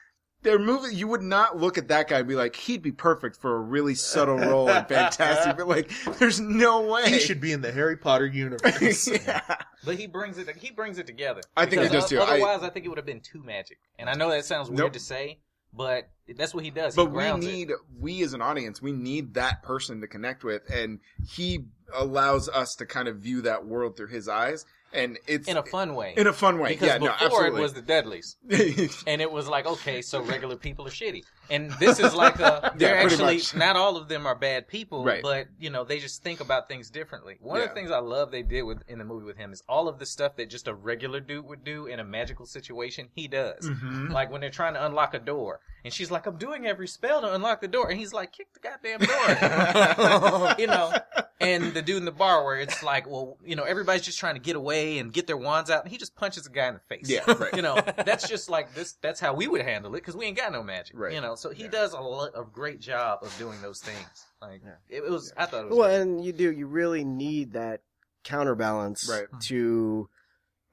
D: They're moving. You would not look at that guy and be like, he'd be perfect for a really subtle role and fantastic. But like, there's no way.
B: he should be in the Harry Potter universe.
D: yeah.
C: But he brings it. He brings it together.
D: I think he
C: Because
D: does, too. I-
C: Otherwise, I, think it would have been too magic. And I know that sounds weird
D: Nope.
C: to say, but that's what he does. he
D: But we
C: grounds
D: need,
C: It.
D: we as an audience, we need that person to connect with, and he allows us to kind of view that world through his eyes, and it's
C: in a fun way.
D: in a fun way.
C: because
D: yeah, no,
C: before it
D: absolutely.
C: was the Deadlies,
D: was
C: and it was like, okay, so regular people are shitty, and this is like a they're
D: pretty
C: actually
D: much.
C: not all of them are bad people,
D: Right.
C: but you know they just think about things differently. One of
D: Yeah.
C: the things I love they did with in the movie with him is all of the stuff that just a regular dude would do in a magical situation. He does.
D: Mm-hmm.
C: Like when they're trying to unlock a door, and she's like, "I'm doing every spell to unlock the door," and he's like, "Kick the goddamn door," you know. And the dude in the bar where it's like, well, you know, everybody's just trying to get away and get their wands out, and he just punches a guy in the face.
D: Yeah, right.
C: you know, that's just like this. That's how we would handle it because we ain't got no magic,
D: Right.
C: You know, so he does a, lo- a great job of doing those things. Like it, it was, I thought it was.
A: Well,
C: great.
A: and you do. You really need that counterbalance
D: Right.
A: to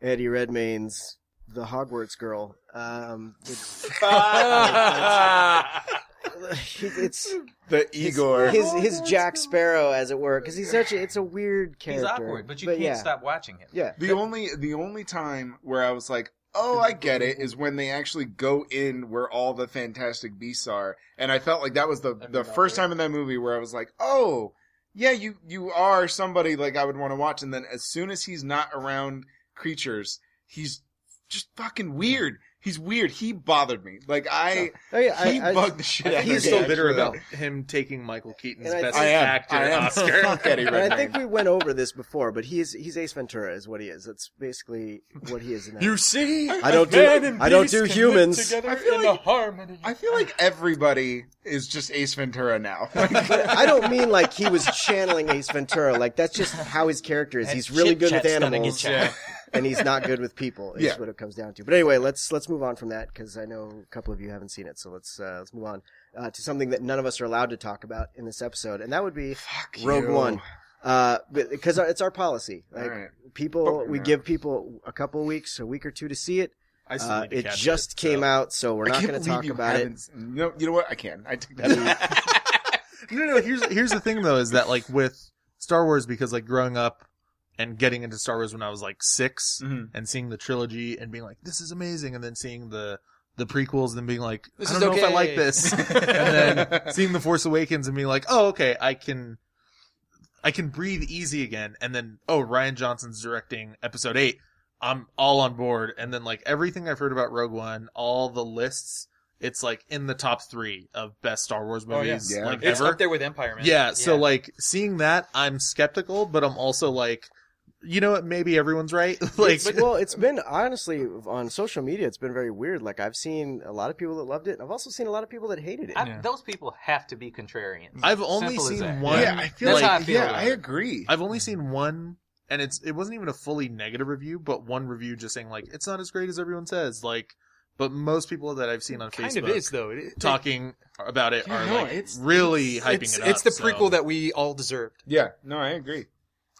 A: Eddie Redmayne's the Hogwarts girl. Um, it's, it's
D: The Igor.
A: his his Jack Sparrow, as it were, because he's such a, it's a weird
C: He's
A: character.
C: awkward, but you can't
A: yeah,
C: stop watching him.
A: Yeah,
D: the only the only time where I was like, "Oh, I get it," is when they actually go in where all the Fantastic Beasts are, and I felt like that was the the first time in that movie where I was like, "Oh, yeah, you you are somebody like I would want to watch." And then as soon as he's not around creatures, he's just fucking weird. He's weird. He bothered me. Like I,
A: oh yeah, I-
D: he
A: I-
D: bugged the shit out of me.
B: He's so
D: actually.
B: bitter about him taking Michael Keaton's
A: And I
B: best
A: think-
D: I am.
B: actor
D: I am.
B: Oscar.
D: Fuck Eddie
A: And I
D: Redmayne.
A: think we went over this before, but he's he's Ace Ventura, is what he is. That's basically what he is. In that.
E: see,
A: I don't do- I don't do humans.
E: Together
D: I feel
E: in
D: like-
E: a harmony.
D: I feel like everybody is just Ace Ventura now. Like,
A: But I don't mean like he was channeling Ace Ventura. Like that's just how his character is. He's really good with
C: Chit-chat's gonna
A: animals,
C: get ya.
A: and he's not good with people. Is
D: Yeah.
A: what it comes down to. But anyway, let's let's move on from that because I know a couple of you haven't seen it. So let's uh, let's move on uh, to something that none of us are allowed to talk about in this episode, and that would be
D: fuck
A: Rogue
D: you.
A: One. Uh, because it's our policy.
D: All
A: Like
D: right.
A: people,
D: Fuck
A: we
D: no.
A: give people a couple weeks, a week or two to see it.
B: I still
A: Uh,
B: need to
A: it
B: catch
A: just came
B: so.
A: out, so we're
D: I
A: not
D: can't
A: going to
D: believe
A: talk
D: you
A: about it.
D: haven't s- No, you know what? I can. I take that. back.
B: No, no. Here's here's the thing though is that like with Star Wars because like growing up and getting into Star Wars when I was like 6
D: Mhm.
B: and seeing the trilogy and being like this is amazing and then seeing the the prequels and being like
E: This
B: I
E: is
B: don't know if I
E: okay.
B: like this and then seeing the Force Awakens and being like oh okay I can I can breathe easy again and then oh Ryan Johnson's directing Episode Eight I'm all on board and then like everything I've heard about Rogue One all the lists. It's like in the top three of best Star Wars
E: Oh, yeah.
B: movies,
D: Yeah.
B: like
E: it's
B: ever.
E: up there with Empire, man.
B: Yeah, so
C: Yeah.
B: like seeing that, I'm skeptical, but I'm also like, you know what? Maybe everyone's right. like,
A: It's- well, it's been honestly on social media. It's been very weird. Like I've seen a lot of people that loved it, and I've also seen a lot of people that hated it.
C: I,
E: Yeah.
C: Those people have to be contrarians.
B: I've only
C: Simple as
B: seen
C: that.
B: one.
D: yeah, I feel
C: That's
D: like
C: how I feel
D: yeah,
C: about
D: I
C: it.
D: agree.
B: I've only seen one, and it's it wasn't even a fully negative review, but one review just saying like it's not as great as everyone says. Like, but most people that I've seen on
E: kind
B: Facebook
E: of is though. It, it-
B: talking about it
D: Yeah,
B: are
D: no,
B: like
D: it's-
B: really hyping
E: it's,
B: it up.
E: It's the
B: so.
E: prequel that we all deserved.
D: yeah, no, I agree.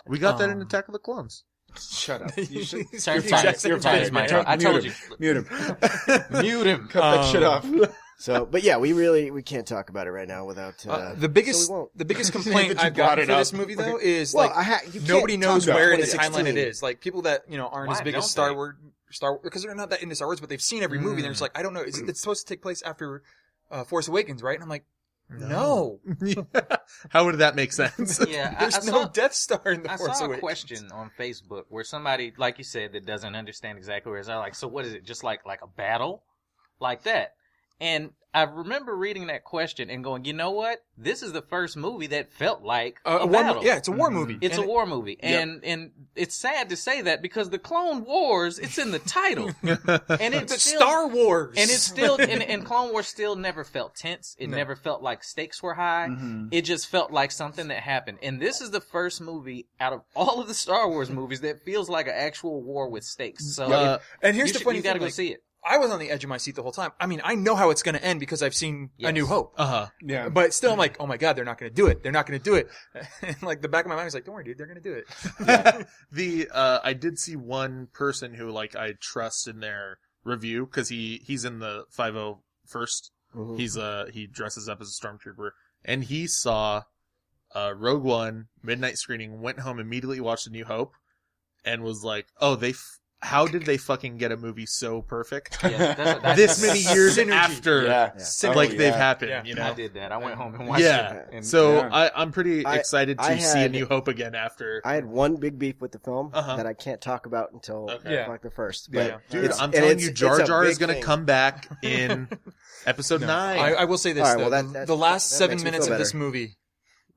B: we got that in
E: um,
B: Attack of the Clones.
D: Shut up. You should
C: Turn
E: Exactly.
C: times-
E: You're
C: times,
E: fired.
C: Mike.
D: Turn-
C: I told you.
D: mute mute him.
C: Mute him.
D: Cut that shit
E: Um,
D: off.
A: So, but yeah, we really we can't talk about it right now without. Uh,
E: Uh, the biggest,
A: so we won't.
E: the biggest
D: That
E: complaint
D: you
E: I've
D: brought
E: gotten
D: it
E: for this
D: up.
E: movie though is
A: well,
E: like
A: I ha- you can't
E: nobody
A: talk
E: knows
A: about
E: where in the
A: 2016.
E: timeline it is. Like people that you know aren't
C: Why
E: as big
C: don't
E: as Star
C: they?
E: Wars, Star Wars, because they're not that into Star Wars, but they've seen every movie. And they're
A: Mm.
E: just like, I don't know, is it, it's supposed to take place after uh, Force Awakens, right? And I'm like, no,
B: How would that make sense?
C: Yeah, I, I
E: there's no
C: saw,
E: Death Star in the
C: I
E: Force
C: saw a
E: Awakens.
C: question on Facebook where somebody, like you said, that doesn't understand exactly where it's at, like, so what is it? Just like like a battle, like that. And I remember reading that question and going, you know what? This is the first movie that felt like
E: Uh,
C: a
E: a war,
C: battle.
E: mo- yeah, it's a war
A: Mm-hmm.
E: movie.
C: It's
E: And
C: a war movie, and and it's sad to say that because the Clone Wars, it's in the title, and
E: It's
C: it's
E: a
C: still,
E: Star Wars,
C: and it's still, and, and Clone Wars still never felt tense. It
E: No.
C: never felt like stakes were high.
D: Mm-hmm.
C: It just felt like something that happened. And this is the first movie out of all of the Star Wars movies that feels like an actual war with stakes. So
B: Uh,
E: and
C: you
E: here's the
C: should-
E: funny
C: you
E: thing:
C: gotta go
E: like,
C: see it.
E: I was on the edge of my seat the whole time. I mean, I know how it's going to end because I've seen A
C: Yes.
E: New Hope.
B: uh huh.
D: Yeah,
E: But still, I'm
A: Mm-hmm.
E: like, oh my god, they're not going to do it. They're not going to do it. and like the back of my mind is like, don't worry, dude, they're going to do it.
B: the uh, I did see one person who like I trust in their review because he he's in the 501st.
A: Mhm.
B: He's uh he dresses up as a stormtrooper and he saw uh Rogue One midnight screening. Went home immediately, watched A New Hope, and was like, oh they. F- how did they fucking get a movie so perfect
C: Yeah, that's, that's,
B: this many years
E: Synergy.
B: after
D: yeah.
A: Yeah.
B: like
D: Oh,
B: they've
D: yeah.
B: happened
E: Yeah.
B: you
C: I
B: know
C: did that. I went home and watched
B: yeah
C: it. And,
B: so
D: Yeah.
B: I, i'm pretty
A: I-
B: excited to
A: I
B: see a
A: had-
B: new hope again after
A: I had one big beef with the film
B: Uh-huh.
A: that I can't talk about until
B: Okay.
E: Yeah.
A: like the first. But
E: Yeah.
B: Dude,
A: It's-
B: I'm
A: and
B: telling
A: it's-
B: you,
A: it's
B: Jar
A: a
B: Jar
A: big
B: is going to
A: thing.
B: come back in episode nine.
E: I, I will say this:
A: All right,
E: though,
A: well, that- that-
E: the last
A: that
E: seven
A: makes me
E: minutes
A: feel
E: of this
A: better.
E: movie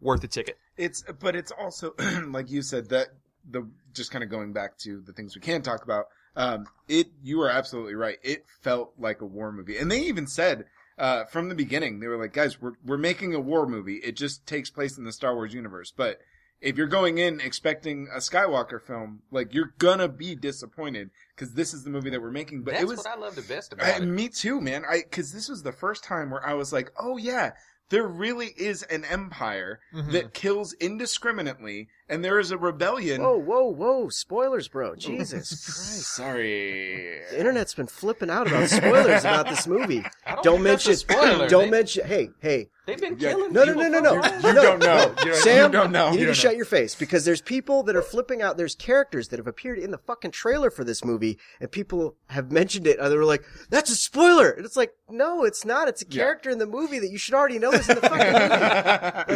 E: worth a ticket.
D: It's but it's also like you said that the just kind of going back to the things we can talk about. Um, it you are absolutely right. It felt like a war movie, and they even said uh, from the beginning they were like, guys, we're we're making a war movie. It just takes place in the Star Wars universe, but. If you're going in expecting a Skywalker film, like you're gonna be disappointed because this is the movie that we're making. But
C: that's
D: it was
C: what I love the best about
D: I,
C: it.
D: me too, man. I because this was the first time where I was like, oh yeah,
J: there really is an empire
B: Mhm.
J: that kills indiscriminately, and there is a rebellion.
A: Whoa, whoa, whoa! Spoilers, bro. Jesus Oh, Christ.
J: Sorry.
A: The internet's been flipping out about spoilers about this movie.
C: I
A: Don't,
C: think that's
A: mention.
C: a spoiler.
A: Don't
C: they,
A: mention. Hey, hey.
C: They've been
J: Yeah.
C: killing
A: No, no, no,
C: people
A: no,
C: for
A: no.
C: a while.
A: You
D: don't know. You don't-
A: Sam,
D: you don't know.
A: You need
D: You
A: to
D: don't
A: shut your face because there's people that are flipping out. There's characters that have appeared in the fucking trailer for this movie, and people have mentioned it, and they were like, "That's a spoiler," and it's like, "No, it's not. It's a character in the movie that you should already know is in the fucking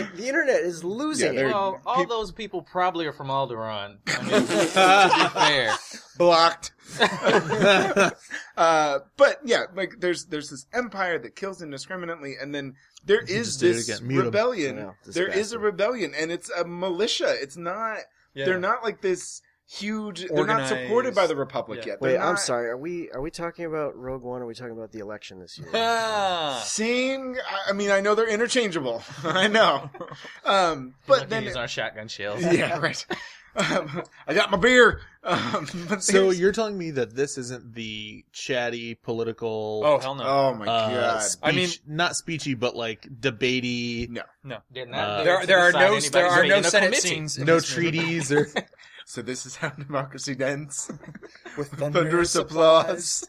A: movie." Like, the internet is losing
J: Yeah,
A: it.
C: Well, all
J: Peop-
C: those people probably are from Alderaan. I mean, to
J: Blocked.
C: be fair.
J: Uh,
D: but yeah, like there's there's this empire that kills indiscriminately, and then there
B: You
D: is
B: just did it
D: this
B: again. Mute 'em.
D: rebellion.
A: I know, this
D: there is a
A: bastard.
D: rebellion, and it's a militia. It's not. They're not like this huge. They're not supported by
E: Organized.
D: the Republic
E: Yeah.
D: yet. They're
A: Wait, I'm
D: not-
A: sorry. Are we are we talking about Rogue One? Or are we talking about the election this year?
E: Ah.
D: Seeing, I- I mean, I know they're interchangeable. I know, um, but
C: Lucky
D: then
C: these aren't shotgun shells.
D: yeah, right. Um, I got my beer. Um, but
B: so
D: there's-
B: you're telling me that this isn't the chatty political?
E: Oh hell no.
D: oh my
B: uh,
D: god,
B: Speech,
E: I mean-
B: not speechy, but like debatey,
C: They're
B: Uh,
C: not
E: there,
C: to
E: there are
C: decide
E: no
C: anybody's
E: there are
C: rating
E: no
C: a
E: Senate
C: committee.
E: scenes. in
B: no
E: this movie.
B: treaties or
D: So this is how democracy ends
E: with
D: thunderous applause.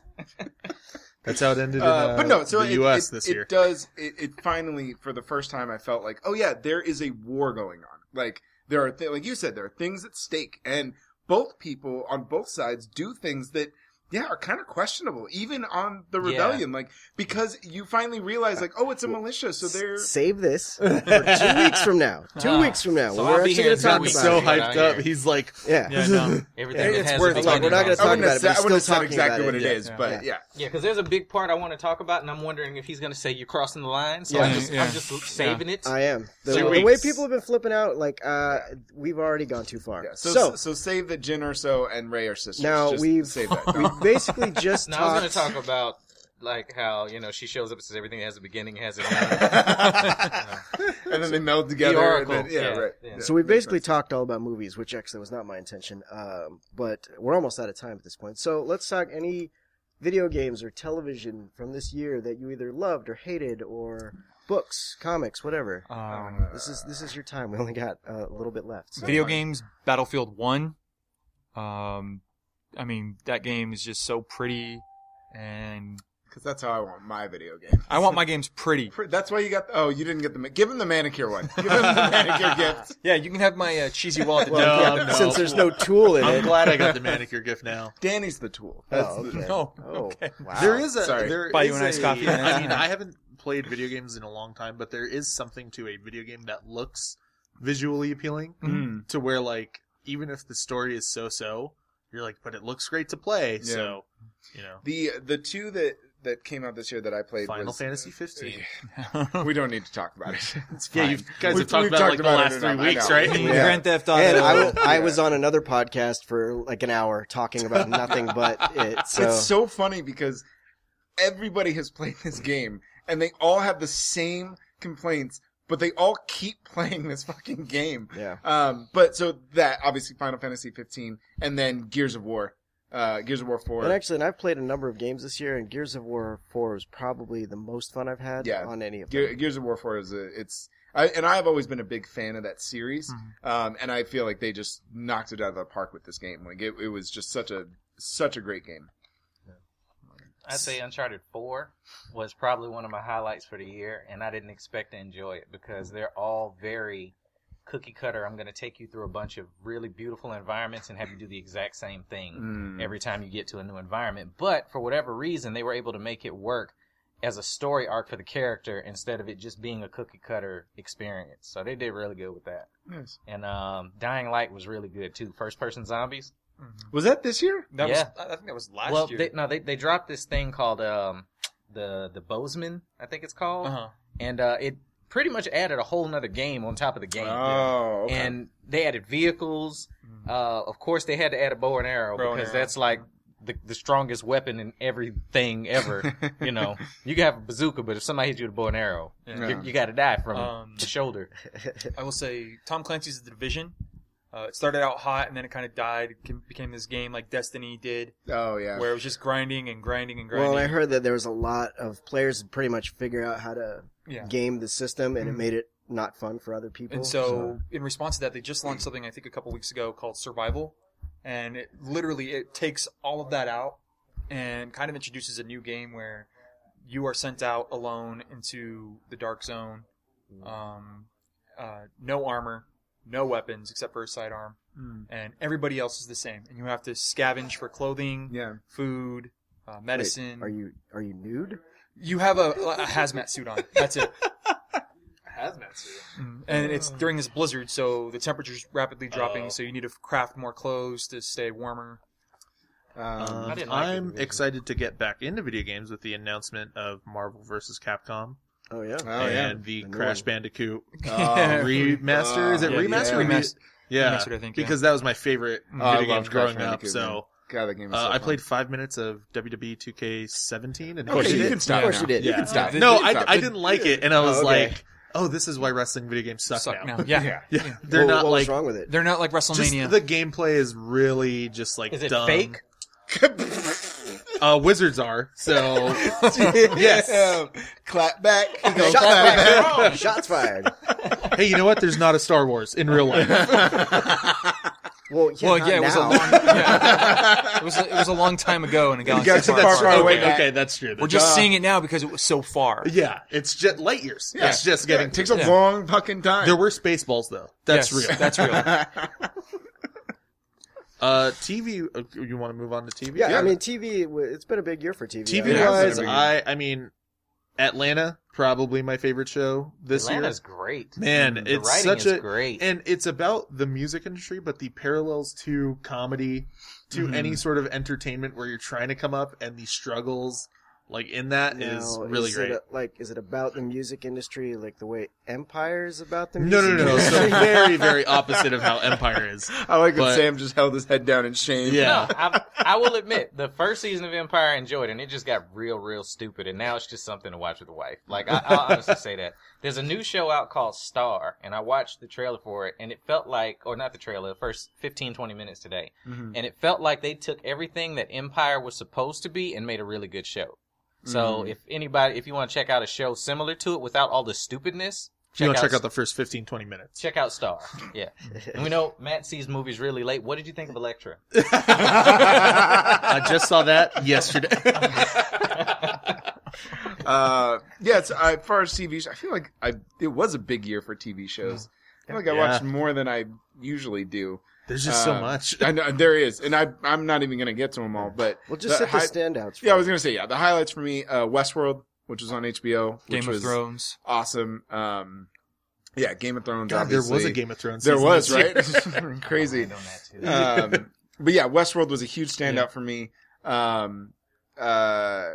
B: That's how it ended. In,
D: Uh,
B: uh,
D: but no, so
B: the
D: it,
B: U.S.
D: it-
B: this
D: it
B: year.
D: does. It, it finally, for the first time, I felt like, oh yeah, there is a war going on. Like there are, th- like you said, there are things at stake, and both people on both sides do things that, yeah, are kind of questionable, even on the
C: Yeah.
D: rebellion. Like because you finally realize, like, oh, it's a militia, so they're.
A: Save this for two weeks from now. Two
C: Ah.
A: weeks from now. when
C: So I'll
A: we're
C: be
A: actually going
C: here in
A: to talk
B: John's
C: two
A: about
C: weeks.
B: so
A: it.
C: Right out
B: hyped
C: here.
B: up. He's like,
A: Yeah.
E: Yeah, no.
C: Everything
E: It's
C: that has
E: worth
C: a
E: it.
A: Like, we're not going to
C: beginning.
A: talk
D: I wouldn't
A: about
D: have
A: it, but
D: said, I
A: we're
D: wouldn't
A: still
D: have said
A: talking
D: exactly
A: about
D: what
A: it.
D: it
E: Yeah,
D: is,
E: yeah.
D: but yeah.
C: Yeah, because there's a big part I want to talk about, and I'm wondering if he's going to say you're crossing the line. So
E: Yeah,
C: I'm just,
E: yeah.
C: I'm just saving it.
A: I am. The,
C: Two
A: the way
C: weeks.
A: people have been flipping out, like, uh, we've already gone too far.
D: Yeah,
A: so
D: so, so save that Jin Erso and Ray are sisters.
A: Now
D: Just
A: we've-
D: save that.
A: we basically just
C: now I was
A: talked.
C: going to talk about like how you know she shows up and says everything has a beginning has an end.
D: and then they meld together.
C: Oracle.
D: And then, yeah,
C: Yeah,
D: right.
C: yeah.
A: so we
D: makes
A: basically
D: sense.
A: talked all about movies, which actually was not my intention. Um, but we're almost out of time at this point. So let's talk any video games or television from this year that you either loved or hated, or books, comics, whatever.
E: Um,
A: This is this is your time. We only got uh, a little bit left. So.
E: video games, Battlefield One. Um, I mean that game is just so pretty, and
D: Because that's how I want my video game.
E: I want my games pretty.
D: Pr- That's why you got. Oh, you didn't get the. ma- Give him the manicure one. Give him the manicure gift.
E: Yeah, you can have my uh, cheesy wallet.
B: No,
A: yeah, but
B: no.
A: since there's no tool in
B: I'm
A: it.
B: glad I got the manicure gift now.
D: Danny's the tool. That's
A: Oh, okay.
E: No,
A: Oh,
E: okay.
A: wow.
B: There is a
D: Sorry.
B: there
E: Buy you
B: is
E: a nice
B: a-
E: coffee.
B: I mean, I haven't played video games in a long time, but there is something to a video game that looks visually appealing
E: Mhm.
B: to where like even if the story is so-so, you're like, but it looks great to play. So, you know,
D: the the two that that came out this year that I played.
B: Final
D: was- uh,
B: Fantasy 15.
D: We don't need to talk about it. It's fine.
B: Yeah, you guys
D: We've-
B: have talked
D: we've
B: about it like the
D: about it
B: last three
D: enough. I
B: weeks,
D: know.
B: right?
E: And
D: Yeah.
E: Grand Theft Auto.
A: And I, I
D: Yeah.
A: was on another podcast for like an hour talking about nothing but it. So,
D: It's so funny because everybody has played this game and they all have the same complaints, but they all keep playing this fucking game.
A: yeah.
D: Um, but so that obviously Final Fantasy 15 and then Gears of War, uh, Gears of War 4.
A: And actually, and I've played a number of games this year, and Gears of War 4 was probably the most fun I've had
D: Yeah.
A: on any of them.
D: Ge- Gears of War 4 is a, it's, I, and I've always been a big fan of that series. Um, and I feel like they just knocked it out of the park with this game. Like it, it was just such a, such a great game.
C: I'd say Uncharted 4 was probably one of my highlights for the year, and I didn't expect to enjoy it because they're all very cookie cutter. I'm going to take you through a bunch of really beautiful environments and have you do the exact same thing
D: Mm-hmm.
C: every time you get to a new environment. But for whatever reason, they were able to make it work as a story arc for the character instead of it just being a cookie cutter experience. So they did really good with that.
D: Nice.
C: And um, Dying Light was really good too. First person zombies.
D: Was that this year?
E: That
C: Yeah.
E: was, I think that was last
C: well,
E: year.
C: They, no, they they dropped this thing called um the the Bozeman, I think it's called,
E: uh-huh.
C: and uh, it pretty much added a whole nother game on top of the game.
D: Oh, okay.
C: And they added vehicles.
E: Mm.
C: Uh, of course, they had to add a bow and arrow
E: Bow and
C: because
E: arrow.
C: that's like the, the strongest weapon in everything ever. you know, you can have a bazooka, but if somebody hits you with a bow and arrow,
E: Yeah.
C: you you got to die from it.
E: Um,
C: the shoulder.
E: I will say Tom Clancy's The Division. Uh, Uh, it started out hot and then it kind of died. It came- became this game like Destiny did,
D: Oh yeah.
E: where it was just grinding and grinding and grinding.
A: Well, and I heard that there was a lot of players that pretty much figure out how to
E: yeah.
A: game the system, and
E: Mhm.
A: it made it not fun for other people.
E: And so, in response to that, they just launched something I think a couple weeks ago called Survival, and it literally it takes all of that out and kind of introduces a new game where you are sent out alone into the dark zone,
A: Hmm.
E: um, uh, no armor, no weapons except for a sidearm,
A: Hmm.
E: and everybody else is the same, and you have to scavenge for clothing,
D: Yeah.
E: food, uh,
A: Wait,
B: Mm.
E: medicine.
A: are you are you nude?
E: You have a, a hazmat suit on. That's it.
B: Hazmat suit.
E: Mm. And it's
D: Oh.
E: during this blizzard, so the temperature's rapidly dropping,
B: Oh.
E: so you need to craft more clothes to stay warmer.
D: Um,
B: Um,
C: I didn't like
B: I'm
C: Activision.
B: excited to get back into video games with the announcement of Marvel vs. Capcom
A: Oh yeah.
D: Oh,
B: and
D: yeah.
A: The
B: the
A: new
B: Crash
A: one.
B: Bandicoot
D: Oh,
B: remaster. Is it
D: Yeah,
B: remaster? or
D: yeah.
B: re- Yeah,
E: Remastered, I think, yeah.
B: because that was my favorite
E: Mm.
D: Oh, I
B: video
D: love
B: game
D: Crash
B: growing up.
D: Bandicoot, man.
B: So
D: God, that game is so
B: uh, I
D: fun.
B: played five minutes of E WWE 2K17, and
A: Of course
D: Okay,
A: you
D: you
A: did.
D: can stop.
A: Of course
D: now.
A: you did.
B: Yeah.
D: You can stop.
B: no,
D: You can
B: I,
D: stop.
B: I didn't like it, and I was
A: Oh, okay.
B: like, "Oh, this is why wrestling video games suck,
E: Suck
B: now."
E: now. Yeah.
B: Yeah,
E: Yeah.
B: they're
A: Well,
B: not
A: what
B: like
A: was wrong with it?
E: They're not like
B: just
E: WrestleMania.
B: the gameplay is really just like
C: Is it
B: dumb.
C: fake?
B: Uh, wizards are so yes.
D: Clap back. Go
A: Shots
D: clap back.
A: fired. Shots fired.
B: hey, you know what? There's not a Star Wars in real life.
A: Well, yeah,
E: well,
A: not
E: yeah, it was a
A: now.
E: long. yeah. It was a, it was a long time ago in a galaxy
D: galaxy
E: far,
D: far,
E: far
D: far
E: away.
D: away.
B: okay,
D: back.
B: okay, that's true.
E: We're just seeing it now because it was so far.
B: yeah, it's just light years.
D: Yeah.
B: It's just
D: Yeah,
B: getting.
D: it takes a
E: Yeah.
D: long fucking time.
B: there were space balls though. That's
E: Yes,
B: real.
E: That's real.
B: Uh, TV. uh, You want to move on to TV?
A: Yeah, I mean, TV. It's been a big year for TV.
B: TV
D: Yeah.
B: wise,
D: Yeah.
B: I I mean, Atlanta probably my favorite show this
C: Atlanta's
B: year.
C: great.
B: Man,
C: Mm,
B: it's
C: the writing
B: such
C: is
B: a-
C: great.
B: And it's about the music industry, but the parallels to comedy, to
D: Mhm.
B: any sort of entertainment where you're trying to come up and the struggles like in that is
D: uh,
A: Now,
B: really
A: is
B: great.
A: It a- like, is it about the music industry, like the way Empire's about the
B: no,
A: music?
B: no, no, no. So
A: industry?
B: very, very opposite of how Empire is.
D: I like
B: But-
D: that Sam just held his head down in shame.
B: Yeah.
C: No, I, I will admit the first season of Empire I enjoyed, and it just got real, real stupid. And now it's just something to watch with the wife. Like I, I'll honestly say that there's a new show out called Star, and I watched the trailer for it, and it felt like, or not the trailer, the first 15, 20 minutes today,
B: Mm-hmm.
D: Mhm.
C: and it felt like they took everything that Empire was supposed to be and made a really good show. So
B: Mm-hmm.
D: Mhm.
C: if anybody, if you want to check out a show similar to it without all the stupidness,
B: If you want to check out
C: S-
B: the first 15, 20 minutes.
C: check out Star. Yeah, and we know Matt sees movies really late. What did you think of Electra?
B: I just saw that yesterday.
D: Uh, yeah, it's, I, as far as TV shows, I feel like I it was a big year for TV shows. I feel like I
B: Yeah.
D: watched more than I usually do.
B: There's just so
D: Uh,
B: much.
D: I know there is, and I I'm not even gonna get to them all. But
A: Well, just
D: the
A: hit the
D: hi-
A: standouts.
D: yeah, I
A: for
D: was
A: it.
D: gonna say yeah. The highlights for me: uh, Westworld, which was on HBO, which
E: Game of
D: was
E: Thrones.
D: awesome. Um, yeah, Game of Thrones.
B: God, there
D: obviously.
B: was a Game of Thrones.
D: There
B: season
D: was
B: this year.
D: right, crazy.
C: on that too.
D: um, but yeah, Westworld was a huge standout
B: Yeah.
D: for me. Um, uh,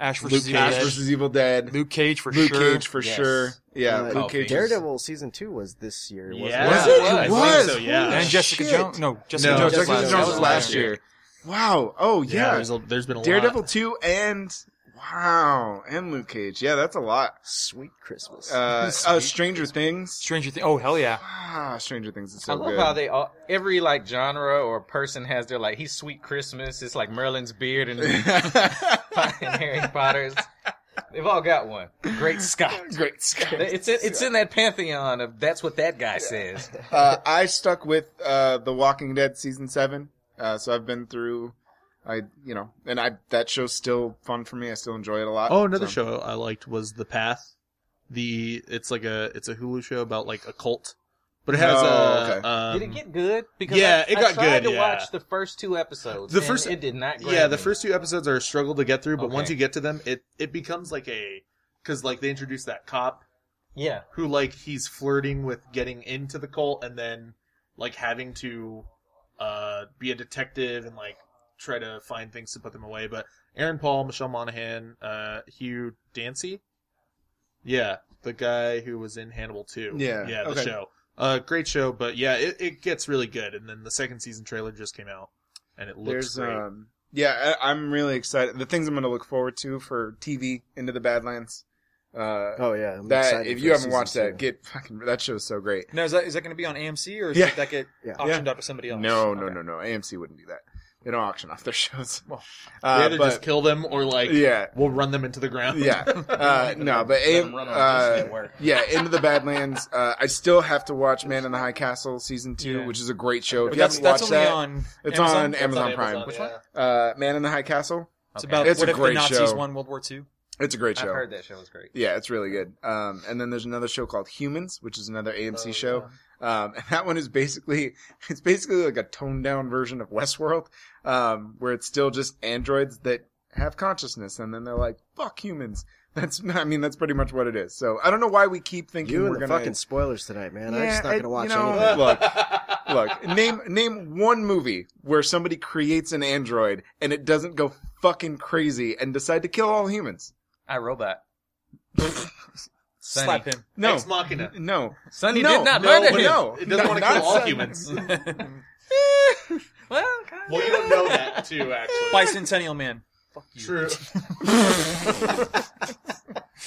E: Ash
B: Luke
E: versus Evil
B: Cage
D: Ash
E: Dead.
D: versus Evil Dead.
E: Luke Cage for
D: Luke
E: sure.
D: Cage for
C: Yes.
D: sure. Yeah,
A: Uh,
D: Luke
C: Oh,
D: Cage.
A: Daredevil season two was this year. Wasn't
B: Yeah.
A: it?
C: Was it?
B: I
C: It
B: think
D: was?
B: So, yeah.
E: And
D: Holy
E: Jessica
D: shit.
E: Jones. No, Jessica
B: No,
D: No,
E: Jones.
D: Jessica
E: last
D: Jones
E: year.
D: was last year. Wow. Oh
B: Yeah,
D: yeah.
B: there's, a, there's been a
D: Daredevil
B: lot.
D: two and wow and Luke Cage. Yeah, that's a lot.
A: Sweet Christmas.
D: Uh, oh, Stranger Things.
E: Stranger Things. Oh hell yeah.
D: Ah, Stranger Things is so
C: I love
D: good.
C: how they all every like genre or person has their like he's sweet Christmas. It's like Merlin's beard and, and Harry Potter's. They've all got one. Great Scott.
D: Great Scott.
C: It's in, it's in that pantheon of that's what that guy says.
D: uh, I stuck with uh, The Walking Dead season seven, uh, so I've been through. I you know, and I that show's still fun for me. I still enjoy it a lot.
B: Oh, another
D: Uh, So-
B: show I liked was The Path. The it's like a it's a Hulu show about like a cult, but it has
D: Oh,
B: a
D: okay.
B: um,
C: Did it get good? Because
B: yeah,
C: I,
B: it
C: I
B: got
C: tried
B: good,
C: To
B: yeah.
C: watch the first two episodes.
B: The
C: and
B: first-
C: it did not. Grab
B: yeah the
C: me.
B: first two episodes are a struggle to get through, but
C: Okay.
B: once you get to them, it it becomes like a because like they introduce that cop
C: Yeah,
B: who like he's flirting with getting into the cult and then like having to uh be a detective and like try to find things to put them away but aaron paul michelle monaghan uh hugh dancy yeah the guy who was in hannibal too
D: Yeah,
B: yeah the
D: okay.
B: show uh great show but yeah it, it gets really good and then the second season trailer just came out and it looks
D: There's
B: great
D: um, yeah, I, I'm really excited. The things I'm going to look forward to for TV into the Badlands. Uh,
A: Oh yeah, I'm
D: that
A: excited
D: if
A: for
D: you haven't
A: season
D: watched
A: two.
D: that, get fucking that show's so great.
E: Now is that is that going to be on AMC or is
D: Yeah.
E: that get
A: Yeah.
E: auctioned up to somebody else?
D: No, no,
E: Okay.
D: no, no. AMC wouldn't do that. They don't auction off their shows.
E: Well,
B: they
D: uh,
B: either
D: but-
B: just kill them or like
D: yeah,
B: we'll run them into the ground.
D: yeah. Uh, no, but
C: Let
D: AM,
C: 'em run on this
D: uh,
C: network.
D: yeah, Into the Badlands. Uh, I still have to watch Man in the High Castle season two,
E: Yeah.
D: which is a great show. If
E: But
D: you
E: that's
D: haven't
E: that's
D: watched
E: only
D: that,
E: on.
D: it's
E: Amazon?
D: on
E: That's
D: Amazon, Prime.
B: Amazon,
E: Which
B: yeah.
E: one?
D: Uh, Man in the High Castle.
E: It's
C: Okay.
E: about
D: It's
E: what
D: a
E: if
D: great
E: the Nazis
D: show.
E: won World War II?
D: It's a great
C: I've
D: show.
C: heard that show was great.
D: Yeah, it's really good. Um, and then there's another show called Humans, which is another
C: Oh,
D: AMC show. Um, and that one is basically it's basically like a toned down version of Westworld, um, where it's still just androids that have consciousness, and then they're like, "Fuck humans." That's I mean that's pretty much what it is. So I don't know why we keep thinking
A: You
D: we're
A: and the
D: gonna
A: fucking spoilers tonight, man. I'm
D: Yeah,
A: just not
D: I-
A: gonna watch
D: you know,
A: anything.
D: Look, look. Name name one movie where somebody creates an android and it doesn't go fucking crazy and decide to kill all humans.
C: I Robot. Sunny.
E: Slap him.
D: No,
B: Ex Machina.
D: no,
C: Sonny
D: No,
C: did not
B: no,
C: murder
B: but
C: him.
D: no.
B: It doesn't
D: No,
B: want to
D: not
B: kill all
D: Sun-
B: humans.
C: Well, kind of.
B: Well, you don't know that too, actually.
E: Bicentennial Man.
B: True.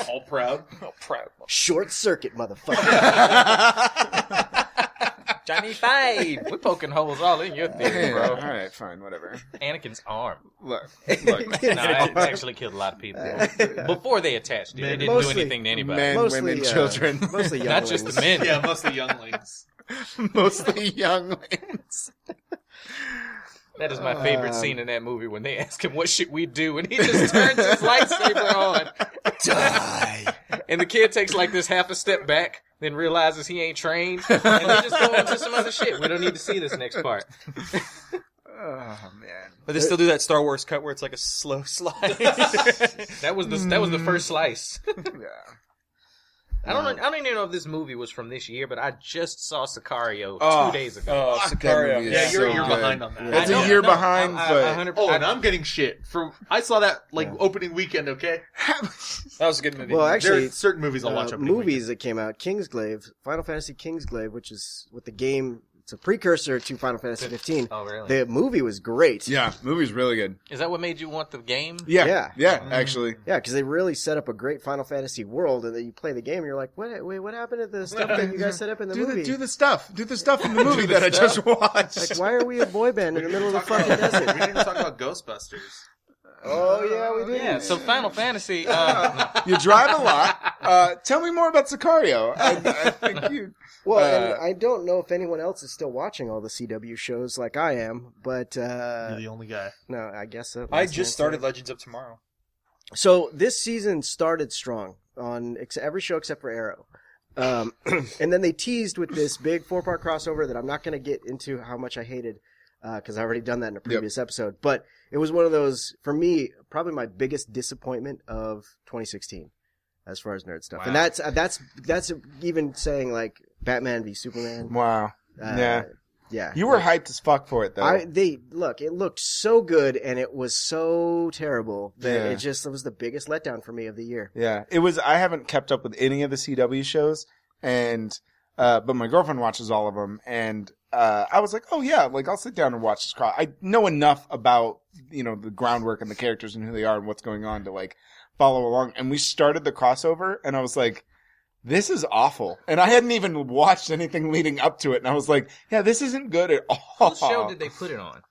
B: all proud.
E: Oh, proud.
A: Short circuit, motherfucker.
C: Johnny Five. We're poking holes all in your theory,
D: Yeah, all
C: bro.
D: right, fine, whatever.
C: Anakin's arm.
D: Look, look.
C: No, it actually killed a lot of people
B: Uh,
C: before they attached it.
B: Men.
C: It didn't
A: Mostly
C: do anything to anybody.
D: men,
A: Mostly,
D: women,
A: uh,
D: children,
A: Mostly young.
C: Not just the men.
B: Yeah, mostly younglings.
D: mostly younglings.
C: That is my favorite
A: Um,
C: scene in that movie when they ask him, "What should we do?" and he just turns his lightsaber on.
A: Die.
C: And the kid takes like this half a step back, then realizes he ain't trained, and they just go into some other shit. We don't need to see this next part.
D: Oh man,
E: But they still do that Star Wars cut where it's like a slow
D: Oh,
E: slide.
C: That was the that was the first slice.
D: yeah.
C: I don't I don't even know if this movie was from this year, but I just saw Sicario two
D: Oh.
C: days ago.
E: oh,
D: Fuck, that
E: Sicario.
D: movie is
B: Yeah, you're,
D: so
B: you're
D: good.
B: behind on that.
A: Yeah.
C: I
D: It's a
C: know-
D: year
C: no,
D: behind,
C: I,
D: but-
C: I, 100
B: Oh, and I'm getting shit from. I saw that like
A: Yeah.
B: opening weekend. Okay,
C: Oh.
E: That was a good movie.
A: Well,
B: there
A: actually,
B: are certain movies I'll
A: uh,
B: watch. opening
A: movies that came out. Kingsglaive, Final Fantasy Kingsglaive, which is what the game. It's a precursor to Final Fantasy 15.
C: Oh, really?
A: The movie was great.
D: Yeah, movie's really good.
C: Is that what made you want the game?
D: Yeah,
A: Yeah.
D: yeah, actually,
A: Yeah, because they really set up a great Final Fantasy world, and then you play the game, and you're like, "What? Wait, what happened to the stuff that you guys set up in the
D: do
A: movie?
D: the do the stuff, do the stuff in the movie that I just watched.
A: like, why are we a boy band in the middle of the
B: Talk about-
A: fucking
B: We didn't
A: desert?
B: even talk about Ghostbusters.
A: oh yeah, we did.
C: Yeah, so Final Fantasy. Uh,
D: you drive a lot. Uh, tell me more about Sicario. I, I think you.
A: Well,
D: Uh,
A: and I don't know if anyone else is still watching all the CW shows like I am, but uh,
B: You're the only guy.
A: no, I guess that
E: I
A: last
E: just
A: answer-
E: started Legends of Tomorrow.
A: So this season started strong on ex- every show except for Arrow. Um, and then they teased with this big four part crossover that I'm not going to get into how much I hated because I've already done that in a previous episode. But it was one of those, for me, probably my biggest disappointment of 2016 as far as nerd stuff. And
C: Wow.
A: that's, uh, that's, that's even saying like Batman v Superman.
D: Wow,
A: Uh,
D: Yeah.
A: Yeah.
D: you were hyped as fuck for it though.
A: I they look, it looked so good and it was so terrible that
D: Yeah.
A: it just it was the biggest letdown for me of the year.
D: Yeah, it was. I haven't kept up with any of the CW shows, and uh, but my girlfriend watches all of them, and uh, I was like, oh yeah, like I'll sit down and watch this. Cross. I know enough about you know the groundwork and the characters and who they are and what's going on to like follow along. And we started the crossover, and I was like. This is awful. And I hadn't even watched anything leading up to it. And I was like, yeah, this isn't good at all.
C: whose show did they put it on?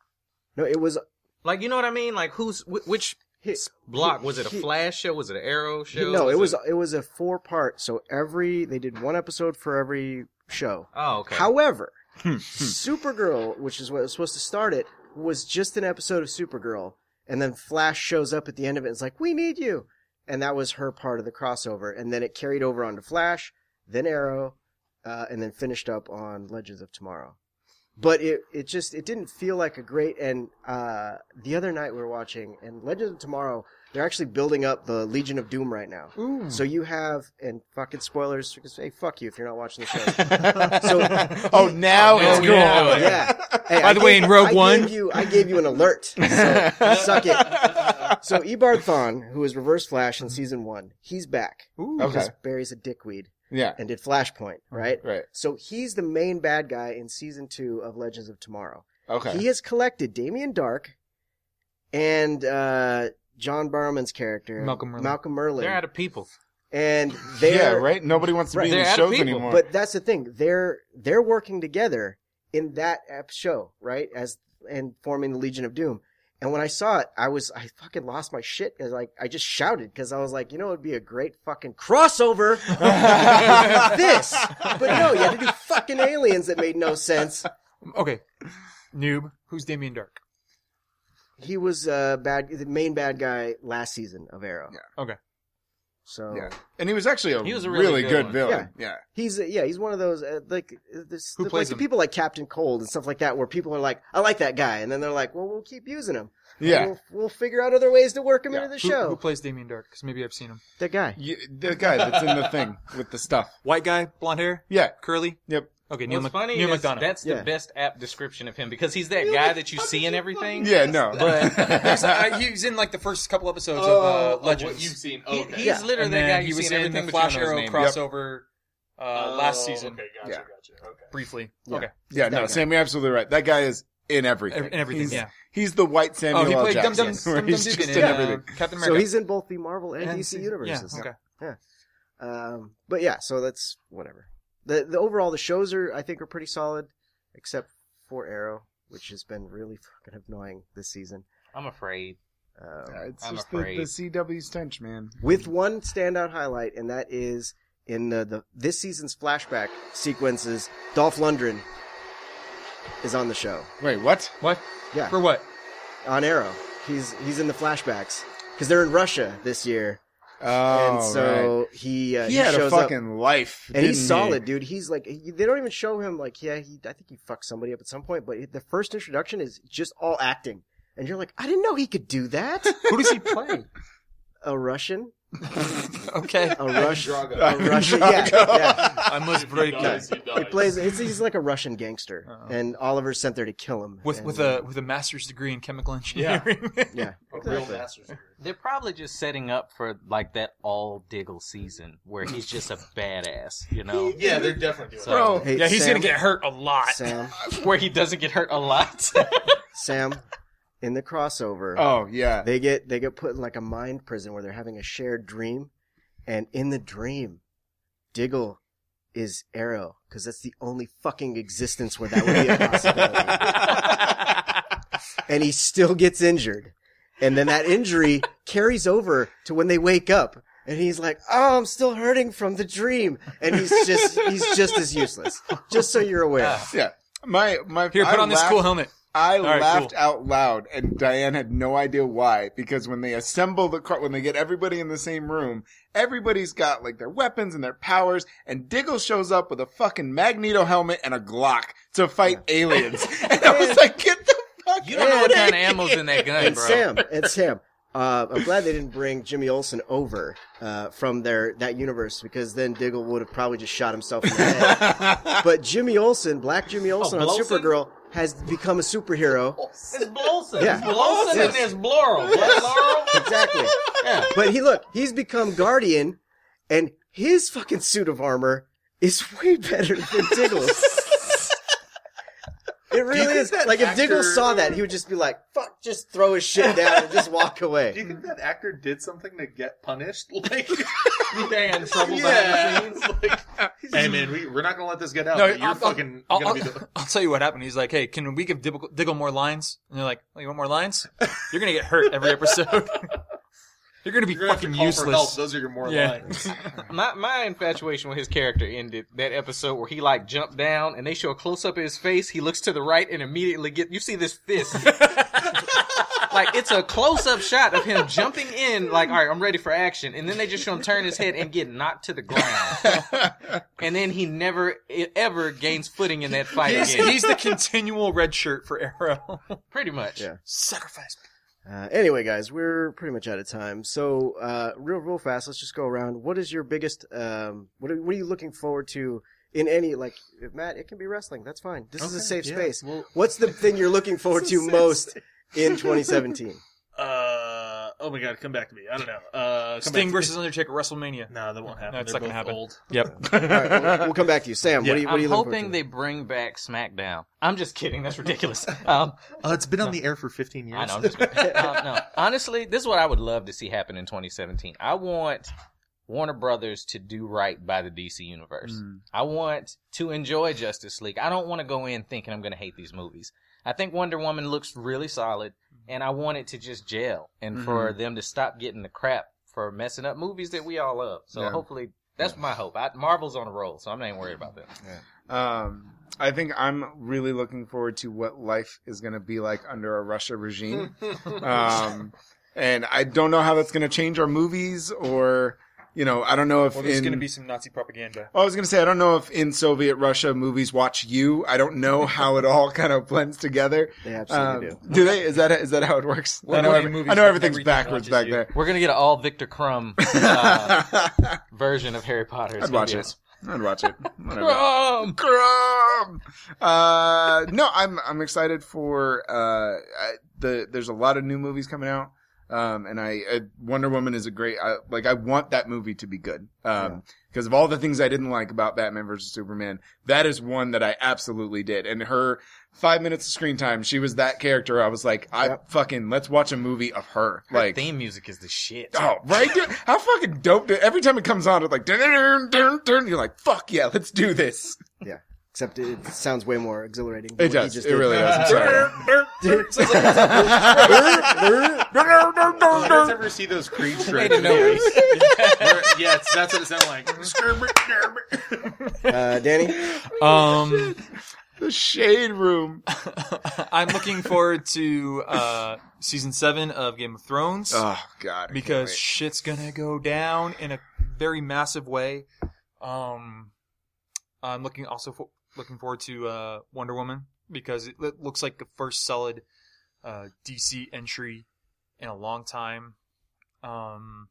A: No, it was
C: Like, you know what I mean? Like, who's wh- which
A: Hit-
C: block was it? A
A: hit-
C: Flash show? Was it an Arrow show?
A: no, it was it was a four part. So every they did one episode for every show.
C: Oh, okay.
A: However, Supergirl, which is what was supposed to start it, was just an episode of Supergirl, and then Flash shows up at the end of it. and is like, "We need you," and that was her part of the crossover. And then it carried over onto Flash, then Arrow, uh, and then finished up on Legends of Tomorrow. But it it just it didn't feel like a great. And uh, the other night we were watching, and Legends of Tomorrow, they're actually building up the Legion of Doom right now. So you have and fucking spoilers because hey, fuck you if you're not watching the show. So-
D: oh, now
C: Oh,
D: it's
C: we
D: cool.
C: know it.
A: Yeah. Hey,
E: By
A: I
E: the way,
A: gave-
E: in Rogue
A: I
E: One-
A: gave you, I gave you an alert. So suck it. So Ebard Thawne, who was Reverse Flash in season one, he's back
D: Okay.
A: because Barry's a dickweed
D: Yeah.
A: and did Flashpoint, right?
D: Right.
A: So he's the main bad guy in season two of Legends of Tomorrow.
D: Okay.
A: He has collected Damien Dark and uh, John Barrowman's character,
E: Malcolm Merlin.
A: Malcolm Merlin,
C: They're out of people.
A: and they're
H: yeah, right. Nobody wants to
A: Right.
H: be in
C: They're
H: the
C: out of
H: shows
C: people.
H: anymore.
A: But that's the thing. They're they're working together in that ep show, right? As and forming the Legion of Doom. And when I saw it, I was I fucking lost my shit. Cause like I just shouted because I was like, you know, it'd be a great fucking crossover. this, but no, you had to do fucking aliens that made no sense.
E: Okay, noob, who's Damien Dark?
A: He was uh bad, the main bad guy last season of Arrow.
E: Yeah. Okay.
A: So
H: yeah, and he was actually a,
C: He was a
H: really,
C: really good
H: good,
C: one.
H: villain. Yeah.
A: He's uh, yeah, he's one of those uh, like uh, this,
E: Who
A: like
E: plays
A: the
E: him?
A: people like Captain Cold and stuff like that, where people are like, "I like that guy," and then they're like, "Well, we'll keep using him.
H: yeah,
A: we'll, we'll figure out other ways to work him
H: Yeah.
A: into the
E: Who,
A: show."
E: who plays Damien Dark? Because maybe I've seen him.
A: that guy.
H: You- the guy that's in the thing with the stuff.
E: White guy, blonde hair,
H: Yeah,
E: curly.
H: Yep.
E: Okay, Neil,
C: What's
E: Mc-
C: funny
E: Neil
C: is
E: McDonough.
C: that's
A: Yeah.
C: the best apt description of him because he's that guy that you see in everything.
H: yeah, no,
C: But
E: There's, uh, he was in like the first couple episodes
C: Oh,
E: of uh, Legends.
B: What you've seen.
C: he,
B: okay.
C: he's
A: Yeah.
C: literally
E: and
C: that guy
E: then
C: you
E: he
C: see
E: was
C: in
E: in the
C: everything. but you
E: Flash
C: don't know his
E: Arrow
C: name. Oh,
E: crossover uh, last season
B: Oh, Okay, gotcha,
H: Yeah.
B: gotcha. Okay.
E: briefly.
A: Yeah.
E: Okay,
H: yeah,
A: That guy.
H: no. Sam, you're absolutely right. That guy is in everything.
E: Ev- in everything.
H: He's-
E: yeah.
H: he's the white Samuel
E: Oh, he
H: L.
E: played Dum
H: Jackson.
E: Dum
H: where
E: Dum Dum
H: he's
E: Dugan
H: just
E: in
H: in
E: uh,
H: everything.
E: Captain America.
A: So he's in both the Marvel and,
E: And
A: DC
E: yeah,
A: universes.
E: okay.
A: Um, but yeah, so that's whatever. The the overall the shows are I think are pretty solid, except for Arrow, which has been really fucking annoying this season.
C: I'm afraid.
A: Um,
H: Yeah, it's
C: I'm
H: just
C: afraid.
H: The, the CW stench, man.
A: with one standout highlight, and that is in the, the this season's flashback sequences. Dolph Lundgren is on the show
H: Wait, what?
E: What?
A: Yeah.
E: For what?
A: on Arrow. He's he's in the flashbacks because they're in Russia this year,
H: Oh,
A: and so he uh,
H: right. he, had a
A: shows up-
H: fucking life,
A: and
H: didn't
A: he's
H: he?
A: solid, dude. He's like he- they don't even show him like yeah he I think he fucked somebody up at some point, but the first introduction is just all acting, and you're like I didn't know he could do that.
E: Who does he play?
A: a Russian,
E: okay.
A: a Russian, a
H: Ivan
A: Russian, yeah,
H: Drago.
A: yeah.
E: I must break
A: Yeah.
E: it.
A: He plays. It's, he's like a Russian gangster,
E: Uh-oh.
A: and Oliver's sent there to kill him.
E: Uh-huh. With
A: And,
E: with a with a master's degree in chemical engineering.
A: yeah,
B: A real
A: exactly.
B: master's degree.
C: They're probably just setting up for like that all Diggle season where he's just a badass, you know,
B: Yeah, they're definitely doing
C: Bro.
A: Hey,
E: yeah, he's
A: Sam,
E: gonna get hurt a lot.
A: Sam.
C: where he doesn't get hurt a lot.
A: Sam, in the crossover,
H: Oh yeah,
A: they get they get put in like a mind prison where they're having a shared dream, and in the dream, Diggle is Arrow because that's the only fucking existence where that would be a possibility. and he still gets injured. And then that injury carries over to when they wake up and he's like, "Oh, I'm still hurting from the dream." And he's just he's just as useless. Just so you're aware.
H: yeah. My my
E: Here, put
H: I
E: on this
H: laughed-
E: cool helmet.
H: I
E: right,
H: laughed
E: cool.
H: out loud, and Diane had no idea why. Because when they assemble the car, when they get everybody in the same room, everybody's got like their weapons and their powers, and Diggle shows up with a fucking Magneto helmet and a Glock to fight aliens. and I was like, get the fuck
C: you don't know what
H: outta
C: kind of
H: here.
C: ammo's in that gun,
A: And
C: bro.
A: Sam, and Sam. Uh, I'm glad they didn't bring Jimmy Olsen over uh, from their that universe because then Diggle would have probably just shot himself in the head. but Jimmy Olsen, Black Jimmy Olsen on
C: Blowson?
A: Supergirl, has become a superhero.
C: It's Blolson.
A: Yeah.
C: It's Blolson and there's Bloral. Blood Laurel.
A: Exactly.
C: Yeah.
A: But he look, he's become Guardian, and his fucking suit of armor is way better than Diggle's. it really is. Like if Diggle saw that, he would just be like, "Fuck!" Just throw his shit down and just walk
B: Do
A: away.
B: you think that actor did something to get punished? Like,
C: Damn, trouble
B: yeah.
C: behind the scenes.
B: Like, hey man, we, we're not gonna let this get out.
E: No,
B: but you're
E: I'll- I'll-
B: fucking
E: I'll,
B: gonna
E: I'll-
B: be the.
E: I'll tell you what happened. He's like, "Hey, can we give Dibble- Diggle more lines?" And they're like, oh, "You want more lines? You're gonna get hurt every episode. You're gonna be
B: You're gonna have to
E: fucking
B: call for help.
E: useless."
B: Those are your more
E: Yeah.
B: lines.
C: My my infatuation with his character ended that episode where he like jumped down and they show a close up of his face. He looks to the right and immediately get you see this fist. like it's a close up shot of him jumping in. Like all right, I'm ready for action, and then they just show him turn his head and get knocked to the ground. and then he never e- ever gains footing in that fight
E: He's,
C: again.
E: he's the continual red shirt for Arrow.
C: Pretty much.
A: Yeah.
E: Sacrifice.
A: Uh, anyway, guys, we're pretty much out of time. So, uh, real, real fast, let's just go around. What is your biggest? Um, what are, what are you looking forward to in any? Like, Matt, it can be wrestling. That's fine. This is a safe space. What's the thing you're looking forward to most in 2017?
B: Uh, oh my god, come back to me. I don't know. Uh, come back to
E: Sting
B: me.
E: versus Undertaker WrestleMania.
B: No, that won't happen.
E: No, it's
B: They're
E: not gonna
B: both
E: happen.
B: Old.
E: Yep.
A: All right, we'll, we'll come back to you, Sam. What are you? What are
C: I'm
A: you looking
C: hoping
A: forward to?
C: they bring back SmackDown. I'm just kidding. That's ridiculous. Um,
B: Uh, it's been on the air for 15 years.
C: I Um, know. I'm just- uh, no, honestly, this is what I would love to see happen in 2017. I want Warner Brothers to do right by the DC universe. I want to enjoy Justice League. I don't want to go in thinking I'm going to hate these movies. I think Wonder Woman looks really solid, and I want it to just gel and for them to stop getting the crap for messing up movies that we all love. So
D: Yeah.
C: hopefully, that's my hope. I, Marvel's on a roll, so I'm not even worried about them.
D: Um, I think I'm really looking forward to what life is going to be like under a Russia regime. um, and I don't know how that's going to change our movies or, you know, I don't know if
E: Well, there's
D: in- Oh,
E: going to be some Nazi propaganda.
D: I was going to say, I don't know if in Soviet Russia movies watch you. I don't know how it all kind of blends together.
A: They absolutely
D: Um,
A: do.
D: do they? Is that is that how it works?
E: Well,
D: I know,
E: what
D: every-
E: movies
D: I know
E: that
D: everything's
E: everything
D: backwards back
E: watches
D: there.
C: We're going to get an all Victor Crumb uh, version of Harry Potter. It's
D: I'd
C: gonna
D: watch
C: be
D: it. I'd watch it. Whatever.
C: awesome. Crumb!
D: Grum. Uh, no, I'm I'm excited for uh I, the. There's a lot of new movies coming out. Um, and I, uh, Wonder Woman is a great, I, like, I want that movie to be good. Um, because of all the things I didn't like about Batman versus Superman, that is one that I absolutely did. And her five minutes of screen time, she was that character. I was like, I
A: Yep.
D: fucking, let's watch a movie of her.
C: Her
D: like,
C: theme music is the shit.
D: Oh, right? Dude, how fucking dope. Dude. Every time it comes on, it's like, dun, dun, dun, dun, you're like, fuck yeah, let's do this.
A: Except it sounds way more exhilarating. than
D: It
A: what he
D: does.
A: just
D: It
A: did.
D: really does. I'm sorry.
B: guys ever see those Creed shred videos? Where- yeah, it's- that's what it sounded like.
A: Uh, Danny,
E: Um,
D: the shade room. Oh,
E: I'm looking forward to uh, season seven of Game of Thrones.
D: Oh god. I
E: because
D: can't
E: shit's gonna go down in a very massive way. Um, I'm looking also for, looking forward to uh, Wonder Woman because it, it looks like the first solid uh, DC entry in a long time. Um,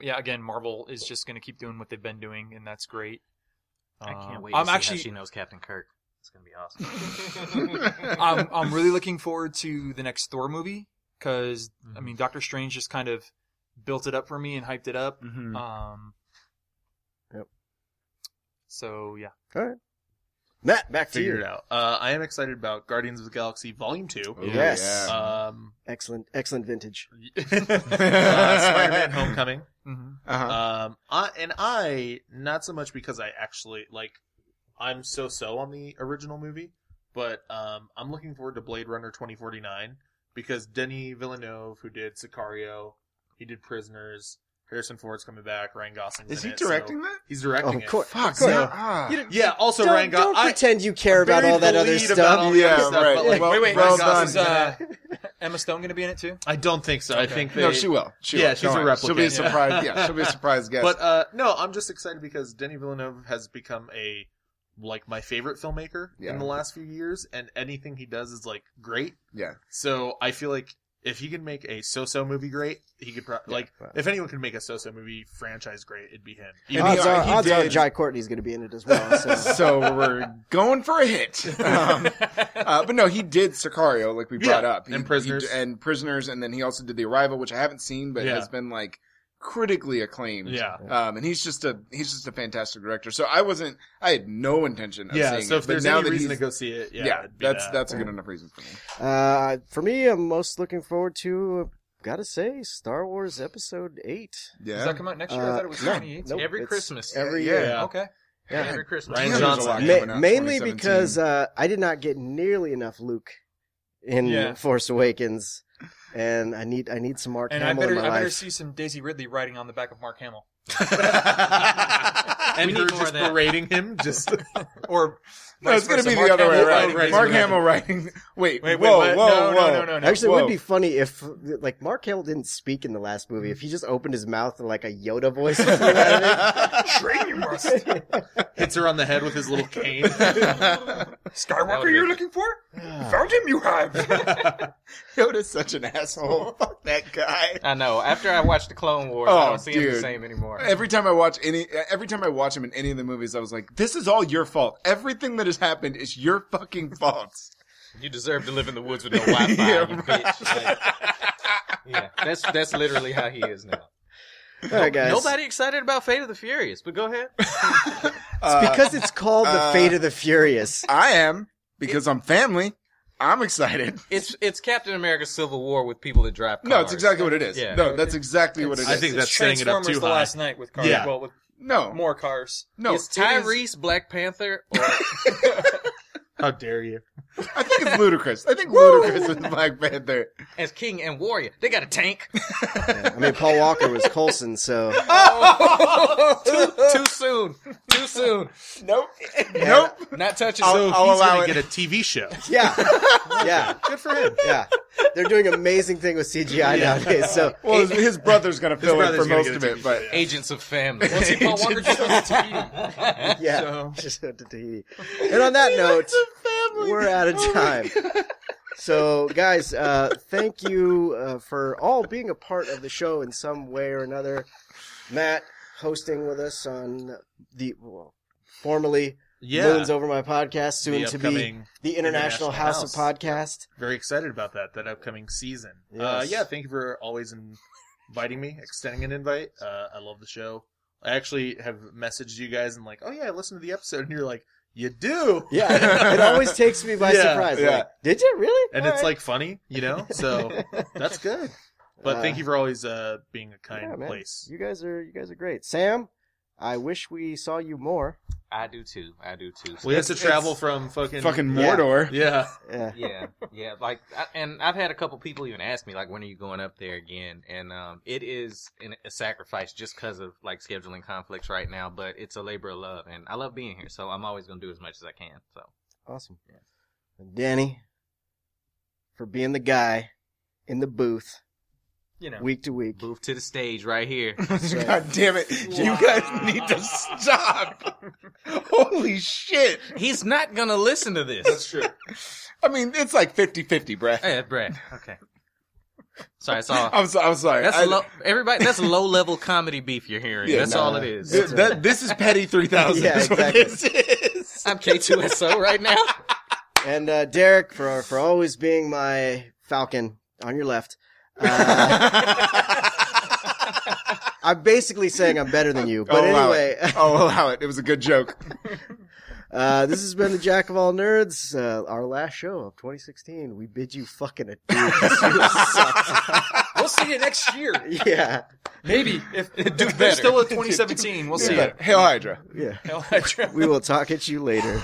E: yeah, again, Marvel is just gonna keep doing what they've been doing, and that's great.
C: I can't
E: Um,
C: wait. To
E: I'm
C: see
E: actually
C: how she knows Captain Kirk. It's gonna be awesome.
B: Um,
E: I'm I'm really looking forward to the next Thor movie because I mean Doctor Strange just kind of built it up for me and hyped it up.
D: wait.
B: uh,
D: Mhm.
E: Um.
A: Yep.
E: So yeah,
A: Matt, back to
B: Figured
A: you.
B: it out. Uh, I am excited about Guardians of the Galaxy Volume Two.
D: Ooh,
A: Yes.
D: Oh, yeah.
B: Um,
A: Excellent, excellent vintage.
B: uh, Spider-Man: Homecoming.
E: Mhm.
D: Uh-huh.
B: Um, I, and I not so much because I actually like I'm so so on the original movie, but um, I'm looking forward to Blade Runner 2049 because Denny Villeneuve, who did Sicario, he did Prisoners. Harrison Ford's coming back. Ryan Gosling
D: Is he directing that?
B: He's
A: Oh,
B: directing
A: of
B: it.
A: course.
D: Fuck.
A: So-
D: no. Ah.
A: You-
B: Yeah. Also,
A: don't
B: Ryan
A: don't
B: Gosling. I-
A: pretend you care about all that other
B: buried the lead about
A: stuff.
B: all the other
D: Yeah,
B: stuff,
D: right.
B: but, like,
D: Well-
B: wait, wait,
D: well
B: Ryan
D: done.
B: Gosling's in it.
E: uh, Emma Stone gonna be in it too?
B: I don't think so. I think they,
D: no, she will. She
B: Yeah,
D: will.
B: she's
D: Don't
B: a
D: worry. She'll be a
B: replicant.
D: surprise. yeah, she'll be a surprise guest.
B: But uh, no, I'm just excited because Denny Villeneuve has become a like my favorite filmmaker
D: Yeah.
B: in the last few years, and anything he does is like great.
D: Yeah.
B: So I feel like if he can make a so-so movie great, he could pro- like if anyone could make a so-so movie franchise great, it'd be him. Even
D: And
A: Odds
D: he- uh,
A: are,
D: he
A: odds are
D: did-
A: Jai Courtney's going to be in it as well. So.
D: so we're going for a hit. Um, uh, but no, he did Sicario, like we brought
B: Yeah,
D: up, He-
B: and Prisoners.
D: he d- and prisoners, and then he also did The Arrival, which I haven't seen, but
B: Yeah.
D: has been like critically acclaimed.
B: yeah.
D: Um, and he's just a he's just a fantastic director. So I wasn't, I had no intention of
B: Yeah,
D: seeing
B: so
D: it,
B: if
D: but
B: there's
D: now
B: any
D: that
B: reason to
D: he's-
B: go see it, yeah,
D: yeah,
B: it'd be
D: that's
B: that.
D: that's a good enough reason for me.
A: Uh, for me, I'm most looking forward to, uh, gotta say, Star Wars Episode 8.
E: Does that come out next year? I
A: Uh,
E: thought it was
D: no.
E: 2018.
A: Nope,
C: every
A: it's
C: Christmas.
A: Every
D: Yeah.
A: year.
B: Yeah.
E: Okay.
A: Yeah.
C: Every Christmas.
B: Ryan
D: Damn, there's a
B: Johnson.
D: lot
B: Ma-
D: coming
A: Ma-
D: out,
A: mainly
D: 2017.
A: because uh, I did not get nearly enough Luke in
E: Yeah.
A: Force Awakens, and I need I need some Mark
E: And I
A: Hamill
E: better
A: in my
E: I better
A: life.
E: see some Daisy Ridley riding on the back of Mark Hamill
B: and
C: We
B: we are
C: need more
B: just
C: of that.
B: berating him. Just
E: or.
D: No, it's
E: vice
D: going to
E: versa,
D: be the
E: Mark
D: other way
E: Hamill
D: around.
B: right.
E: riding Daisy
D: Mark
E: Ridley.
D: Hamill writing. Wait,
E: Wait, wait,
D: whoa,
E: what?
D: whoa,
E: No, no,
D: whoa.
E: no, no, no.
A: Actually, it
D: Whoa.
A: would be funny if like Mark Hamill didn't speak in the last movie. If he just opened his mouth and like a Yoda voice was coming out of
E: Train you must.
B: hits her on the head with his little cane.
E: Skywalker, you're looking for? Found him, you have.
D: Yoda's such an asshole. Fuck that guy.
C: I know. After I watched the Clone Wars,
D: Oh,
C: I don't see him the
D: dude.
C: same anymore.
D: Every time I watch any, every time I watch him in any of the movies, I was like, "This is all your fault. Everything that has happened is your fucking fault."
C: You deserve to live in the woods with no Wi-Fi,
D: Yeah,
C: you
D: right.
C: bitch. Like, yeah, that's that's literally how he is now.
A: it. All right, guys.
C: Nobody excited about Fate of the Furious, but go ahead.
A: It's because it's called the
D: uh,
A: Fate of the Furious.
D: I am because I'm family.
H: I'm excited.
C: It's it's Captain America Civil War with people that drive cars.
H: No, it's exactly what it is.
C: Yeah.
H: No, that's exactly what it is.
B: I think
E: It's
B: that's setting it up
E: Transformers
B: too
E: the
B: high.
E: last night with cars.
B: Yeah.
E: Well, with
H: no,
E: more cars.
H: no.
C: is
H: it
C: Tyrese Black Panther or
B: How dare you?
H: I think it's ludicrous. I think ludicrous is Black Panther.
C: as King and Warrior? They got a tank.
A: Yeah. I mean, Paul Walker was Colson, so
C: too, too soon. Too soon.
H: Nope. nope.
C: Not touching
B: So
C: soon.
H: I'll
B: he's
H: allow
B: gonna
H: it.
B: get a TV show.
A: yeah, yeah,
B: Good for him.
A: yeah. They're doing amazing thing with CGI
B: Yeah.
A: nowadays. So
H: Well, his, his brother's gonna
B: His
H: fill in
B: brother's
H: for
B: gonna
H: most
B: get a
H: of
B: TV
H: it, but
B: show, yeah.
C: Agents of Family.
E: Well, see, Paul Walker just went to TV.
A: yeah,
E: So-
A: just went to Tahiti. And on that note, we're out of
B: Oh
A: time. So, guys, uh, thank you uh, for all being a part of the show in some way or another. Matt hosting with us on the well, formerly
B: Yeah.
A: Moons Over My podcast, soon
B: the
A: to
B: upcoming.
A: be the International,
B: International
A: House,
B: House.
A: of Podcast.
B: Very excited about that. That upcoming season. Uh,
A: Yes.
B: yeah. Thank you for always inviting me, extending an invite. Uh, I love the show. I actually have messaged you guys and like, oh yeah, I listened to the episode, and you're like, you do.
A: Yeah, it always takes me by
B: Yeah,
A: surprise.
B: yeah.
A: Like, did you really?
B: and
A: All
B: it's
A: right.
B: like funny, you know. So that's good. But
A: Uh,
B: thank you for always uh, being a kind
A: yeah, man.
B: place.
A: you guys are you guys are great. Sam, I wish we saw you more.
C: I do too. I do too.
B: We have to
H: It's-
B: travel from fucking
H: fucking
A: Yeah.
H: Mordor.
B: yeah.
A: Yeah.
C: yeah, yeah. Like, I, and I've had a couple people even ask me, like, when are you going up there again? And um, it is an, a sacrifice just because of like scheduling conflicts right now, but it's a labor of love, and I love being here, so I'm always gonna do as much as I can. So
A: Awesome. And Danny, for being the guy in the booth
E: You know.
A: week to week.
C: move to the stage right here.
H: God damn it. You guys need to stop. Holy shit.
C: He's not gonna listen to this.
B: true.
H: I mean, it's like 50 50, Brad.
C: hey, Brad. Okay. Sorry, it's all.
H: I'm, so, I'm sorry.
C: That's
H: I-
C: low. Everybody, that's low level comedy beef you're hearing.
H: Yeah,
C: that's
H: no,
C: all
A: no.
C: it is.
H: th- that- this is Petty 3000.
A: Yeah,
H: is what
A: exactly.
H: this is.
C: I'm K2SO right now.
A: And uh, Derek for for always being my falcon on your left. Uh, I'm basically saying I'm better than you, but
B: Oh,
H: I'll allow
A: anyway.
H: it. I'll allow it. It was a good joke.
A: Uh, this has been the Jack of All Nerds, uh, our last show of 2016. We bid you fucking adieu. 'cause you sucked.
E: We'll see you next year.
A: yeah,
E: Maybe if if
H: better.
E: there's still a 2017, we'll see
H: But Hail Hydra.
A: yeah.
E: you.
A: We will talk at you later.